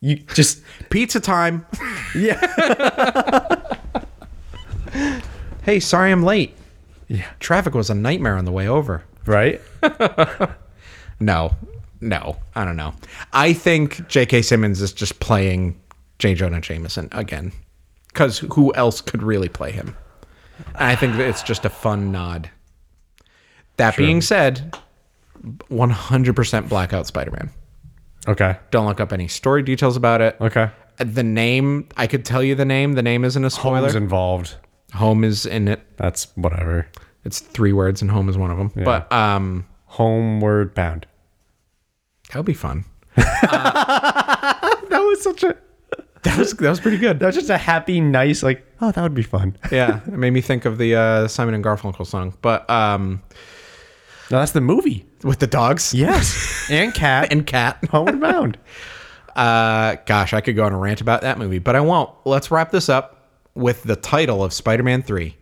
S2: You just,
S1: Pizza time.
S2: yeah.
S1: Hey, sorry I'm late.
S2: Yeah.
S1: Traffic was a nightmare on the way over.
S2: Right?
S1: No, no, I don't know. I think J.K. Simmons is just playing J. Jonah Jameson again, because who else could really play him? And I think that it's just a fun nod. That being said, 100% blackout Spider-Man.
S2: Okay.
S1: Don't look up any story details about it.
S2: Okay.
S1: The name, I could tell you the name. The name isn't a spoiler.
S2: Home's involved.
S1: home is in it.
S2: That's whatever.
S1: It's three words, and home is one of them. But um,
S2: Homeward bound.
S1: that would be fun.
S2: That was such a.
S1: That was that was pretty good.
S2: That was just a happy, nice, like, oh, that would be fun.
S1: yeah, it made me think of the uh, Simon and Garfunkel song. But um,
S2: No, that's the movie.
S1: with the dogs,
S2: Yes. and cat.
S1: and cat.
S2: Homeward bound.
S1: Uh, gosh, I could go on a rant about that movie, but I won't. Let's wrap this up with the title of Spider-Man Three.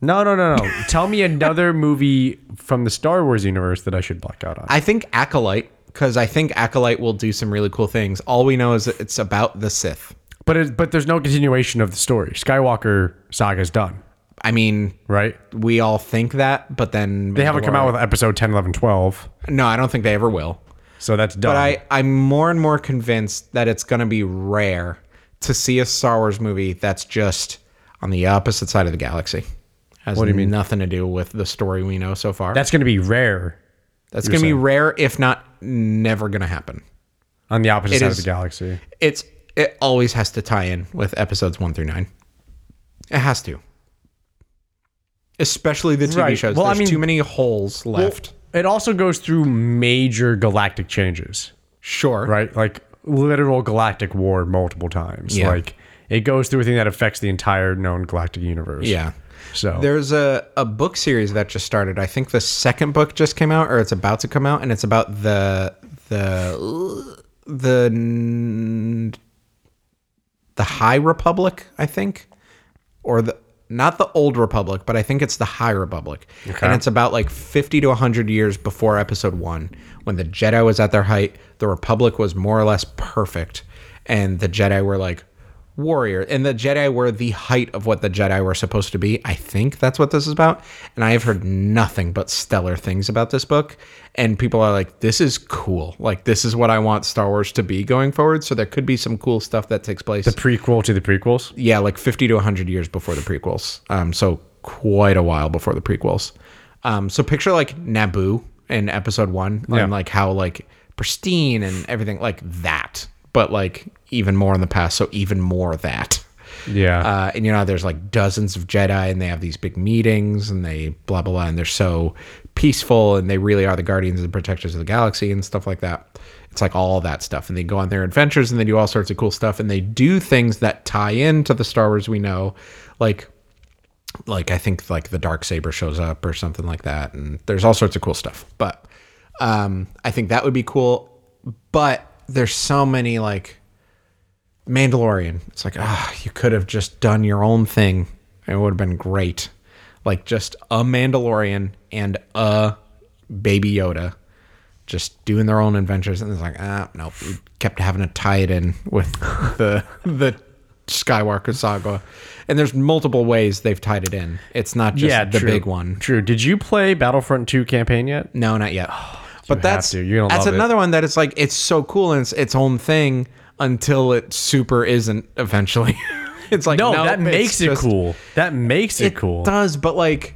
S2: No, no, no, no. Tell me another movie from the Star Wars universe that I should black out on.
S1: I think Acolyte, because I think Acolyte will do some really cool things. All we know is that it's about the Sith.
S2: But it, but there's no continuation of the story. Skywalker saga's done,
S1: I mean,
S2: right?
S1: we all think that, but then
S2: They haven't come out with episode 10, 11, 12.
S1: No, I don't think they ever will.
S2: So that's done.
S1: But I, I'm more and more convinced that it's going to be rare to see a Star Wars movie that's just on the opposite side of the galaxy. Has what do you mean? Nothing to do with the story we know so far.
S2: that's going to be rare
S1: that's going to be rare, if not never going to happen.
S2: on the opposite side
S1: is-
S2: of the galaxy.
S1: It's it always has to tie in with episodes one through nine. It has to, especially the TV
S2: Right.
S1: shows.
S2: Well, I
S1: There's
S2: mean-
S1: too many holes left.
S2: It also goes through major galactic changes,
S1: sure,
S2: right? Like literal galactic war multiple times.
S1: Yeah.
S2: Like it goes through a thing that affects the entire known galactic universe.
S1: yeah.
S2: So
S1: There's a, a book series that just started. I think the second book just came out, or it's about to come out, and it's about the the the n- the High Republic, I think, or the not the Old Republic, but I think it's the High Republic,
S2: Okay.
S1: and it's about like 50 to 100 years before Episode One, when the Jedi was at their height. The Republic was more or less perfect, and the Jedi were like warrior and the jedi were the height of what the jedi were supposed to be i think that's what this is about and i have heard nothing but stellar things about this book and people are like this is cool like this is what i want star wars to be going forward so there could be some cool stuff that takes place
S2: prequel to the prequels.
S1: yeah like 50 to 100 years before the prequels um so quite a while before the prequels um so picture like naboo in episode one
S2: Yeah.
S1: and like how like pristine and everything like that but like even more in the past so even more that
S2: Yeah.
S1: uh, and you know, there's like dozens of Jedi, and they have these big meetings, and they blah blah blah, and they're so peaceful, and they really are the guardians and protectors of the galaxy and stuff like that. It's like all that stuff, and they go on their adventures, and they do all sorts of cool stuff, and they do things that tie into the Star Wars we know, like like I think like the dark saber shows up or something like that, and there's all sorts of cool stuff. But um, I think that would be cool. But there's so many like Mandalorian. It's like ah, you could have just done your own thing. It would have been great, like just a Mandalorian and a Baby Yoda, just doing their own adventures. And it's like ah, nope. We kept having to tie it in with the the. Skywalker saga, and there's multiple ways they've tied it in. It's not just the
S2: true.
S1: big one.
S2: True. Did you play Battlefront 2 campaign yet?
S1: No, not yet. But
S2: have
S1: that's
S2: to. You're gonna
S1: that's
S2: love it.
S1: another one that it's like it's so cool and it's its own thing until it super isn't eventually. it's like
S2: No,
S1: no,
S2: that
S1: it's
S2: makes it
S1: just-
S2: cool. That makes it,
S1: It
S2: cool.
S1: does, but like,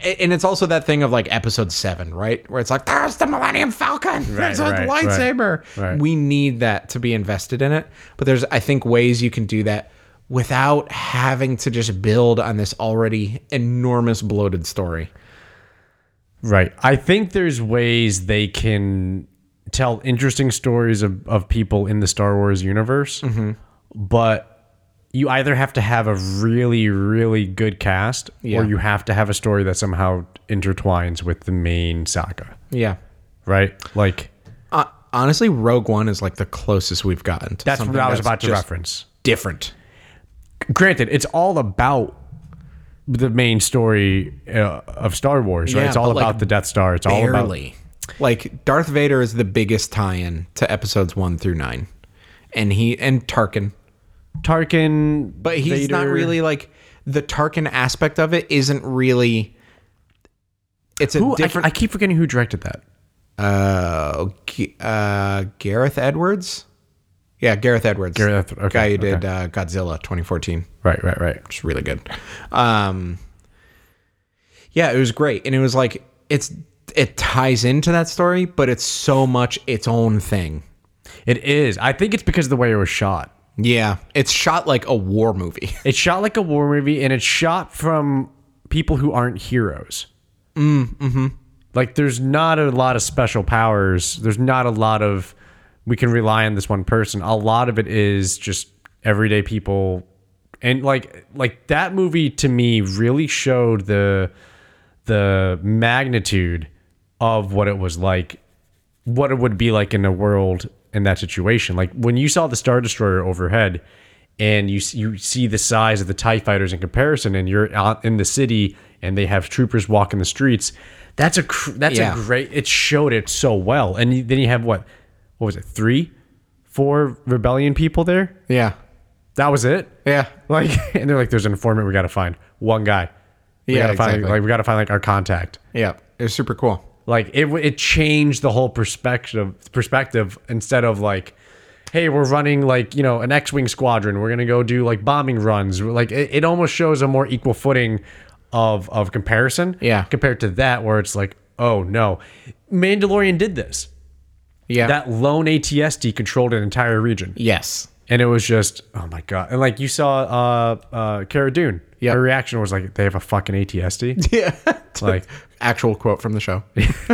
S1: a- and it's also that thing of like episode seven, right, where it's like there's the Millennium Falcon, there's a
S2: right, right,
S1: lightsaber.
S2: right.
S1: We need that to be invested in it. But there's I think ways you can do that without having to just build on this already enormous bloated story.
S2: Right. I think there's ways they can tell interesting stories of, of people in the Star Wars universe,
S1: Mm-hmm.
S2: but you either have to have a really, really good cast
S1: Yeah.
S2: or you have to have a story that somehow intertwines with the main saga.
S1: Yeah.
S2: Right? Like,
S1: Uh, honestly, Rogue One is like the closest we've gotten. To
S2: that's
S1: something
S2: what I was
S1: that's
S2: about to
S1: just
S2: reference.
S1: Different.
S2: granted, it's all about the main story uh, of Star Wars, right?
S1: Yeah,
S2: it's all
S1: but, like,
S2: about the Death Star. It's all about
S1: Barely. Like Darth Vader is the biggest tie-in to episodes one through nine, and he and Tarkin,
S2: Tarkin,
S1: but he's not
S2: Vader.
S1: really like the Tarkin aspect of it isn't really. It's a
S2: Who- I-
S1: different.
S2: I, keep forgetting who directed that.
S1: uh, G- uh, Gareth Edwards. Yeah, Gareth Edwards.
S2: Gareth- okay,
S1: guy who
S2: okay.
S1: did uh, Godzilla 2014.
S2: Right, right, right.
S1: It's really good. Um, yeah, it was great, and it was like it's it ties into that story, but it's so much its own thing.
S2: It is. I think it's because of the way it was shot.
S1: Yeah, it's shot like a war movie.
S2: It's shot like a war movie, and it's shot from people who aren't heroes. Mm, mm-hmm. Like, there's not a lot of special powers. There's not a lot of we can rely on this one person. A lot of it is just everyday people, and like like that movie to me really showed the the magnitude of what it was like, what it would be like in a world in that situation. Like when you saw the Star Destroyer overhead, and you s- you see the size of the Tie Fighters in comparison, and you're out in the city, and they have troopers walking the streets. That's a cr- that's
S1: Yeah.
S2: a great. It showed it so well, and you, then you have what what was it three, four rebellion people there.
S1: Yeah,
S2: That was it.
S1: yeah,
S2: Like, and they're like, "There's an informant. We got to find one guy. We
S1: Yeah,
S2: gotta find,
S1: exactly.
S2: Like, we got to find like our contact."
S1: yeah. It was super cool.
S2: Like it, w- it changed the whole perspective. Perspective instead of like, hey, we're running like you know an X-wing squadron. We're gonna go do like bombing runs. Like it, it almost shows a more equal footing of of comparison.
S1: Yeah.
S2: compared to that where it's like, oh no, Mandalorian did this.
S1: Yeah.
S2: That lone ATSD controlled an entire region,
S1: yes.
S2: and it was just oh my god. And like you saw uh uh Cara Dune.
S1: Yeah.
S2: her reaction was like, they have a fucking ATSD.
S1: Yeah.
S2: like
S1: Actual quote from the show.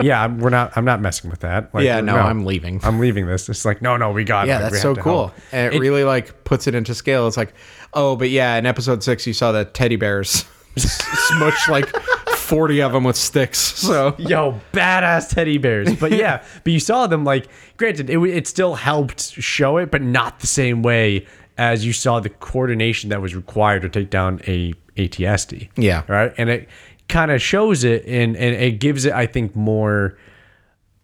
S2: yeah, I'm, we're not. I'm not messing with that. Like,
S1: Yeah, no, I'm leaving.
S2: I'm leaving this. It's like, no, no, we got.
S1: Yeah,
S2: it. We
S1: that's
S2: have
S1: so
S2: to
S1: cool.
S2: help.
S1: And it, really like puts it into scale. It's like, oh, but yeah, in episode six, you saw the teddy bears smushed like 40 of them with sticks. So,
S2: Yo, badass teddy bears. But yeah, but you saw them. Like, granted, it w- it still helped show it, but not the same way as you saw the coordination that was required to take down a ATSD.
S1: Yeah.
S2: Right. And it kind of shows it, and and it gives it, I think, more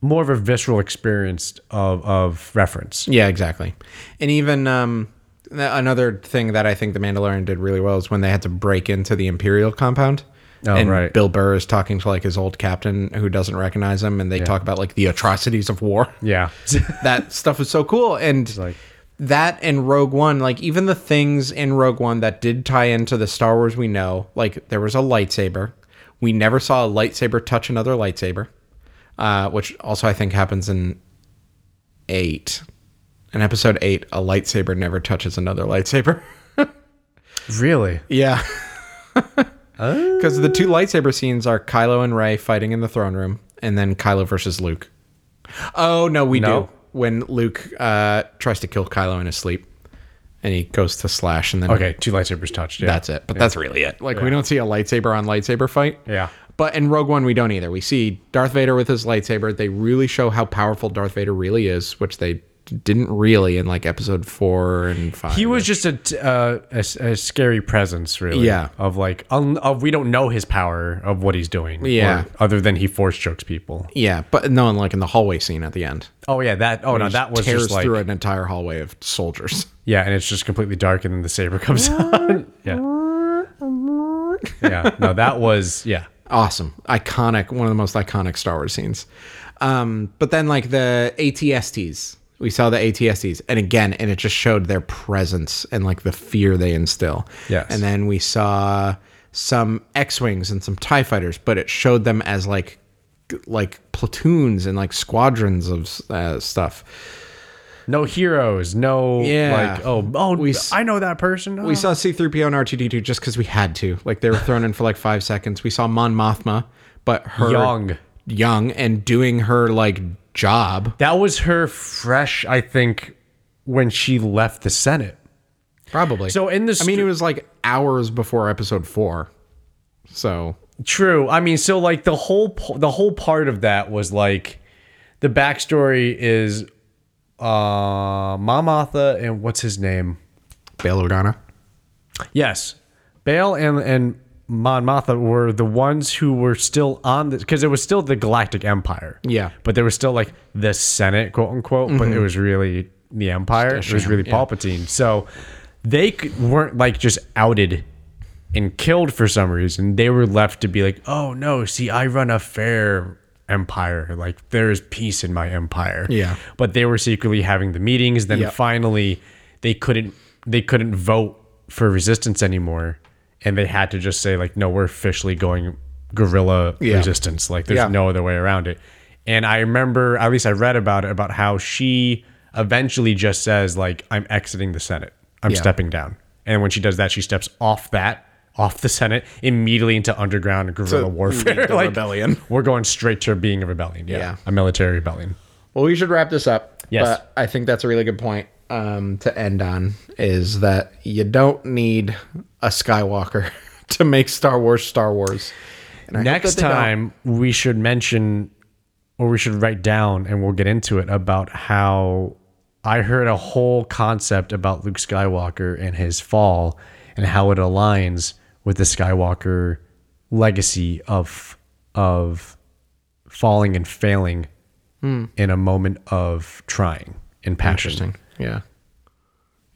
S2: more of a visceral experience of of reference.
S1: yeah, exactly. And even um, th- another thing that I think The Mandalorian did really well is when they had to break into the Imperial compound.
S2: Oh,
S1: and
S2: right.
S1: Bill Burr is talking to like his old captain who doesn't recognize him, and they talk about like the atrocities of war.
S2: Yeah.
S1: that stuff was so cool and
S2: like-
S1: that and rogue one like even the things in rogue one that did tie into the star wars we know like there was a lightsaber we never saw a lightsaber touch another lightsaber uh, which also i think happens in eight in episode eight a lightsaber never touches another lightsaber
S2: really.
S1: yeah because the two lightsaber scenes are kylo and ray fighting in the throne room and then kylo versus luke Oh no, we
S2: No?
S1: do. When Luke uh, tries to kill Kylo in his sleep, and he goes to slash, and then
S2: Okay, two lightsabers touched. Yeah.
S1: that's it. But that's really it. Like we don't see a lightsaber on lightsaber fight.
S2: Yeah.
S1: But in Rogue One, we don't either. We see Darth Vader with his lightsaber. They really show how powerful Darth Vader really is, which they didn't really in like Episode Four and Five.
S2: He was just a t- uh, a s- a scary presence, really.
S1: Yeah.
S2: Of like, un- of we don't know his power of what he's doing.
S1: Yeah.
S2: or- other than he force chokes people.
S1: yeah, but no, and like in the hallway scene at the end,
S2: Oh yeah, that. Oh no, that was
S1: tears
S2: just like
S1: through an entire hallway of soldiers.
S2: yeah, and it's just completely dark, and then the saber comes on. yeah. yeah. No, that was yeah.
S1: awesome iconic one of the most iconic star wars scenes um but then like the atsts we saw the atsts and again and it just showed their presence and like the fear they instill
S2: Yes.
S1: and then we saw some x-wings and some tie fighters but it showed them as like g- like platoons and like squadrons of uh, stuff
S2: No heroes. No.
S1: Yeah.
S2: Like oh oh
S1: We
S2: we,
S1: s-
S2: I know that person.
S1: We
S2: oh.
S1: saw C3PO and R2D2 just because we had to. Like they were thrown in for like five seconds. We saw Mon Mothma, but her
S2: Young.
S1: young, and doing her like job
S2: that was her fresh. I think when she left the Senate.
S1: probably.
S2: So in this,
S1: I mean, it was like hours before Episode Four. So
S2: True. I mean, so like the whole p- the whole part of that was like the backstory is uh Mamatha and what's his name?
S1: Bail Organa.
S2: Yes. Bale and and Mon Mothma were the ones who were still on this because it was still the Galactic Empire.
S1: Yeah.
S2: But they were still like the Senate, quote unquote, but it was really the Empire. It was
S1: sham,
S2: really
S1: yeah.
S2: Palpatine. So they c- weren't like just outed and killed for some reason. They were left to be like, oh no, see, I run a fair empire. Like there is peace in my empire.
S1: Yeah.
S2: But they were secretly having the meetings. Then
S1: Yep.
S2: finally, they couldn't they couldn't vote for resistance anymore, and they had to just say like, no, we're officially going guerrilla
S1: Yeah.
S2: resistance. Like there's
S1: Yeah.
S2: no other way around it. And I remember, at least I read about it, about how she eventually just says, like, I'm exiting the Senate. I'm
S1: Yeah.
S2: stepping down. And when she does that, she steps off that, off the Senate, immediately into underground guerrilla warfare.
S1: lead the rebellion.
S2: We're going straight to being a rebellion. Yeah.
S1: Yeah.
S2: A military rebellion.
S1: Well, we should wrap this up.
S2: Yes.
S1: But I think that's a really good point um, to end on is that you don't need a Skywalker to make Star Wars Star Wars. And I hope
S2: Next
S1: that they don't.
S2: time, we should mention or we should write down and we'll get into it about how I heard a whole concept about Luke Skywalker and his fall and how it aligns with the Skywalker legacy of of falling and failing in a moment of trying and passion.
S1: Hmm. Interesting. Yeah.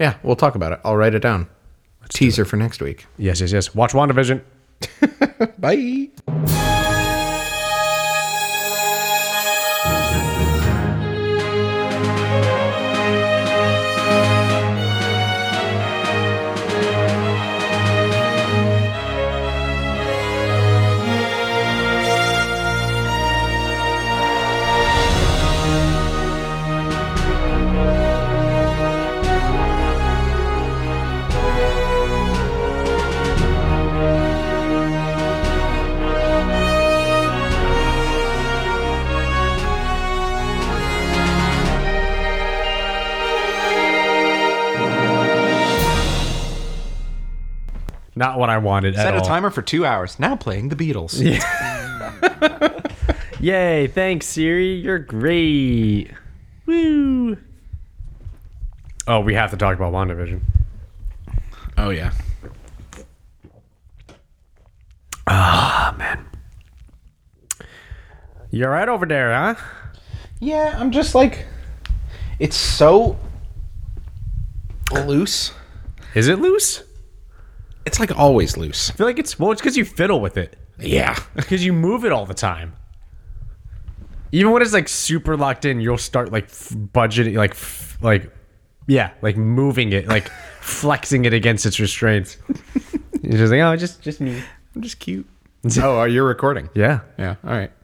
S1: Yeah, we'll talk about it. I'll write it down. Teaser for next week.
S2: Yes, yes, yes. Watch WandaVision.
S1: Bye.
S2: Not what I wanted at
S1: Set a
S2: all.
S1: timer for two hours. Now playing the Beatles.
S2: Yay, thanks, Siri. You're great. Woo. Oh, we have to talk about WandaVision.
S1: Oh, yeah.
S2: You're right over there, huh?
S1: Yeah, I'm just like, it's so loose.
S2: Is it loose? I
S1: It's like always loose.
S2: feel like it's well, it's because you fiddle with it.
S1: Yeah.
S2: Because you move it all the time. Even when it's like super locked in, you'll start like f- budgeting, like, f- like, yeah, like moving it, like flexing it against its restraints. You're just like, oh, just, just me.
S1: I'm just cute. oh, uh, you're recording.
S2: Yeah.
S1: Yeah. All right.